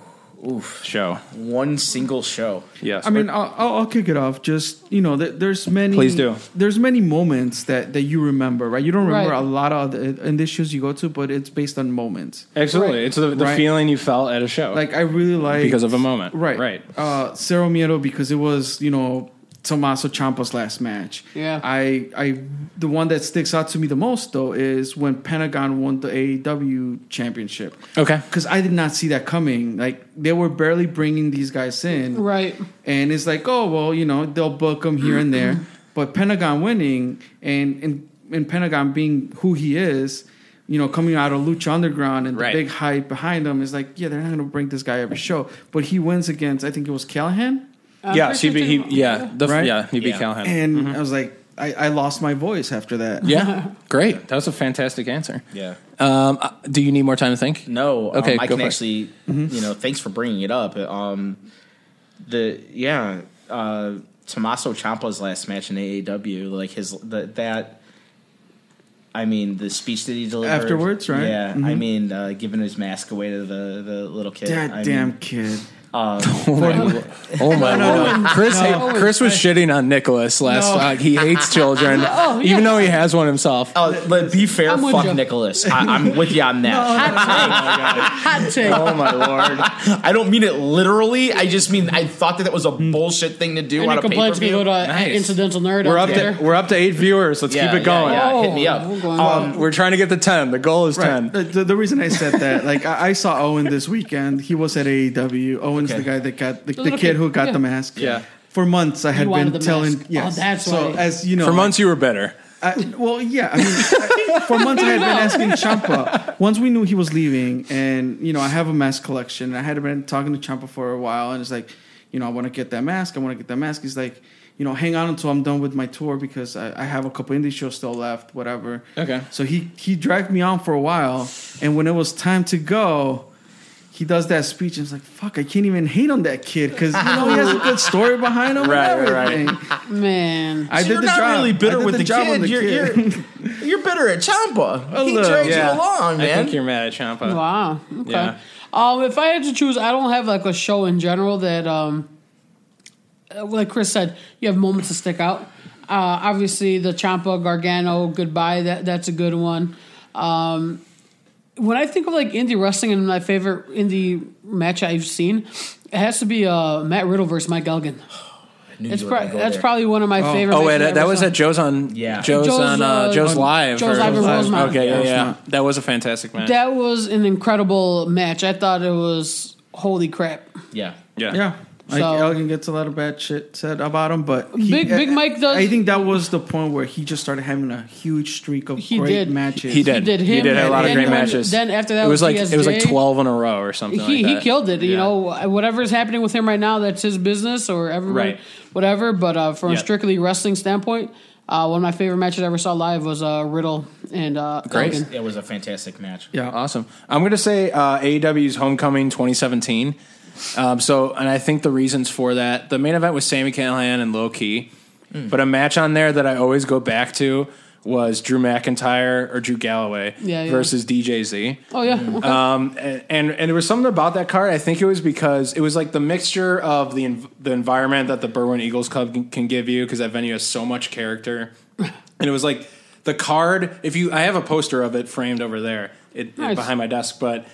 C: Oof.
A: Show.
C: One single show.
A: Yes.
D: I mean, I'll, I'll- I'll kick it off. Just you know, there, there's many.
A: Please do.
D: There's many moments that that you remember, right? You don't remember
B: Right.
D: a lot of the in the shows you go to, but it's based on moments.
A: absolutely.
B: right.
A: It's the, the
D: Right.
A: feeling you felt at a show.
D: Like I really like
A: Because of a moment.
D: right?
A: Right.
D: Uh, Cerro Miedo because it was you know Tommaso Ciampa's last match.
B: Yeah.
D: I I the one that sticks out to me the most though is when Pentagon won the AEW championship
A: okay.
D: because I did not see that coming. Like they were barely bringing these guys in,
B: Right.
D: and it's like, oh well, you know, they'll book him here and there. But Pentagon winning and and, and Pentagon being who he is, you know, coming out of Lucha Underground and
A: Right.
D: the big hype behind him is like, yeah, they're not gonna bring this guy every show. But he wins against I think it was Callahan,
B: I'm
A: yeah.
B: pretty
A: She
B: sure
A: beat. He,
B: too.
A: yeah. The, f-
D: uh, Right?
A: Yeah. He beat
C: Yeah.
A: Callahan.
D: and I was like, I, I lost my voice after that.
A: yeah. Great. That was a fantastic answer.
C: Yeah.
A: Um, uh, do you need more time to think?
C: No, um,
A: Okay,
C: I
A: go for it.
C: can
A: Mm-hmm.
C: actually, you know, thanks for bringing it up. Um, the yeah, uh, Tommaso Ciampa's last match in AAW, like his the, that. I mean, the speech that he delivered
D: Afterwards, right?
C: Yeah,
A: Mm-hmm.
C: I mean, uh, giving his mask away to the, the little kid.
D: That
C: I
D: damn
C: mean,
D: kid.
A: Oh my lord, Chris! hate-
B: Owen.
A: Chris was shitting on Nicholas last.
D: No.
A: Uh, he
B: [laughs]
A: hates children,
B: Oh, yeah.
A: even though he has one himself.
C: Oh, but be fair,
B: I'm with
C: fuck
A: [laughs]
B: ya.
C: Nicholas. I, I'm with you on that.
B: Hot take.
C: Oh my lord! I don't mean it literally. I just mean I thought that that was a
A: Hmm.
C: bullshit thing to do
B: Any
C: on a
B: complaints can go
C: pay-per-view.
B: to uh,
A: Nice.
B: incidental nerd.
A: We're
B: on
A: up to
B: Twitter.
A: we're up to eight viewers. Let's
C: Yeah,
A: keep it
C: yeah,
A: going.
C: yeah. Hit me
B: Oh,
C: up.
B: we're going
C: Um,
B: up.
A: We're trying to get to ten. The goal is
D: Right.
A: ten.
D: The, the, the reason I said that, [laughs] like I, I saw Owen this weekend. He was at AEW. Owen's
C: Okay.
D: the guy that got the, the,
B: little
D: kid,
B: kid,
D: who got
B: yeah.
D: the mask.
A: Yeah.
D: For months, I had
B: wanted the
D: been telling.
B: mask. Oh,
D: Yes.
B: that's
D: so.
B: why.
D: As you know,
A: For months, you were better.
D: I, well, yeah. I mean, I- for months I had
C: [laughs]
D: been asking Champa. Once we knew he was leaving, and you know, I have a mask collection. And I had been talking to Champa for a while, and it's like, you know, I want to get that mask. I want to get that mask. He's like, you know, hang on until I'm done with my tour because I, I have a couple indie shows still left. Whatever.
A: Okay.
D: So he he dragged me on for a while, and when it was time to go, he does that speech and it's like, fuck, I can't even hate on that kid because you know he has a good story behind
A: [laughs]
D: him.
A: Right,
D: and
A: right, right.
D: everything.
B: Man.
D: I did
C: you're
D: the
C: not
D: job.
C: really bitter
D: I did
C: with
D: the,
C: the
D: job on
C: kid.
D: the
C: You're-
D: kid.
C: You're bitter at Champa. He
D: little,
C: dragged
A: Yeah.
C: you
B: Oh,
C: along,
A: I
C: man.
A: think you're mad at Champa.
B: Wow. Okay.
A: Yeah.
B: Um, if I had to choose, I don't have like a show in general that, um, uh, like Chris said, you have moments that stick out. Uh, obviously, the Champa Gargano goodbye that that's a good one. Um, when I think of like indie wrestling and my favorite indie match I've seen, it has to be uh, Matt Riddle versus Mike Elgin.
C: I knew
B: It's
C: you were gonna
B: prob-
C: go
B: that's
C: there.
B: probably one of my favorite.
A: Oh wait,
B: matches I
A: that, that
B: ever
A: was
B: saw.
A: at Joe's on
C: Yeah.
A: Joe's,
B: Joe's,
A: on uh,
B: uh,
A: Joe's
B: on
A: live.
B: Joe's
A: or-
B: Live in Rosemont.
A: Okay, yeah,
D: Rosemont.
A: yeah, that was a fantastic match.
B: That was an incredible match. I thought it was holy crap.
C: Yeah.
A: yeah,
D: Yeah. Like
B: So-
D: Elgin gets a lot of bad shit said about him, but he-
B: Big- Big Mike does-
D: I think that was the point where he just started having a huge streak of
B: He
D: great
B: did.
D: matches.
A: he did. He did.
B: did
A: He
B: him,
A: did have a lot of
B: and
A: great
B: then-
A: matches.
B: then after that
A: it was
B: was
A: like it was like
B: TSJ.
A: twelve in a row or something.
B: he,
A: like
B: he
A: that.
B: killed it. You
A: Yeah.
B: know, whatever's happening with him right now, that's his business or everybody,
A: Right.
B: whatever. But uh, from
A: Yep.
B: a strictly wrestling standpoint, uh, one of my favorite matches I ever saw live was uh, Riddle and uh,
A: Great.
B: Elgin.
C: It was a fantastic match.
D: Yeah.
A: Awesome. I'm going to say uh, AEW's Homecoming 2017. Um, so, and I think the reasons for that, the main event was Sammy Callahan and Low Key,
B: Hmm.
A: but a match on there that I always go back to was Drew McIntyre or Drew Galloway
B: Yeah, yeah.
A: versus DJZ.
B: Oh yeah, okay.
A: Um, and, and and there was something about that card. I think it was because it was like the mixture of the env- the environment that the Berwyn Eagles Club can, can give you because that venue has so much character, and it was like the card. If you, I have a poster of it framed over there it,
B: Nice.
A: behind my desk, but.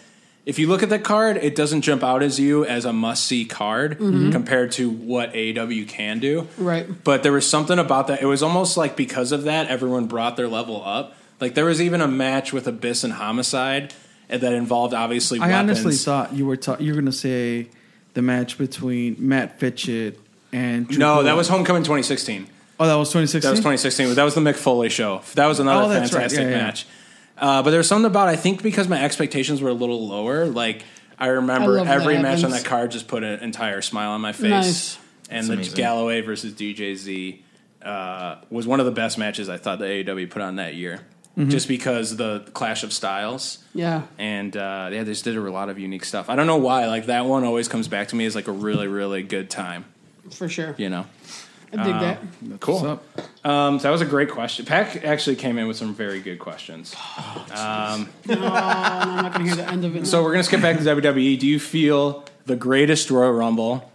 A: If you look at that card, it doesn't jump out as you as a must see card
D: Mm-hmm.
A: compared to what AW can do.
B: Right.
A: But there was something about that. It was almost like because of that, everyone brought their level up. Like there was even a match with Abyss and Homicide and that involved obviously.
D: I
A: weapons.
D: honestly thought you were ta- you were gonna say the match between Matt Fitchett and Drew
A: no, that
D: Gulak.
A: was Homecoming 2016.
D: oh that was 2016.
A: That was 2016. but That was the Mick Foley show. That was another
D: Oh, that's right.
A: fantastic
D: Yeah, yeah.
A: match. Uh, but there was something about I think because my expectations were a little lower. Like I remember
B: I love when
A: every
B: that
A: match on
B: happens.
A: that card just put an entire smile on my face.
B: Nice.
A: And the
C: amazing.
A: Galloway versus DJZ uh, was one of the best matches I thought the AEW put on that year,
D: Mm-hmm.
A: just because of the clash of styles.
B: [laughs] yeah.
A: And uh, yeah, they just did a lot of unique stuff. I don't know why. Like that one always comes back to me as like a really, really good time.
B: for sure.
A: You know.
B: I dig that.
A: Cool.
D: What's up?
A: Um, so that was a great question. Pack actually came in with some very good questions.
B: I'm not gonna hear the end of it.
A: So we're gonna skip back to WWE. Do you feel the greatest Royal Rumble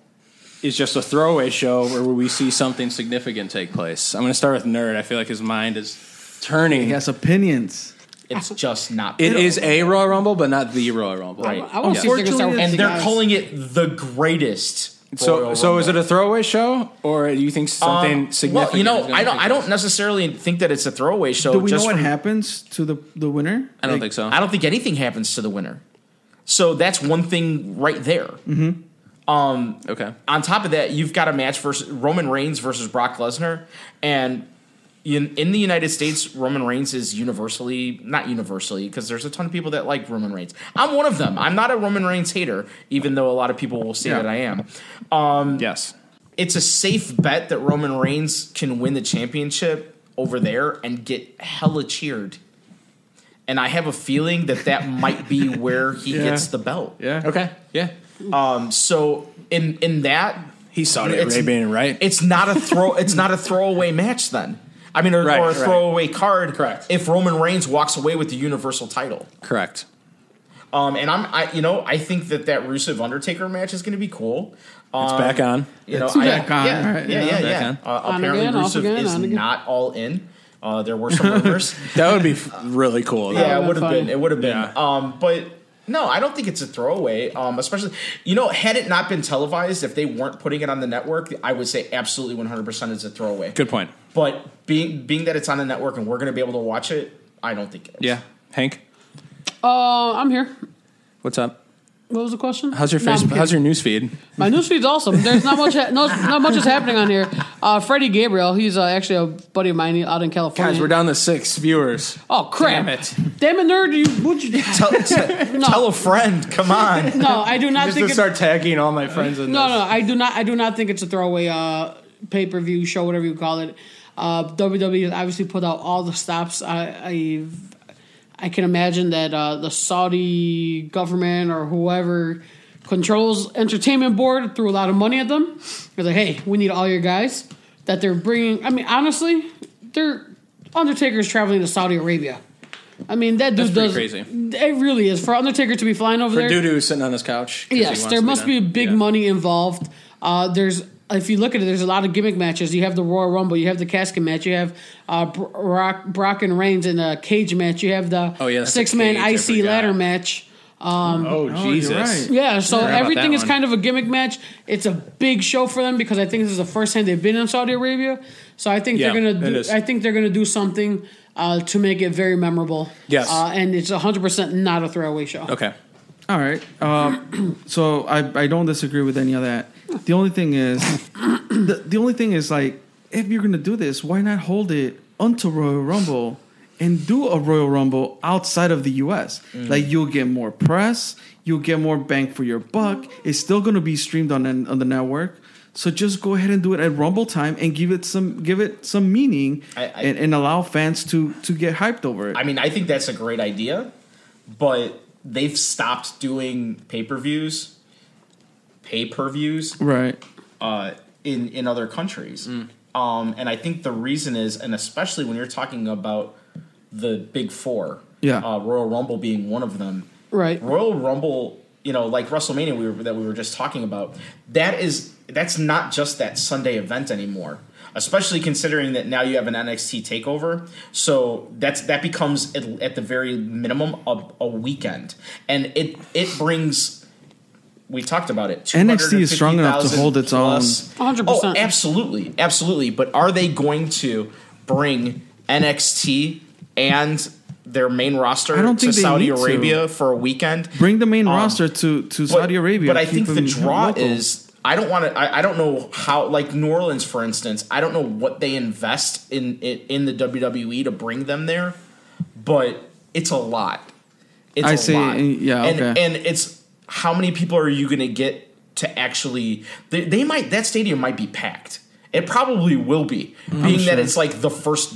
A: is just a throwaway show, or will we see something significant take place? I'm gonna start with Nerd. I feel like his mind is turning.
D: He has opinions.
C: It's just not.
A: It is a Royal Rumble, but not the Royal Rumble.
C: Right.
B: I want to see if they're gonna start with
D: Unfortunately,
C: and
B: the
C: they're
B: guys.
C: calling it the greatest.
A: So,
C: Royal
A: so is it
C: Rumble.
A: a throwaway show, or do you think something
C: Um,
A: significant?
C: Well, you
A: is
C: know,
A: gonna
C: I don't.
A: take
C: I
A: place?
C: don't necessarily think that it's a throwaway show.
D: Do we know
C: just
D: what
C: from-
D: happens to the the winner?
A: I don't
D: Like,
A: think so.
C: I don't think anything happens to the winner. So that's one thing right there. Um,
A: okay.
C: on top of that, you've got a match versus Roman Reigns versus Brock Lesnar, and in, in the United States, Roman Reigns is universally not universally because there's a ton of people that like Roman Reigns. I'm one of them. I'm not a Roman Reigns hater, even though a lot of people will say
D: Yeah.
C: that I am.
A: Um, Yes.
C: It's a safe bet that Roman Reigns can win the championship over there and get hella cheered. And I have a feeling that that might be where he
D: [laughs] Yeah.
C: gets the belt.
D: Yeah.
A: Okay. Yeah.
C: So in in that
A: He's Saudi
C: It's-
A: Arabian, right?
C: it's not a throw. it's not a throwaway match then. I mean, or,
A: Right,
C: or a
A: right.
C: throwaway card.
A: Correct.
C: If Roman Reigns walks away with the Universal title,
A: Correct.
C: um, and I'm, I, you know, I think that that Rusev Undertaker match is going to be cool. Um,
A: It's back on.
C: You know,
D: It's
C: I-
D: back on,
C: Yeah,
D: right,
C: yeah,
D: yeah.
C: yeah.
A: Back
C: yeah.
A: on.
C: Uh,
B: On
C: apparently,
B: again, off
C: Rusev
B: again,
C: is
B: on again.
C: not all in. Uh, there were some
D: [laughs]
C: rumors.
A: That would be
C: [laughs]
A: f- really cool. though.
C: yeah,
B: would've
C: it would have
B: been
C: been.
B: funny.
C: It would have been.
A: Yeah.
C: Um, but no, I don't think it's a throwaway. Um, especially, you know, had it not been televised, if they weren't putting it on the network, I would say absolutely 100 percent it's a throwaway.
A: Good point.
C: But being being that it's on the network and we're going to be able to watch it, I don't think. It is.
A: Yeah. Hank,
B: Uh, I'm here.
A: what's up?
B: What was the question?
A: How's your
B: No, I'm
A: face?
B: kidding.
A: how's your news feed?
B: My newsfeed's awesome. There's not much, ha- no, not much is happening on here. Uh, Freddie Gabriel, he's uh, actually a buddy of mine out in California.
A: Guys, we're down to six
B: [laughs]
A: viewers.
B: Oh crap!
A: Damn it.
B: Damn it, nerd! You, would
A: [laughs]
B: you?
C: Tell, t-
B: No.
C: tell a friend. Come
B: [laughs]
C: on.
B: No, I do not
A: Just to
B: think. It,
A: start tagging all my friends in
B: no,
A: this.
B: no, I do not. I do not think it's a throwaway uh, pay per view show, E whatever you call it. Uh, WWE has obviously put out all the stops. I, I've, I can imagine that uh, the Saudi government or whoever controls entertainment board threw a lot of money at them. They're like, hey, we need all your guys that they're bringing. I mean, honestly, they're Undertaker's traveling to Saudi Arabia. I mean, that dude
A: That's pretty
B: does
A: crazy.
B: It really is for Undertaker to be flying over there.
A: Doo doo sitting on his couch. 'cause he
B: Yes,
A: wants
B: there
A: to
B: must be
A: done.
B: big
A: Yeah.
B: money involved. Uh, there's if you look at it, there's a lot of gimmick matches. You have the Royal Rumble, you have the casket match, you have uh, Bro- Brock, Brock and Reigns in a cage match, you have the
A: Oh, yeah, that's a
B: six man
A: cage, I
B: IC
A: forgot.
B: ladder match.
A: Oh,
D: you're
A: Jesus.
D: right.
B: Yeah, so
A: about
B: everything
A: that
B: is
A: one.
B: kind of a gimmick match. It's a big show for them because I think this is the first time they've been in Saudi Arabia. So I think
A: Yeah,
B: they're
A: it
B: gonna
A: is.
B: do, I think they're gonna do something uh, to make it very memorable.
A: Yes.
B: uh, and it's hundred percent not a throwaway show.
A: Okay.
D: All right.
C: [clears throat]
D: Um, so I, I don't disagree with any of that. The only thing is, the, the only thing is like, if you're gonna do this, why not hold it until Royal Rumble and do a Royal Rumble outside of the U.S.
C: Mm.
D: Like you'll get more press, you'll get more bang for your buck. It's still gonna be streamed on an- on the network. So just go ahead and do it at Rumble time and give it some give it some meaning
C: I- I-
D: and, and allow fans to to get hyped over it.
C: I mean, I think that's a great idea, but they've stopped doing pay per views, pay per views
D: right.
C: uh, in in other countries. Um, and I think the reason is, and especially when you're talking about the big four,
D: Yeah.
C: uh, Royal Rumble being one of them,
B: Right.
C: Royal Rumble, you know, like WrestleMania we were, that we were just talking about, that is that's not just that Sunday event anymore. Especially considering that now you have an NXT takeover, so that's that becomes at, at the very minimum a, a weekend, and it it brings. We talked about it.
D: NXT is strong enough to hold its
C: 250,000 plus-
B: 100%.
C: Oh, absolutely, absolutely. But are they going to bring NXT and their main roster
D: I don't think
C: to
D: they
C: Saudi
D: need to.
C: Arabia for a weekend?
D: Bring the main
C: Um,
D: roster to, to
C: But-
D: Saudi Arabia.
C: But I
D: Keep
C: think the
D: them
C: draw
D: local.
C: is I don't want to. I, I don't know how. Like New Orleans, for instance, I don't know what they invest in in, in the WWE to bring them there, but it's a lot. It's
D: I
C: a
D: see, eh,
C: Lot.
D: yeah,
C: and
D: okay.
C: and it's how many people are you going to get to actually? They, they might that stadium might be packed. It probably will be,
D: Mm-hmm.
C: being that it's like the first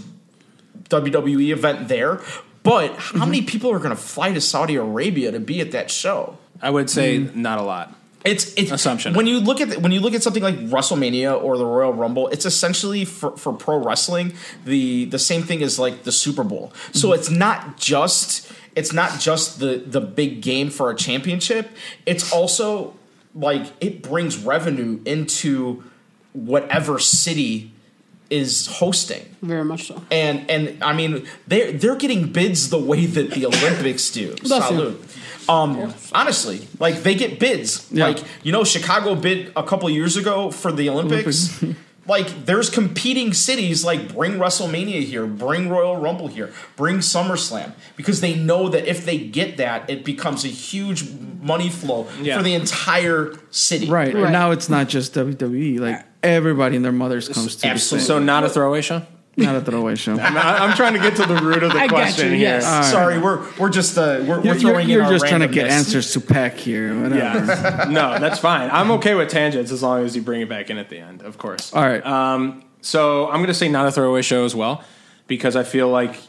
C: WWE event there. But how
D: Mm-hmm.
C: many people are going to fly to Saudi Arabia to be at that show?
A: I would say
B: Mm.
A: not a lot.
C: It's it's
A: Assumption.
C: when you look at when you look at something like WrestleMania or the Royal Rumble. It's essentially for, for pro wrestling the the same thing as like the Super Bowl. So it's not just it's not just the the big game for a championship. It's also like it brings revenue into whatever city is hosting.
B: Very much so.
C: And and I mean they're they're getting bids the way that
D: [laughs]
C: the Olympics do.
B: Bless you.
C: Salute. Um, honestly, like they get bids.
D: Yeah.
C: Like you know, Chicago bid a couple years ago for the Olympics.
D: [laughs]
C: like there's competing cities like bring WrestleMania here, bring Royal Rumble here, bring SummerSlam because they know that if they get that, it becomes a huge money flow
A: Yeah.
C: for the entire city.
D: right.
B: Right.
D: And now it's not just WWE. Like everybody and their mothers comes to this
C: Absolutely.
D: thing.
A: So not a throwaway [laughs] show.
D: Not a throwaway show.
A: I'm, I'm trying to get to the root of the
B: I got
A: question
B: you,
A: here.
B: yes. All
C: Sorry, we're we're just uh, we're, we're
D: You're, you're,
C: throwing in
D: you're
C: our
D: just trying to get
C: randomness.
D: answers to pack here. Whatever.
A: Yeah. [laughs] no, that's fine. I'm okay with tangents as long as you bring it back in at the end, of course.
D: All right.
C: Uh,
A: Um, so I'm going to say not a throwaway show as well because I feel like,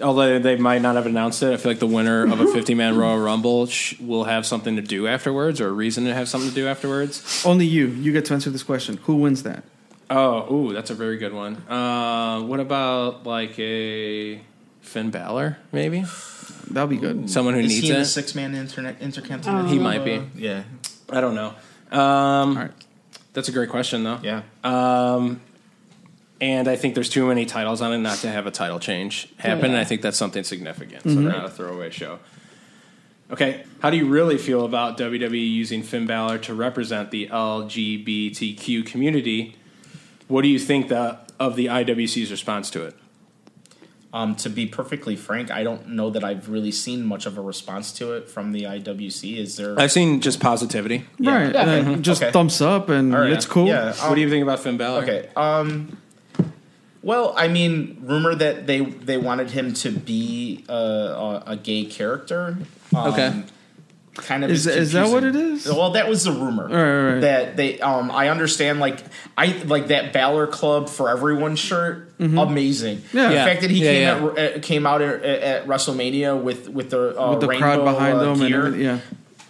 A: although they might not have announced it, I feel like the winner of a 50 man Royal Rumble sh- will have something to do afterwards or a reason to have something to do afterwards.
D: Only you. You get to answer this question. Who wins that?
A: Oh, ooh, that's a very good one. Uh, what about like a Finn Balor, maybe?
D: That'll be good.
A: Someone who
C: Is
A: needs
C: he in
A: it?
C: the six man internet intercontinental?
A: He might be.
C: Uh, Yeah,
A: I don't know. Um,
D: All right.
A: That's a great question, though.
C: yeah.
A: And I think there's too many titles on it not to have a title change happen. And I think that's something significant. So
B: Mm-hmm.
A: not a throwaway show. Okay. How do you really feel about WWE using Finn Balor to represent the LGBTQ community? What do you think the, of the IWC's response to it?
C: Um, to be perfectly frank, I don't know that I've really seen much of a response to it from the IWC. Is there?
A: I've seen just positivity.
D: Right.
B: Yeah.
D: uh, just
C: Okay.
D: thumbs up and
C: All right.
D: it's cool.
C: Yeah.
A: what do you think about Finn Balor?
C: Okay. Um, well, I mean, rumor that they uh, they wanted him to be a, a, a gay character. Um,
A: Okay.
C: kind of
D: Is- is that
C: confusing.
D: what it is?
C: Well, that was the rumor
D: right, right.
C: that they. Um, I understand. Like I like that Balor Club for Everyone shirt. Amazing.
D: Mm-hmm. Yeah.
C: The
D: Yeah.
C: fact that he
A: Yeah,
C: came At, uh, came out at, at WrestleMania with with the uh,
D: With the
C: rainbow,
D: crowd behind
C: uh,
D: them and
C: gear,
D: everything, yeah.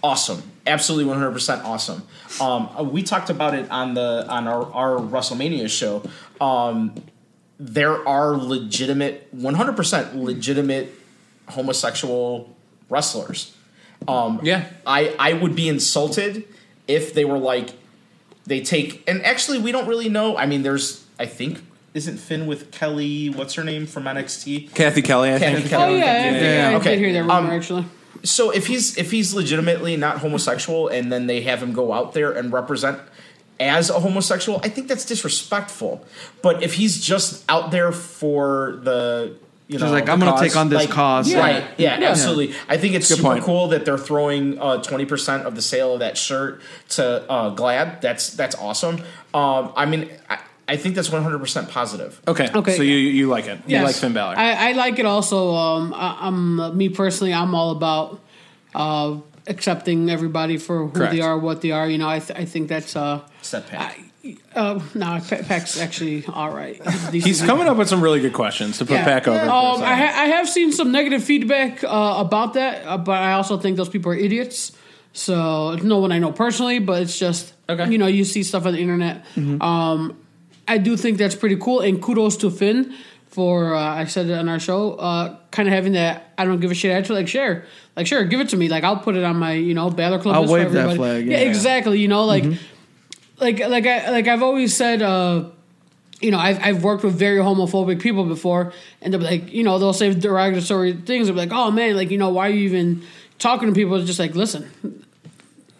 C: awesome. Absolutely, one hundred percent awesome. Um, uh, we talked about it on the on our, our WrestleMania show. Um, there are legitimate, one hundred percent legitimate homosexual wrestlers. Um,
A: Yeah.
C: I I would be insulted if they were like they take and actually we don't really know. I mean, there's I think isn't Finn with Kelly? What's her name from NXT?
A: Kathy Kelly, I
C: Kathy
A: think.
C: Kelly.
B: Oh yeah, yeah, yeah,
D: yeah,
B: I
C: okay.
B: did hear that rumor
C: Um,
B: actually.
C: So if he's if he's legitimately not homosexual, and then they have him go out there and represent as a homosexual, I think that's disrespectful. But if he's just out there for the you know,
D: like,
C: the
D: "I'm gonna take on this cause." Yeah.
C: right? Yeah,
B: Yeah.
C: absolutely. I think it's
A: Good
C: super
A: point.
C: cool that they're throwing uh, twenty percent of the sale of that shirt to uh, Glad. That's that's awesome. Um, I mean, I, I think that's one hundred percent positive.
A: Okay.
B: Okay.
A: So you you like it? You
B: Yes.
A: like Finn Balor?
B: I, I like it also. Um, I, I'm me personally. I'm all about uh, accepting everybody for who
A: Correct.
B: they are, what they are. You know, I th- I think that's uh,
C: Set pack.
B: uh no, Pe- Peck's actually all right. [laughs]
A: He's coming up with some really good questions to put
B: Yeah.
A: back over. for a
B: Um, I,
A: second.
B: ha- I have seen some negative feedback uh, about that, uh, but I also think those people are idiots. So no one I know personally, but it's just
A: Okay.
B: you know you see stuff on the internet.
D: Mm-hmm.
B: Um, I do think that's pretty cool, and kudos to Finn for uh, I said it on our show, uh, kind of having that I don't give a shit attitude. Like share, like sure, give it to me. Like I'll put it on my you know Baylor Club.
D: I'll
B: list for
D: wave that
B: everybody.
D: flag,
B: Yeah,
D: yeah. Mm-hmm.
B: exactly. You know, like like like I like I've always said. Uh, you know, I've, I've worked with very homophobic people before, and they'll be like, you know, they'll say derogatory things. They'll be like, oh man, like, you know, why are you even talking to people? It's just like, listen,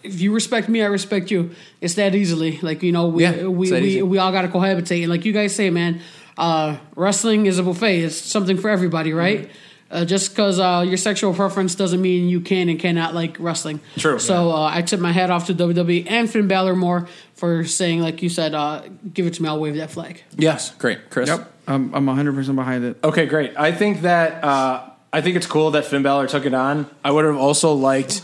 B: if you respect me, I respect you. It's that easily. Like, you know, we,
A: Yeah,
B: we,
A: it's that
B: we,
A: easy.
B: we all got to cohabitate. And like you guys say, man, uh, wrestling is a buffet, it's something for everybody, right?
A: Mm-hmm.
B: Uh, just because uh, your sexual preference doesn't mean you can and cannot like wrestling.
A: True.
B: So uh, I tip my hat off to WWE and Finn Balor more for saying, like you said, uh, give it to me. I'll wave that flag.
A: yes, great, Chris.
D: Yep. I'm I'm 100% behind it.
A: Okay, great. I think that uh, I think it's cool that Finn Balor took it on. I would have also liked,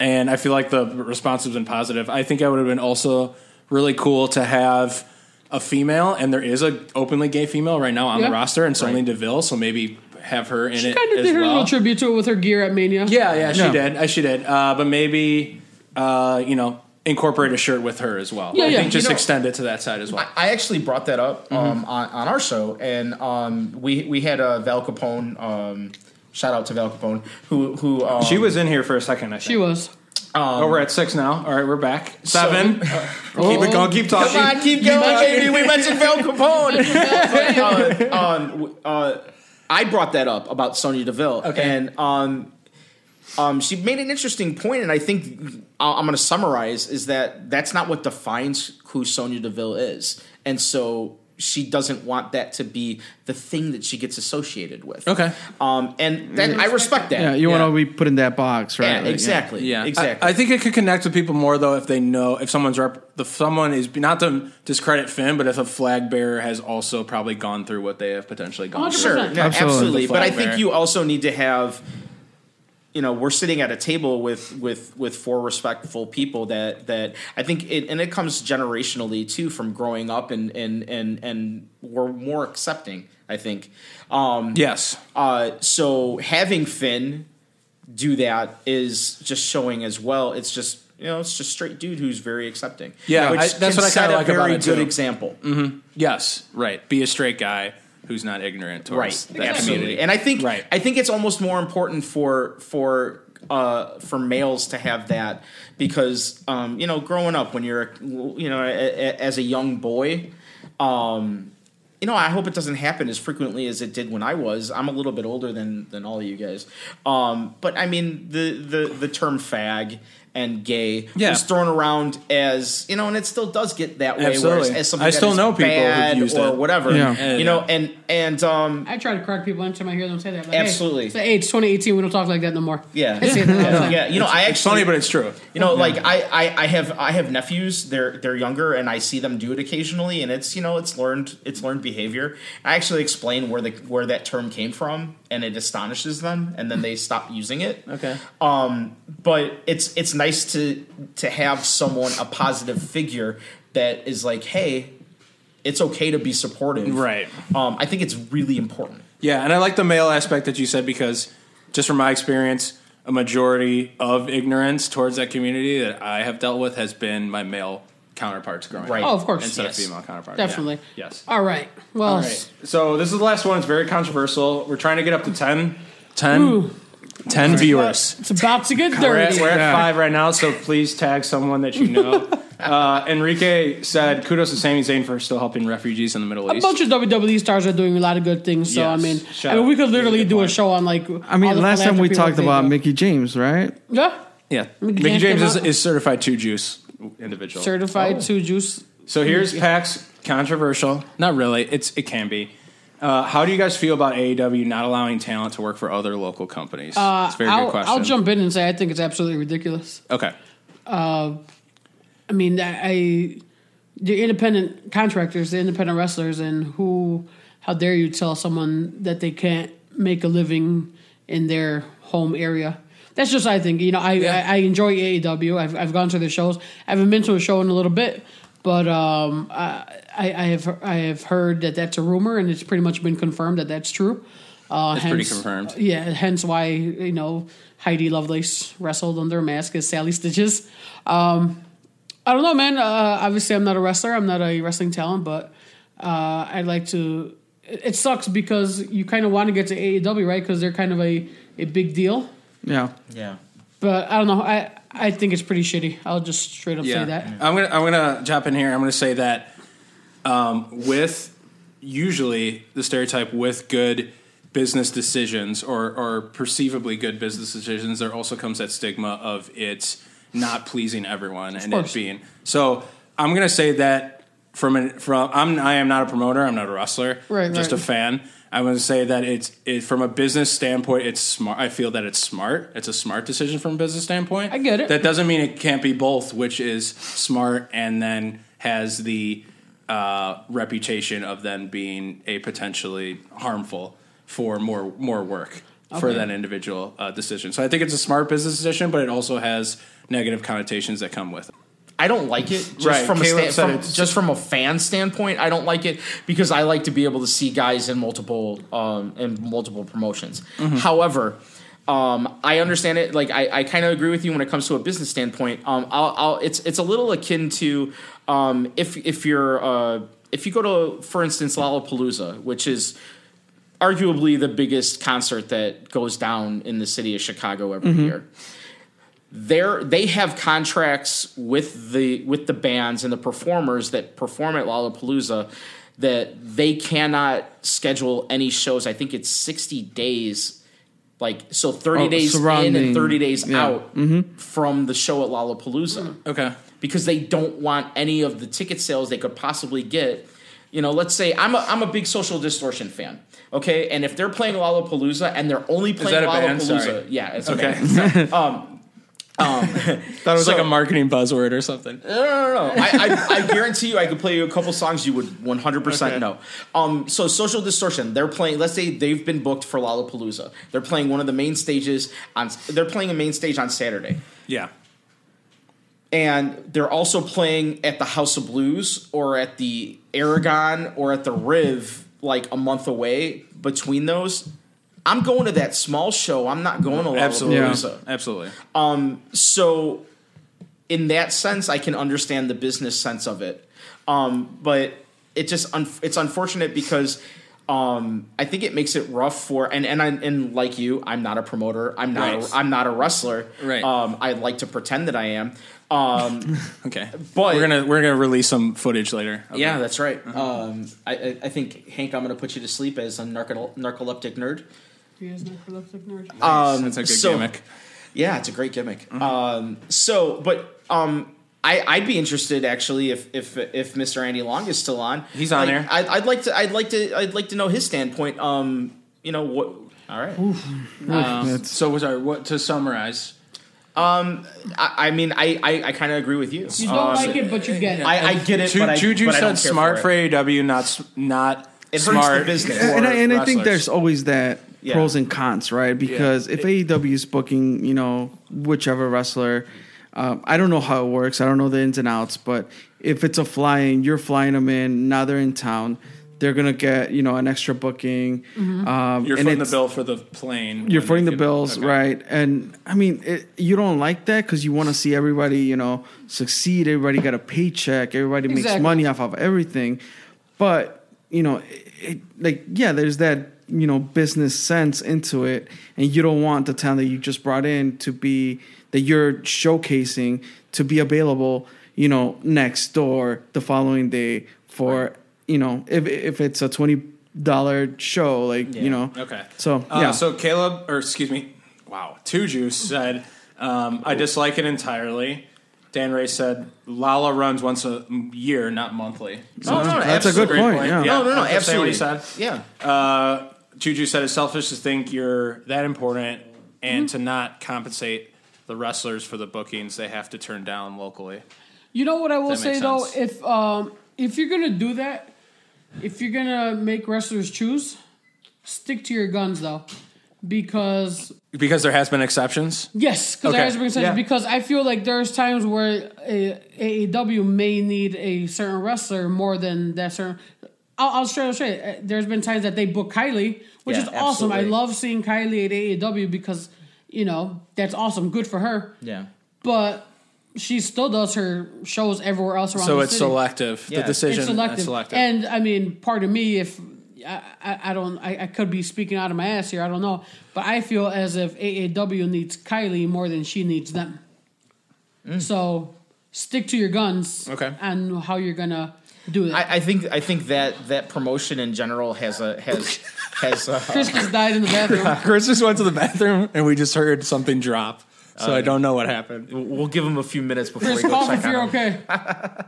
A: and I feel like the response has been positive. I think I would have been also really cool to have a female, and there is a openly gay female right now on
B: Yeah.
A: the roster, and Sonya Deville. So maybe have her in it
B: Kind of
A: as
B: did her
A: well.
B: little tribute to it with her gear at Mania.
A: Yeah, yeah, she
D: Yeah.
A: did. I she did. Uh, but maybe uh, you know incorporate a shirt with her as well.
B: Yeah,
A: I
B: yeah.
A: think just
C: You know-
A: extend it to that side as well.
C: I I actually brought that up um, on, on our show, and um, we we had uh, Val Capone. Um, shout out to Val Capone, who who um,
A: she was in here for a second. I think.
B: She was.
A: Oh, we're at six now. All right, we're back. uh,
C: So-
A: Seven. keep it going. Keep talking.
C: Come on, keep going, baby. We mentioned Val [laughs] Capone. um, um, w- uh, I brought that up about Sonya Deville,
A: Okay.
C: and um, um, she made an interesting point, and I think I- I'm going to summarize is that that's not what defines who Sonya Deville is, and so she doesn't want that to be the thing that she gets associated with.
A: Okay.
C: um, and that, I respect that.
D: Yeah, you
A: Yeah.
D: want to be put in that box, right?
C: Yeah,
D: Like,
C: exactly.
A: Yeah,
C: exactly.
A: I, I think it could connect with people more though if they know if someone's rep, if someone is not to discredit Finn, but if a flag bearer has also probably gone through what they have potentially gone through.
C: Sure,
B: 100%.
C: no,
D: Absolutely.
C: absolutely. But I
A: Flag
C: think
A: bearer.
C: you also need to have, you know, we're sitting at a table with with with four respectful people that that I think, it, and it comes generationally too from growing up, and and and and we're more accepting. I think. Um,
A: Yes,
C: uh, so having Finn do that is just showing as well. It's just you know, it's just straight dude who's very accepting.
A: Yeah, I- that's
C: can
A: what I
C: set
A: kinda
C: a
A: like about
C: Very
A: it,
C: good
A: too.
C: example.
A: yes, right. Be a straight guy who's not ignorant
C: right
A: towards that
C: absolutely
A: community.
C: and i think
A: Right.
C: i think it's almost more important for for uh, for males to have that because um, you know growing up when you're you know a, a, as a young boy um, you know i hope it doesn't happen as frequently as it did when i was i'm a little bit older than than all of you guys um, but i mean the the the term fag and gay
A: Yeah.
C: was thrown around as you know, and it still does get that way. Whereas
A: Absolutely.
C: as something
A: I
C: that
A: still
C: is
A: know people who've
C: bad
A: used
C: or
A: it.
C: whatever,
D: Yeah.
C: you know, and and um,
B: I try to correct people anytime I hear them say that. Like,
C: Absolutely.
B: Hey, so, hey, it's 2018. We don't talk like that no more.
C: Yeah.
B: I say that all the
C: yeah,
B: time.
C: yeah, you know, I
A: It's
C: actually
A: funny, but it's true.
C: You know, like I, I, I have I have nephews. They're they're younger, and I see them do it occasionally, and it's you know it's learned it's learned behavior. I actually explain where the where that term came from, and it astonishes them, and then they stop using it.
A: Okay.
C: Um, but it's it's nice to to have someone a positive figure that is like, hey, it's okay to be supportive,
A: Right.
C: Um, I think it's really important.
A: Yeah, and I like the male aspect that you said because just from my experience, a majority of ignorance towards that community that I have dealt with has been my male counterparts growing
C: Right.
A: up.
B: Oh, of course.
A: Instead
C: yes.
A: of female counterparts.
B: Definitely.
A: Yeah. Yes.
B: All right. Well,
A: All right. So this is the last one. It's very controversial. We're trying to get up to 10, 10,
B: Ooh.
A: 10 viewers.
B: it's about to get
A: We're at,
B: dirty.
A: we're at
D: Yeah.
A: five right now, so please tag someone that you
B: [laughs]
A: know. Uh, Enrique said, "Kudos to Sami Zayn for still helping refugees in the Middle
B: A
A: East."
B: bunch of WWE stars are doing a lot of good things. So I
A: Yes.
B: mean,
A: Shout
B: I mean,
A: out.
B: we could literally
A: Good
B: do a
A: point.
B: show on like.
D: I mean, last time we talked about
B: Mickey.
D: Mickey James, right?
B: Yeah.
A: yeah, Mickey,
B: Mickey James
A: James
B: came
A: is,
B: out.
A: is certified two juice individual.
B: Certified
A: Oh.
B: two juice.
A: So here's PAX controversial. Not really. It's it can be. Uh, how do you guys feel about AEW not allowing talent to work for other local companies? Uh, it's a very
B: I'll,
A: good question.
B: I'll jump in and say I think it's absolutely ridiculous.
A: Okay.
B: I mean, I, I the independent contractors, the independent wrestlers, and who? How dare you tell someone that they can't make a living in their home area? That's just I think you know I
A: Yeah.
B: I, I enjoy AEW. I've I've gone to their shows. I haven't been to a show in a little bit, but um I I, I have I have heard that that's a rumor, and it's pretty much been confirmed that that's true. Uh,
A: It's pretty confirmed.
B: Yeah, hence why you know Heidi Lovelace wrestled under a mask as Sally Stitches. Um, I don't know, man. Uh, obviously, I'm not a wrestler. I'm not a wrestling talent, but uh, I'd like to. It it sucks because you kind of want to get to AEW, right? Because they're kind of a, a big deal.
D: Yeah.
C: Yeah.
B: But I don't know. I I think it's pretty shitty. I'll just straight up
A: Yeah.
B: say that.
A: I'm gonna I'm gonna jump in here. I'm gonna say that um, with usually the stereotype with good business decisions or or perceivably good business decisions, there also comes that stigma of it's not pleasing everyone and
B: course.
A: it being so. I'm gonna say that from an from I'm I am not a promoter. I'm not a wrestler.
B: Right,
A: I'm Just
B: right.
A: a fan. I'm gonna say that it's it, from a business standpoint. It's smart. I feel that it's smart. It's a smart decision from a business standpoint.
B: I get it.
A: That doesn't mean it can't be both, which is smart and then has the uh, reputation of then being a potentially harmful for more more work for
B: Okay.
A: that individual uh, decision. So I think it's a smart business decision, but it also has negative connotations that come with it.
C: I don't like it just
A: Right,
C: from a
A: Caleb
C: sta-
A: said
C: from-
A: it's-
C: just from a fan standpoint. I don't like it because I like to be able to see guys in multiple um, in multiple promotions.
A: Mm-hmm.
C: However, um, I understand it. Like I, I kind of agree with you when it comes to a business standpoint. Um, I'll, I'll it's it's a little akin to um, if if you're uh, if you go to for instance Lollapalooza, which is arguably the biggest concert that goes down in the city of Chicago every
D: Mm-hmm.
C: year. They're, they have contracts with the with the bands and the performers that perform at Lollapalooza that they cannot schedule any shows. I think it's 60 days like so 30
D: Oh,
C: days in and
D: surrounding-
C: 30 days
D: yeah. Mm-hmm.
C: out from the show at Lollapalooza
A: Okay.
C: because they don't want any of the ticket sales they could possibly get. You know, let's say I'm a, I'm a big Social Distortion fan, okay? And if they're playing Lollapalooza and they're only playing
A: that a band?
C: Lollapalooza,
A: Sorry.
C: yeah, it's okay.
A: Okay. That [laughs] was
C: So-
A: like a marketing buzzword or something.
C: No, no, no, no. I, I, I guarantee you, I could play you a couple songs you would 100% know. Um, so, Social Distortion, they're playing, let's say they've been booked for Lollapalooza. They're playing one of the main stages on, they're playing a main stage on Saturday.
A: Yeah.
C: and they're also playing at the House of Blues or at the Aragon or at the Riv like a month away between those. I'm going to that small show. I'm not going to
A: Absolutely.
C: Lollapalooza.
A: Absolutely.
C: So in that sense, I can understand the business sense of it. Um, but it just un- it's unfortunate because um, I think it makes it rough for and and I, and like you, I'm not a promoter. I'm not
A: Right.
C: a, I'm not a wrestler.
A: Right.
C: Um, I like to pretend that I am. Um,
A: Okay.
C: But-
A: we're gonna we're gonna release some footage later. of
C: Yeah,
A: that.
C: that's right. Um, I, I, I think Hank, I'm going to put you to sleep as a narco- narcoleptic nerd.
B: You guys know Philip's ignorant?
A: Uh,
C: Um,
A: that's a good
C: so,
A: gimmick. Mm-hmm.
C: Yeah, it's a great gimmick. Um, so, but um, I, I'd be interested actually if if if Mr. Andy Long is still on.
A: He's on
C: Like,
A: there.
C: I'd, I'd like to. I'd like to. I'd like to know his standpoint. Um, you know what? All right. Um,
A: [laughs]
D: That's-
A: So was our what to summarize?
C: I, I mean, I I, I kind of agree with you.
B: You don't
A: uh,
C: Um,
B: like it, but you get it.
C: I, I get it.
A: Ju-
C: but I,
A: Juju
C: but I don't
A: said
C: care
A: smart
C: for
A: for,
C: it.
A: AW, not s- not
C: It hurts the
A: smart
C: business.
A: for
C: And
D: and I, and I think
A: wrestlers.
D: there's always that
C: Yeah.
D: pros and cons, right? Because if AEW is booking, you know, whichever wrestler, um, I don't know how it works. I don't know the ins and outs, but if it's a flying, you're flying them in. Now they're in town. They're gonna get you know an extra booking.
C: Mm-hmm.
D: Um,
A: you're
D: and
A: footing the
D: it's-
A: bill for the plane.
D: You're
A: when
D: footing
A: they
D: the
A: get-
D: bills,
A: okay.
D: right? And I mean, it, you don't like that because you want to see everybody, you know, succeed. Everybody got a paycheck. Everybody makes
B: Exactly.
D: money off of everything. But you know, it, it, like yeah, there's that you know business sense into it, and you don't want the talent that you just brought in to be that you're showcasing to be available, you know, next door the following day for you know if if it's a twenty dollar show, like you know,
A: Okay.
D: So
A: Uh,
D: yeah,
A: So Caleb, or excuse me, wow, Two Juice said, um, "I dislike it entirely." Dan Ray said, "Lala runs once a year, not monthly." So
C: No, no, no,
D: That's a good
C: absolutely.
A: great
D: point, yeah.
C: No, no, no,
A: I'm just saying What
C: absolutely.
A: he said.
C: Yeah.
A: Uh, Juju said it's selfish to think you're that important and to not compensate the wrestlers for the bookings they have to turn down locally.
B: You know what I will
A: That makes
B: say though,
A: sense.
B: if um, if you're gonna do that, if you're gonna make wrestlers choose, stick to your guns though, because
A: Because there has been exceptions.
B: yes, because
A: Okay,
B: I has been said
A: yeah.
B: because I feel like there's times where a, AEW may need a certain wrestler more than that certain. I'll, I'll straight up say it. Uh, there's been times that they book Kylie, which
C: Yeah,
B: is awesome. I
C: absolutely.
B: love seeing Kylie at AEW because you know that's awesome, good for her.
C: Yeah.
B: But she still does her shows everywhere else around.
A: So
B: the
A: it's
B: city.
A: selective.
C: Yeah.
A: The
C: It's
A: decision
B: It's selective.
A: is uh, selective.
B: And I mean, pardon me if I, I, I don't, I, I could be speaking out of my ass here. I don't know, but I feel as if AAW needs Kylie more than she needs them. So stick to your guns,
A: Mm. Okay.
B: on how you're gonna do it.
C: I, I think I think that that promotion in general has a [laughs] has has a,
B: Chris just died in
A: [laughs]
B: the bathroom.
A: Chris just went to the bathroom and we just heard something drop. So I don't know what happened.
C: We'll give him a few minutes before
B: Chris,
C: we go
B: cough
C: check
B: if
C: on
B: you're
C: him.
B: okay.
A: [laughs]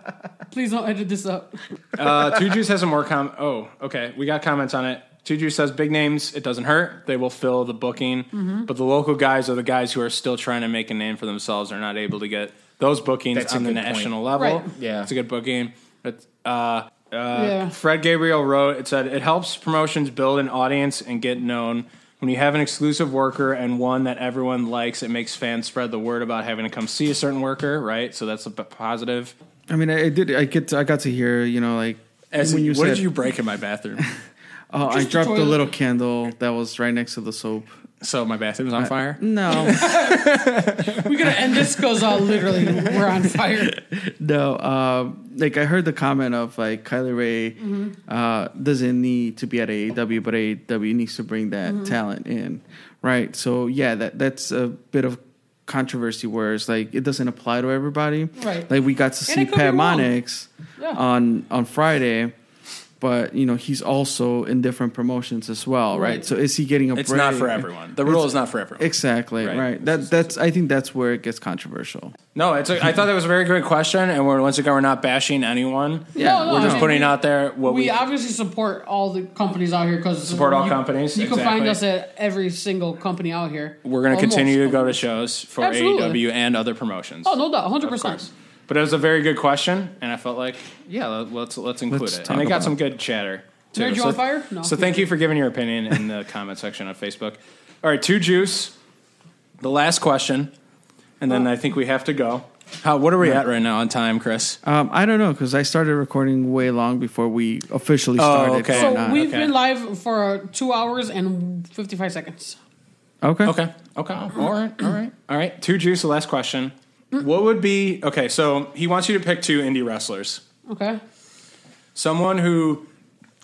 B: Please don't edit this up.
A: Uh, Two Juice has a more com. Oh, okay. We got comments on it. Two Juice says big names. It doesn't hurt. They will fill the booking, but the local guys are the guys who are still trying to make a name for themselves. Are not able to get those bookings
C: That's a
A: on the
C: good point.
A: national level.
B: Right.
C: Yeah.
A: it's a good booking. But, uh, [laughs]
B: yeah.
A: Fred Gabriel wrote, it said, it helps promotions build an audience and get known. When you have an exclusive worker and one that everyone likes, it makes fans spread the word about having to come see a certain worker, right? So that's a p- positive.
D: I mean, I, I did. I get. To, I got to hear. You know, like
A: As
D: when you
A: what
D: said,
A: did you break in my bathroom? [laughs]
D: "Oh, I
B: Just the
D: dropped a
B: toilet.
D: little candle that was right next to the soap."
A: so my bathroom's on fire.
D: [laughs] No,
B: We're gonna end this because uh, literally we're on fire.
D: no. Um, like I heard the comment of like Kylie Ray
B: Mm-hmm.
D: uh, doesn't need to be at AEW, but AEW needs to bring that
B: Mm-hmm.
D: talent in, right? So yeah, that that's a bit of controversy where it's like it doesn't apply to everybody.
B: Right.
D: Like we got to
B: And
D: see
B: it could be
D: Pat
B: wrong.
D: Monix
B: Yeah.
D: on on Friday. But you know he's also in different promotions as well, right?
B: Right.
D: So is he getting a
A: It's
D: break?
A: not for everyone. The rule is not for everyone.
D: Exactly
A: Right.
D: right. That that's I think that's where it gets controversial.
A: no, it's a, I thought that was a very good question, and we're once again we're not bashing anyone.
D: Yeah,
B: no, no,
D: we're
B: I
A: We're just
B: mean,
A: putting
B: we-
A: out there what
B: we,
A: we,
B: obviously support all the companies out here because
A: Support all
B: you,
A: companies,
B: You can find
A: exactly.
B: us at every single company out here.
A: we're going to
B: Almost.
A: continue to go to shows for
B: Absolutely.
A: AEW and other promotions.
B: Oh no doubt, hundred
A: Of
B: percent.
A: course. But it was a very good question, and I felt like, yeah, let- let's let's include
D: Let's
A: it.
D: talk
A: And they got
D: about
A: some
D: it.
A: good chatter. Too.
B: Nerd, you
A: so,
B: on fire? No.
A: So thank you for giving your opinion in the comment section on Facebook. All right, two juice. The last question, and
B: Uh.
A: then I think we have to go. How? What are we at right now on time, Chris?
D: Um, I don't know because I started recording way long before we officially started.
A: Oh, okay.
D: so
B: So
D: not-
B: we've
A: okay.
B: been live for uh, two hours and fifty-five seconds.
D: okay.
A: Okay. Okay. All right. All right. All right. Two juice. The last question. What would be okay? So he wants you to pick two indie wrestlers.
B: Okay.
A: someone who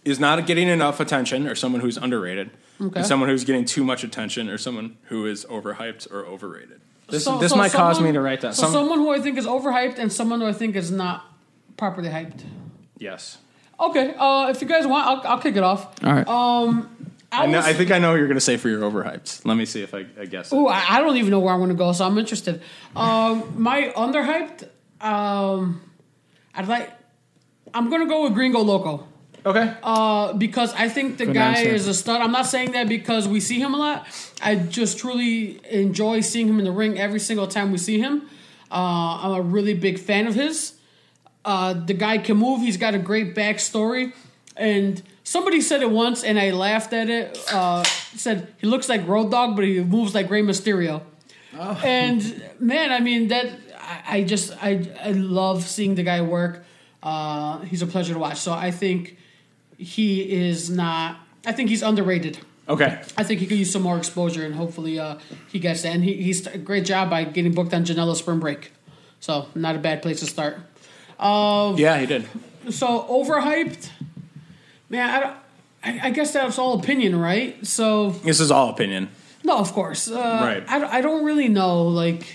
A: is not getting enough attention or someone who's underrated
B: Okay.
A: and someone who's getting too much attention or someone who is overhyped or overrated this,
B: So-
A: this
B: so
A: might cause me
B: someone-
A: to write that
B: So
A: Some-
B: someone who I think is overhyped and someone who I think is not properly hyped.
A: yes
B: Okay. Uh, if you guys want, I'll, I'll kick it off.
D: All right.
B: Um, I,
A: I, know,
B: was,
A: I think I know what you're going to say for your overhyped. Let me see if I, I guess. it.
B: Ooh, I, I don't even know where I'm going to go, so I'm interested. Um, my underhyped, um, I'd like. I'm going to go with Gringo Loco
A: Okay.
B: uh, because I think the
D: Good
B: guy
D: answer.
B: is a stud. I'm not saying that because we see him a lot. I just truly enjoy seeing him in the ring every single time we see him. Uh, I'm a really big fan of his. Uh, the guy can move. He's got a great backstory. And somebody said it once, and I laughed at it. Uh, said he looks like Road Dog, but he moves like Rey Mysterio. And man, I mean that I, I just I I love seeing the guy work. Uh, he's a pleasure to watch. So I think he is not. I think he's underrated.
A: okay.
B: I think he could use some more exposure, and hopefully uh, he gets that. And he, he's a great job by getting booked on Janela Spring Break. So not a bad place to start. Um,
A: Yeah, he did.
B: So overhyped, man. I, don't, I, I guess that's all opinion, right? So
A: This is all opinion.
B: no, of course. Uh,
A: Right.
B: I, don't- I don't really know. Like,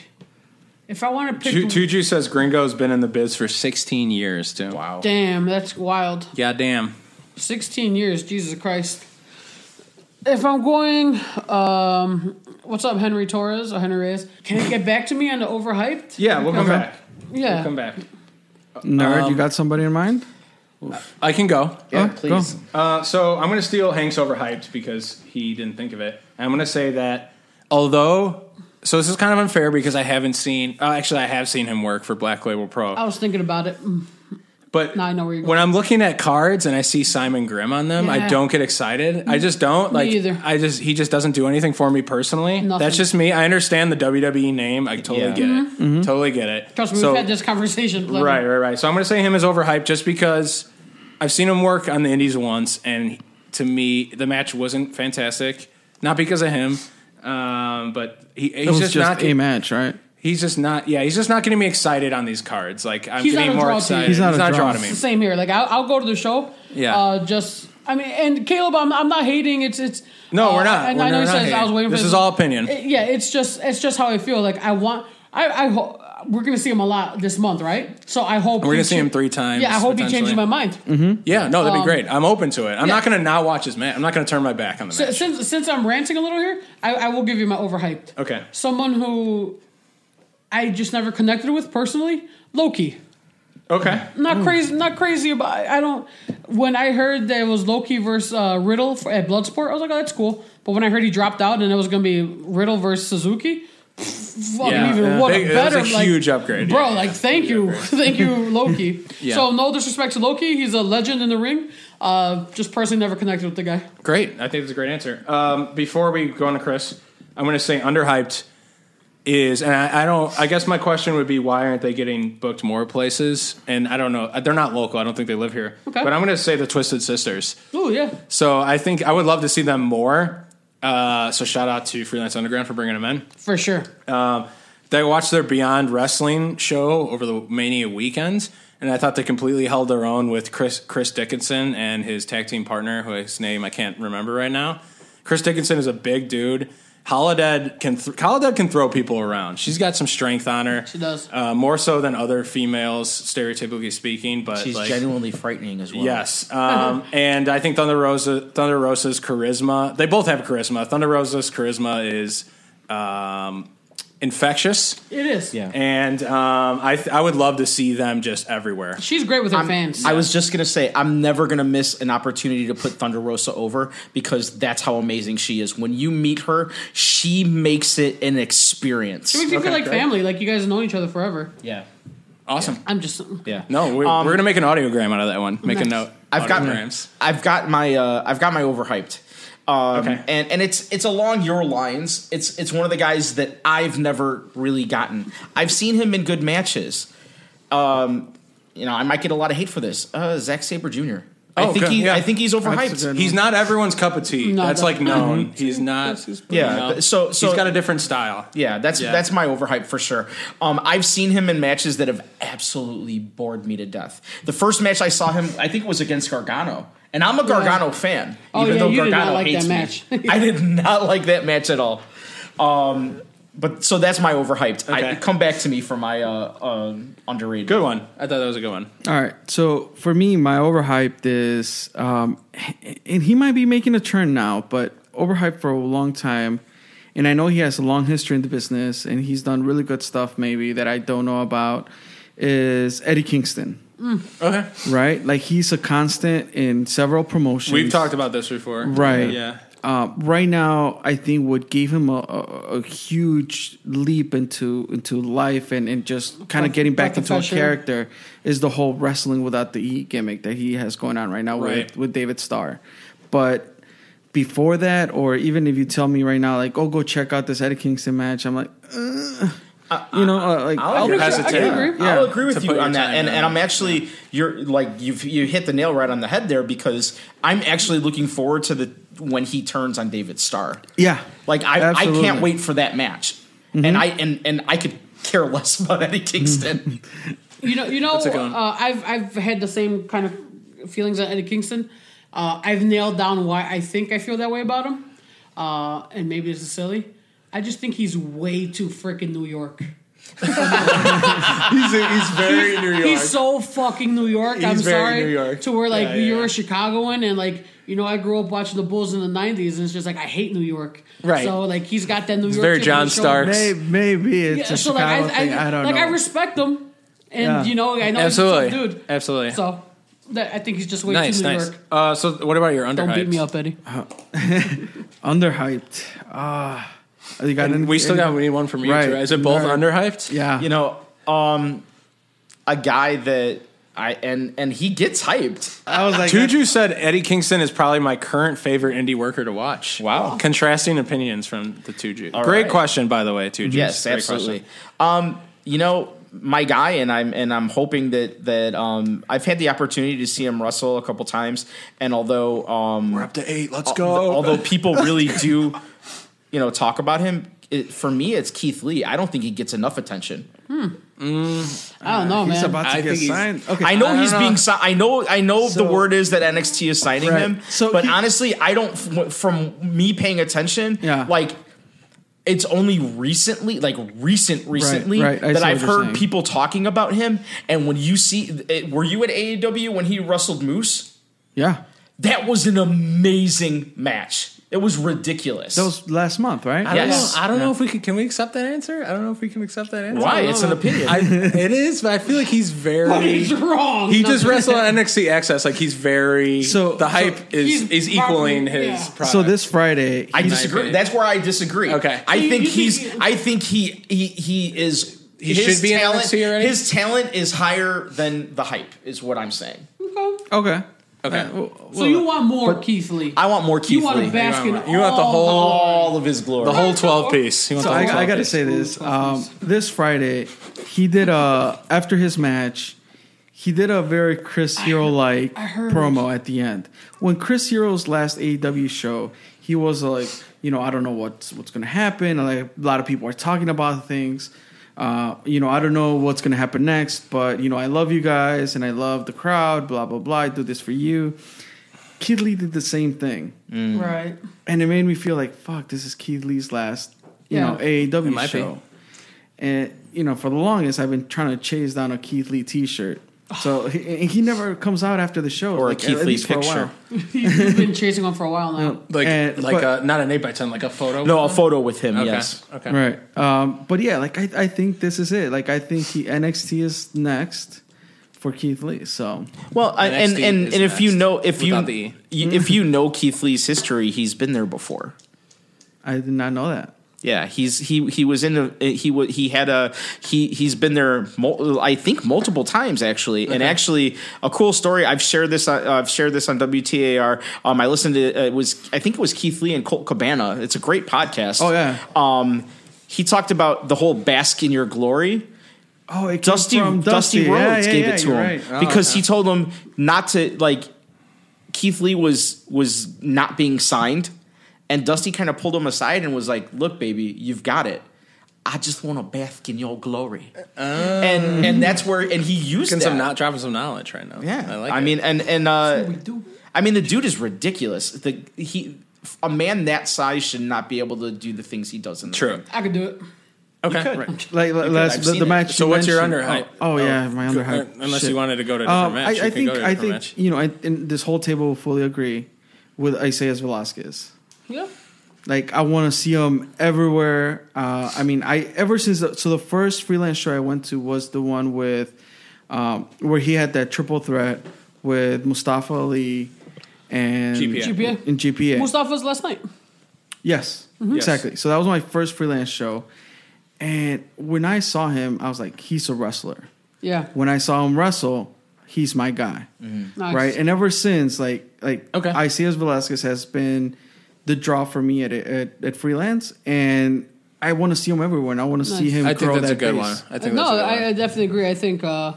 B: if I want to pick,
A: Ju- Tuju says Gringo's been in the biz for 16 years, too.
C: Wow.
B: damn, that's wild.
A: God damn.
B: 16 years, Jesus Christ. If I'm going, um, what's up, Henry Torres or Henry Reyes? Can you get back to me on the overhyped?
A: Yeah, we'll come
D: Okay.
A: back.
B: yeah.
A: We'll come back.
D: Nerd,
A: um,
D: you got somebody in mind? Oh,
A: I can go.
D: Yeah,
E: please.
A: Uh, so I'm going to steal Hank's overhyped because he didn't think of it. And I'm going to say that although, so this is kind of unfair because I haven't seen. Uh, actually, I have seen him work for Black Label Pro.
B: I was thinking about it. Mm.
A: But
B: Now Oh, I know where you're
A: when I'm looking at cards and I see Simon Grimm on them, I
B: Yeah. Mm.
A: don't get excited. I just don't. Like
B: either.
A: I just he just doesn't do anything for me personally.
B: Nothing.
A: That's just me. I understand the WWE name. I totally
C: Yeah.
A: get it. Totally get it.
B: Mm-hmm. Trust me,
A: So-
B: we've had this conversation. like,
A: Right, right, right. So I'm going to say him is overhyped just because I've seen him work on the Indies once, and to me, the match wasn't fantastic. Not because of him, um, but he, he's
D: It was
A: just,
D: just,
A: not.
D: a match, right?
A: He's just not. Yeah, he's just not getting me excited on these cards. Like I'm
B: He's
A: getting
B: not a
A: more
B: draw to you.
A: excited.
D: He's not a draw.
A: to me.
B: It's the same here. Like, I'll, I'll go to the show.
A: Yeah.
B: Uh, just, I mean, and Caleb, I'm, I'm not hating. It's, it's,
A: No,
B: uh,
A: we're not.
B: And
A: We're
B: I know
A: not-
B: he
A: not
B: says I
A: hating.
B: was waiting for
A: This is all opinion.
B: It- yeah, it's just, it's just how I feel. Like, I want, I, I hope, we're going to see him a lot this month, right? So I hope
A: We're
B: he
A: gonna see
B: cha-
A: him three times.
B: Yeah, I hope he changes
A: potentially. Mm-hmm.
B: my mind.
A: Yeah, no, that'd be
B: Um,
A: great. I'm open to it. I'm
B: yeah.
A: not gonna not watch his match. I'm not gonna turn my back on the match.
B: S- Since since I'm ranting a little here, I, I will give you my overhyped.
A: Okay.
B: Someone who I just never connected with personally, Loki.
A: Okay.
B: Not crazy, not crazy about. I don't. When I heard that it was Loki versus uh, Riddle for, at Bloodsport, I was like, oh, that's cool. But when I heard he dropped out and it was going to be Riddle versus Suzuki, pff, fucking
A: Yeah.
B: even
A: Yeah.
B: what
A: Big-
B: a
A: it was
B: better
A: a
B: like,
A: huge upgrade,
B: bro.
A: yeah.
B: Like, thank
A: [laughs]
B: you, thank you, Loki.
A: Yeah.
B: So no disrespect to Loki, he's a legend in the ring. Uh, just personally never connected with the guy.
A: Great. I think that's a great answer. Um, before we go on to Chris, I'm going to say underhyped is, and I, I don't. I guess my question would be why aren't they getting booked more places? And I don't know. uh, They're not local. I don't think they live here.
B: Okay.
A: But I'm going to say the Twisted Sisters.
B: Oh yeah,
A: So I think I would love to see them more. Uh, so shout out to Freelance Underground for bringing them in.
B: for sure.
A: I Um, watched their Beyond Wrestling show over the Mania weekend, and I thought they completely held their own with Chris Chris Dickinson and his tag team partner, whose name I can't remember right now. Chris Dickinson is a big dude. Holodead can th- Holodead can throw people around. She's got some strength on her.
B: She does.
A: uh, more so than other females, stereotypically speaking. But
C: She's
A: like,
C: genuinely frightening as well.
A: Yes, um, and I think Thunder Rosa, Thunder Rosa's charisma. They both have charisma. Thunder Rosa's charisma is um, infectious,
B: It is.
C: Yeah.
A: and um, I th- I would love to see them just everywhere.
B: She's great with her fans.
C: I was just gonna say I'm never gonna miss an opportunity to put Thunder Rosa over because that's how amazing she is. When you meet her, she makes it an experience.
B: it makes you
A: Okay,
B: feel like
A: great.
B: family, like you guys have known each other forever.
C: Yeah,
A: Awesome.
B: I'm just
C: yeah.
A: No, we,
C: Um,
A: we're gonna make an audiogram out of that one. Make a
B: Nice.
A: note.
C: I've got
A: audiograms.
C: I've got my uh, I've got my overhyped. Um,
A: Okay.
C: And and it's it's along your lines. It's it's one of the guys that I've never really gotten. I've seen him in good matches. Um, you know, I might get a lot of hate for this. Uh, Zack Saber Jr. I
A: Oh,
C: think
A: okay,
C: he
A: yeah.
C: I think he's
D: That's a
C: overhyped.
D: good
A: He's not everyone's cup of tea.
B: No,
A: That's
B: no.
A: like known. He's not.
C: Yeah.
A: you know?
C: So so
A: he's got a different style.
C: Yeah, that's
A: Yeah.
C: that's my overhype for sure. Um, I've seen him in matches that have absolutely bored me to death. The first match I saw him, I think, was against Gargano, and I'm a Gargano fan.
B: Oh,
C: even
B: yeah,
C: though
B: you did not
C: [laughs] Gargano
B: like that
C: hates me.
B: match.
C: I did not like that match at all. Um, But so that's my overhyped. I,
A: Okay.
C: come back to me for my uh, uh, underrated.
A: Good one. I thought that was a good one.
D: All right. So for me, my overhyped is, um, and he might be making a turn now, but overhyped for a long time. And I know he has a long history in the business and he's done really good stuff, maybe that I don't know about, is Eddie Kingston,
A: Okay.
B: Mm.
D: right? Like he's a constant in several promotions.
A: We've talked about this before.
D: Right.
A: Yeah.
D: Um, right now, I think what gave him a, a, a huge leap into into life and, and just kind of
B: Back-
D: getting
B: back
D: back
B: to
D: into a
B: fashion.
D: character is the whole wrestling without the E gimmick that he has going on right now
A: Right.
D: with, with David Starr. But before that, or even if you tell me right now, like, oh, go check out this Eddie Kingston match, I'm like, Ugh. you know, uh, like,
C: I'll
A: You're
C: agree-
A: hesitant.
B: I can agree.
D: Yeah.
C: I'll agree
A: To
C: with
A: put
C: you
A: your
C: on that,
A: time
C: and,
A: down.
C: and I'm actually you're like you've you hit the nail right on the head there because I'm actually looking forward to the when he turns on David Starr.
D: yeah,
C: Like I, I
D: Absolutely.
C: can't wait for that match, and I and and I could care less [laughs] about Eddie Kingston.
A: Mm-hmm. [laughs]
B: You know, you know,
A: a good one.
B: uh, I've I've had the same kind of feelings on Eddie Kingston. Uh, I've nailed down why I think I feel that way about him, uh, and maybe this is silly. I just think he's way too freaking New York.
A: He's, he's very New York.
B: He's so fucking New York. I'm
A: very
B: sorry.
A: New York.
B: To where like
A: Yeah, yeah,
B: you're
A: yeah.
B: a Chicagoan and like you know I grew up watching the Bulls in the '90s and it's just like I hate New York.
A: Right.
B: So like he's got that New York.
A: very
B: chip on
A: John
B: his shoulder.
A: Stark.
D: May- maybe it's
B: Yeah.
D: a
B: So like
D: Chicago
B: I, I,
D: thing. I, don't
B: like
D: know.
B: I respect him, and
D: Yeah.
B: you know I know
A: Absolutely.
B: he's a tough dude.
A: Absolutely.
B: So that, I think he's just way
A: nice,
B: too New
A: nice.
B: York.
A: Uh, so, what about your
B: Don't
A: underhyped?
B: beat me up, Eddie.
D: underhyped. Ah, you got any-
A: We still got we need one from you.
D: Right.
A: Too. Is it both
D: Right.
A: underhyped?
D: Yeah.
C: you know, um, a guy that I and and he gets hyped.
D: I was like,
A: Juju said Eddie Kingston is probably my current favorite indie worker to watch.
C: Wow.
A: Contrasting opinions from the two Jews. Great
C: right.
A: question, by the way, two Jews.
C: Yes,
A: Great
C: absolutely.
A: question.
C: Um, you know, my guy, and I'm and I'm hoping that that um, I've had the opportunity to see him wrestle a couple times, and although um,
A: We're up to eight. Let's
C: al-
A: go. [laughs]
C: although people really do, you know, talk about him. It, for me, it's Keith Lee. I don't think he gets enough attention.
B: I don't know,
D: Uh, he's
B: man.
D: about to
A: I
D: get
A: think he's-
D: signed. Okay,
C: Oh, I know
A: I
C: he's
A: don't know.
C: being. Si- I know. I know
D: So-
C: the word is that NXT is signing
D: Right.
C: him.
D: So
C: but
D: he-
C: honestly, I don't. f- From me paying attention,
D: Yeah.
C: like it's only recently, like recent, recently
D: right. I
C: that
D: see what
C: I've
D: you're
C: heard
D: saying.
C: people talking about him. And when you see, it, were you at AEW when he wrestled Moose?
D: Yeah.
C: That was an amazing match. It was ridiculous.
D: That was last month, right?
A: I don't,
C: Yes.
A: know, I don't know if we could. Can we accept that answer? I don't know if we can accept that answer.
C: Why?
D: [laughs]
C: It's an opinion.
A: I, it is, but I feel like he's very.
B: [laughs] He's wrong.
A: He just wrestled on NXT Access. Like he's very.
D: So-
A: the hype
D: so-
A: is
B: He's
A: is equaling
B: probably-
A: his.
B: yeah. So
A: Product.
D: So this Friday,
C: I
D: he-
C: disagree.
A: opinion.
C: That's where I disagree.
A: Okay.
C: I
B: You-
C: think
B: you think
C: he's.
B: he-
C: I think he. He. He is. He
A: should be in
C: talent,
A: NXT already?
C: His talent is higher than the hype. Is what I'm saying.
B: Okay.
D: okay,
A: Okay.
D: Uh, well,
B: [laughs] So you want more, Keith Lee?
C: I want more Keith
B: you want
C: Lee.
B: to bask in
A: You want- you want the
B: all
A: whole-
C: all of his glory.
A: the whole twelve piece. You want
D: so
A: the whole 12
D: I, I got to
A: piece?
D: say this. Um, this Friday, he did a after his match, he did a very Chris Hero like
B: I heard.
D: promo at the end. When Chris Hero's last AEW show, he was like, you know, I don't know what's what's gonna happen. and, Like a lot of people are talking about things. Uh, you know, I don't know what's gonna happen next, but you know, I love you guys and I love the crowd. Blah blah blah. I do this for you. Kid Lee did the same thing.
B: [laughs] right.
D: and it made me feel like fuck this is keith lee's last you
B: Yeah.
D: know aew
A: might
D: show and you know for the longest i've been trying to chase down a keith lee t-shirt so he, and he never comes out after the show
C: Or a
D: like, at-
C: Keith
D: at
C: Lee
D: least for a
C: picture.
D: while.
C: [laughs]
B: You've been chasing one for a while now.
A: Like
D: And-
A: like
D: but-
A: a, not an eight by ten, like a photo.
C: No, a photo with him.
A: Okay.
C: Yes.
A: Okay.
D: right um, but yeah like I, I think this is it like i think he, nxt is next for keith lee so
C: Well, I, and
A: NXT
C: and,
A: is
C: and if you
A: next,
C: know if you,
A: without the E.
C: you if you know Keith Lee's history, he's been there before.
D: i did not know that
C: Yeah, he's he he was in a he wa- he had a he he's been there mul- I think multiple times actually, and actually a cool story I've shared this on- uh, I've shared this on WTAR. Um, I listened to uh, it was I think it was Keith Lee and Colt Cabana. It's a great podcast.
D: oh yeah
C: Um, he talked about the whole bask in your glory.
D: oh it came
C: Dusty
D: from
C: Dusty,
D: Yeah,
C: Rhodes
D: yeah,
C: gave
D: yeah,
C: it to
D: you're
C: him
D: right. Oh,
C: because
D: okay.
C: he told him not to like. Keith Lee was was not being signed, and Dusty kind of pulled him aside and was like, "Look, baby, you've got it. I just want to bask in your glory."
D: Oh.
C: and and that's where and he used
A: Getting
C: that.
A: some not dropping some knowledge right now.
C: yeah,
A: I like.
C: I
A: it.
C: mean, and and
B: What
C: uh,
B: we do.
C: I mean, the dude is ridiculous. The he. A man that size should not be able to do the things he does in the
A: true.
C: ring.
B: I could do it.
A: Okay.
C: could.
A: Right.
D: [laughs] Like
C: I've
D: last the,
C: seen
D: the
C: it.
D: match.
A: So
D: you
A: what's your
D: mentioned.
A: underhype?
D: Oh, oh, yeah, my
A: good.
D: underhype.
A: Unless
D: Shit.
A: you wanted to go to a different
D: Um,
A: match,
D: I,
A: you
D: I
A: can
D: think
A: go to a
D: I
A: different
D: think
A: match.
D: you know. I, and this whole table will fully agree with Isaias Velasquez.
B: Yeah.
D: Like I want to see him everywhere. Uh, I mean, I ever since the, so the first freelance show I went to was the one with um, where he had that triple threat with Mustafa Ali and
A: GPA.
B: GPA.
D: and GPA.
B: Mustafa's last night.
D: Yes,
A: Mm-hmm.
D: exactly. So that was my first freelance show, and when I saw him, I was like, he's a wrestler.
B: Yeah.
D: When I saw him wrestle, he's my guy,
A: Mm-hmm.
B: Nice.
D: right? And ever since, like, like
C: Okay.
D: Isias Velasquez has been the draw for me at at, at freelance, and I want to see him everywhere, and I want to see
B: Nice.
D: him.
A: I
D: grow
A: think that's
D: that
A: a good
D: base.
A: one. I think that's a
B: no,
A: good
B: I, I
A: one.
B: definitely agree. I think. Uh,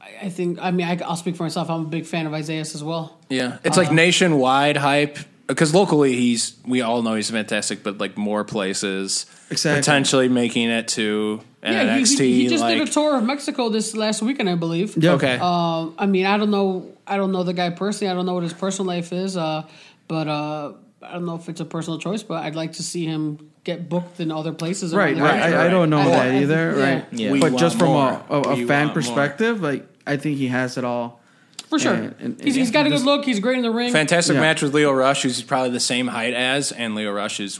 B: I I think. I mean, I, I'll speak for myself. I'm a big fan of Isaias as well.
A: Yeah, it's
B: um,
A: like nationwide hype because locally he's we all know he's fantastic, but like more places
D: Exactly.
A: potentially making it to
B: yeah, he-
A: NXT.
B: he, he just
A: like,
B: did a tour of Mexico this last weekend, I believe.
D: Yeah.
A: Okay,
B: Uh, I mean, I don't know. I don't know the guy personally. I don't know what his personal life is. Uh, but uh, I don't know if it's a personal choice. But I'd like to see him get booked in other places.
D: Right,
B: around the
D: right.
B: country.
D: I, I don't know
B: I-
D: that
B: I-
D: either,
B: yeah.
D: right?
C: Yeah. We
D: But
A: want
D: just from
A: more.
D: a, a, a
A: We want
D: fan
A: more.
D: perspective, like I think he has it all.
B: for sure.
D: And- and-
B: he's, he's got a good look. He's great in the ring.
A: fantastic
D: Yeah.
A: match with Leo Rush, who's probably the same height as, and Leo Rush is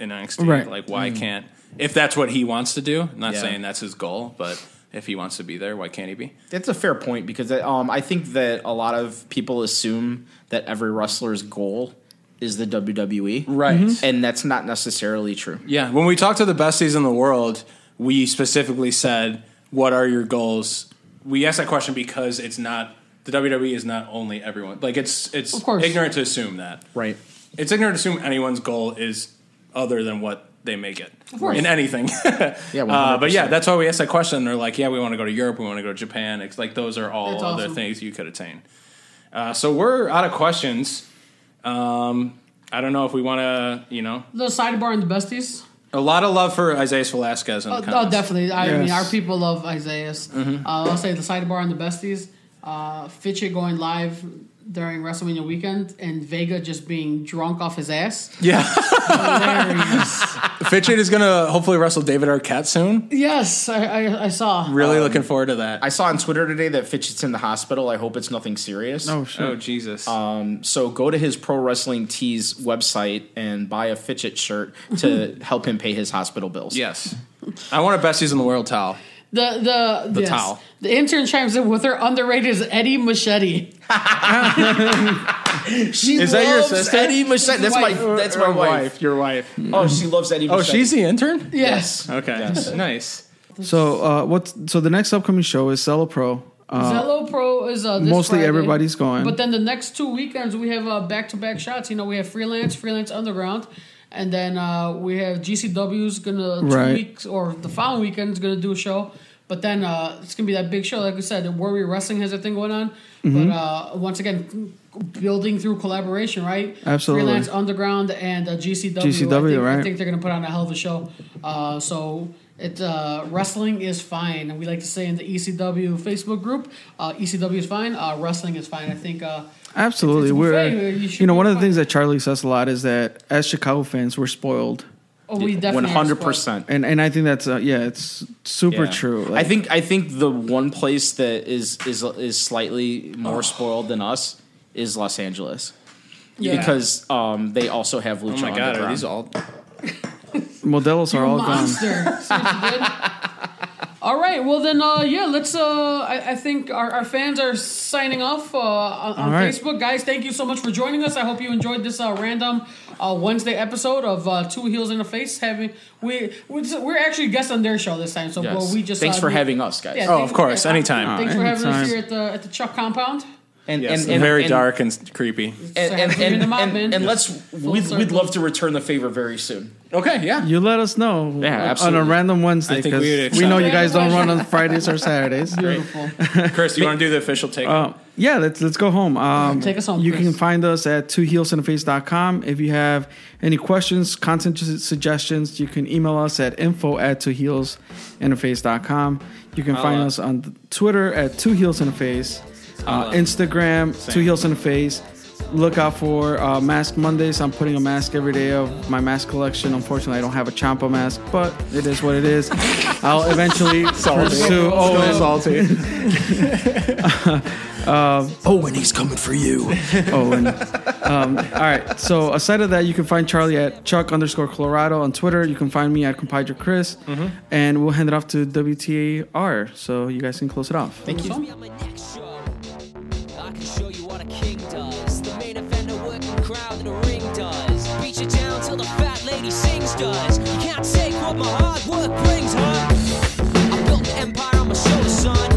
A: in NXT.
D: Right.
A: Like, why can't if that's what he wants to do? I'm not
C: Yeah.
A: saying that's his goal, but if he wants to be there, why can't he be?
C: That's a fair point because um, I think that a lot of people assume that every wrestler's goal is the WWE,
A: Right. Mhm.
C: And that's not necessarily true.
A: Yeah, when we talked to the besties in the world, we specifically said, "What are your goals?" We asked that question because it's not the WWE is not only everyone. Like it's it's
B: Of course.
A: ignorant to assume that.
C: Right.
A: It's ignorant to assume anyone's goal is other than what they make it
B: Of course.
A: in anything. [laughs]
C: Yeah,
A: Uh, but yeah,
C: 100%.
A: that's why we asked that question. They're like, "Yeah, we want to go to Europe. We want to go to Japan." It's like those are all
B: That's
A: other
B: awesome.
A: things you could attain. Uh, so we're out of questions. Um, I don't know if we want to, you know,
B: The sidebar and the besties.
A: a lot of love for Isaiah Velasquez. In the
B: Oh, oh,
A: comments.
B: definitely. I mean,
D: Yes.
B: our people love Isaiah's. Uh, I'll say the sidebar and the besties. Uh, Fitchett going live during WrestleMania weekend, and Vega just being drunk off his ass.
A: Yeah,
B: Hilarious.
A: Fitchett is gonna hopefully wrestle David Arquette soon.
B: yes, I, I, I saw.
A: Really looking forward to that.
C: I saw on Twitter today that Fitchett's in the hospital. I hope it's nothing serious.
D: Oh shit!
A: oh Jesus!
C: So go to his pro wrestling tees website and buy a Fitchett shirt
A: [laughs]
C: to help him pay his hospital bills.
A: yes, I want a besties in the world towel.
B: The the the
A: towel.
B: The intern chimes in with her underrated is Eddie Machete.
C: She
A: Is that your
C: loves
A: sister?
C: Eddie Machette. That's my
B: Wife.
C: that's my wife.
A: Your wife.
C: Oh, she loves Eddie.
A: Oh, she's the intern.
B: Yes.
A: Okay, nice.
D: So uh, what's so the next upcoming show is Cello Pro. Uh,
B: Zello Pro is uh, this
D: mostly
B: Friday.
D: everybody's going.
B: But then the next two weekends we have uh, back-to-back shots. You know, we have freelance, freelance underground, and then uh, we have GCW's gonna two
D: Right.
B: weeks or the following weekend is gonna do a show. But then uh, it's gonna be that big show, like I said. the Warrior Wrestling has a thing going on,
D: Mm-hmm.
B: but uh, once again, building through collaboration, right?
D: Absolutely.
B: Freelance Underground and uh, GCW. I
D: GCW,
B: think, I
D: right.
B: think they're going to put on a hell of a show. Uh, so it uh, wrestling is fine, and we like to say in the ECW Facebook group, uh, ECW is fine, uh, wrestling is fine. I think. Uh,
D: Absolutely,
B: It's a
D: we're
B: buffet, you
D: you,
B: should
D: know
B: be
D: one of the
B: fine.
D: things that Charlie says a lot is that as Chicago fans we're spoiled,
B: oh, we
C: one
B: definitely are
C: hundred
B: spoiled.
C: percent.
D: and and I think that's uh, yeah, it's super
C: Yeah.
D: true.
C: I
D: Like,
C: think I think the one place that is is is slightly more spoiled than us is Los Angeles.
B: Yeah.
C: Because um, they also have Lucha
A: Oh my God, are
C: Underground.
A: these all?
D: Modelos are all
C: [laughs]
D: gone.
B: monster. See what you did? All right, well then, uh, yeah, let's. Uh, I, I think our, our fans are signing off uh, on, on
D: All right.
B: Facebook, guys. Thank you so much for joining us. I hope you enjoyed this uh, random uh, Wednesday episode of uh, Two Heels in the Face. Having we we're, we're actually guests on their show this time, so
C: Yes.
B: well, we just
C: thanks
B: uh,
C: for
B: we-
C: having us, guys.
B: Yeah,
A: Oh,
B: thanks-
A: of course,
B: yeah,
A: anytime.
B: Thanks for having us
D: Anytime.
B: here at the at the Chuck compound.
C: and,
A: Yes, very dark and creepy.
C: And,
B: So
C: and,
B: happy to be in
C: and,
B: the mob,
C: and-
B: man.
C: and let's we'd, we'd
B: circle.
C: love to return the favor very soon.
A: Okay, yeah.
D: You let us
C: Yeah,
D: know on- on a
C: absolutely.
D: random Wednesday
A: I think we
D: because
A: would
D: we,
A: accept
D: know
A: it.
D: you guys don't run on Fridays or Saturdays.
B: Beautiful.
A: Chris, you want to do the official take?
D: Um, yeah, let's let's go home. Um,
B: Take us home,
D: You
B: Chris.
D: can find us at twoheelsinterface.com. If you have any questions, content su- suggestions, you can email us at info at twoheelsinterface.com. You can find
A: Holla.
D: us on Twitter at twoheelsinterface, uh, Instagram, twoheelsinterface, Look out for uh, Mask Mondays. I'm putting a mask every day of my mask collection. Unfortunately, I don't have a Champa mask, but it is what
B: [laughs]
D: it is. I'll eventually pursue. Oh, and-
A: salty.
C: Oh, and he's coming for you.
D: Oh, and um, all right. So aside of that, you can find Charlie at Chuck underscore Colorado on Twitter. You can find me at Compadre Chris, and we'll hand it off to WTAR. So you guys can close it off.
F: Show me on my next show. I can show you what a king does. The main event, a working crowd in the ring does. Beat you down till the fat lady sings does. You can't take what my hard work brings, huh? I built an empire on my shoulders, son.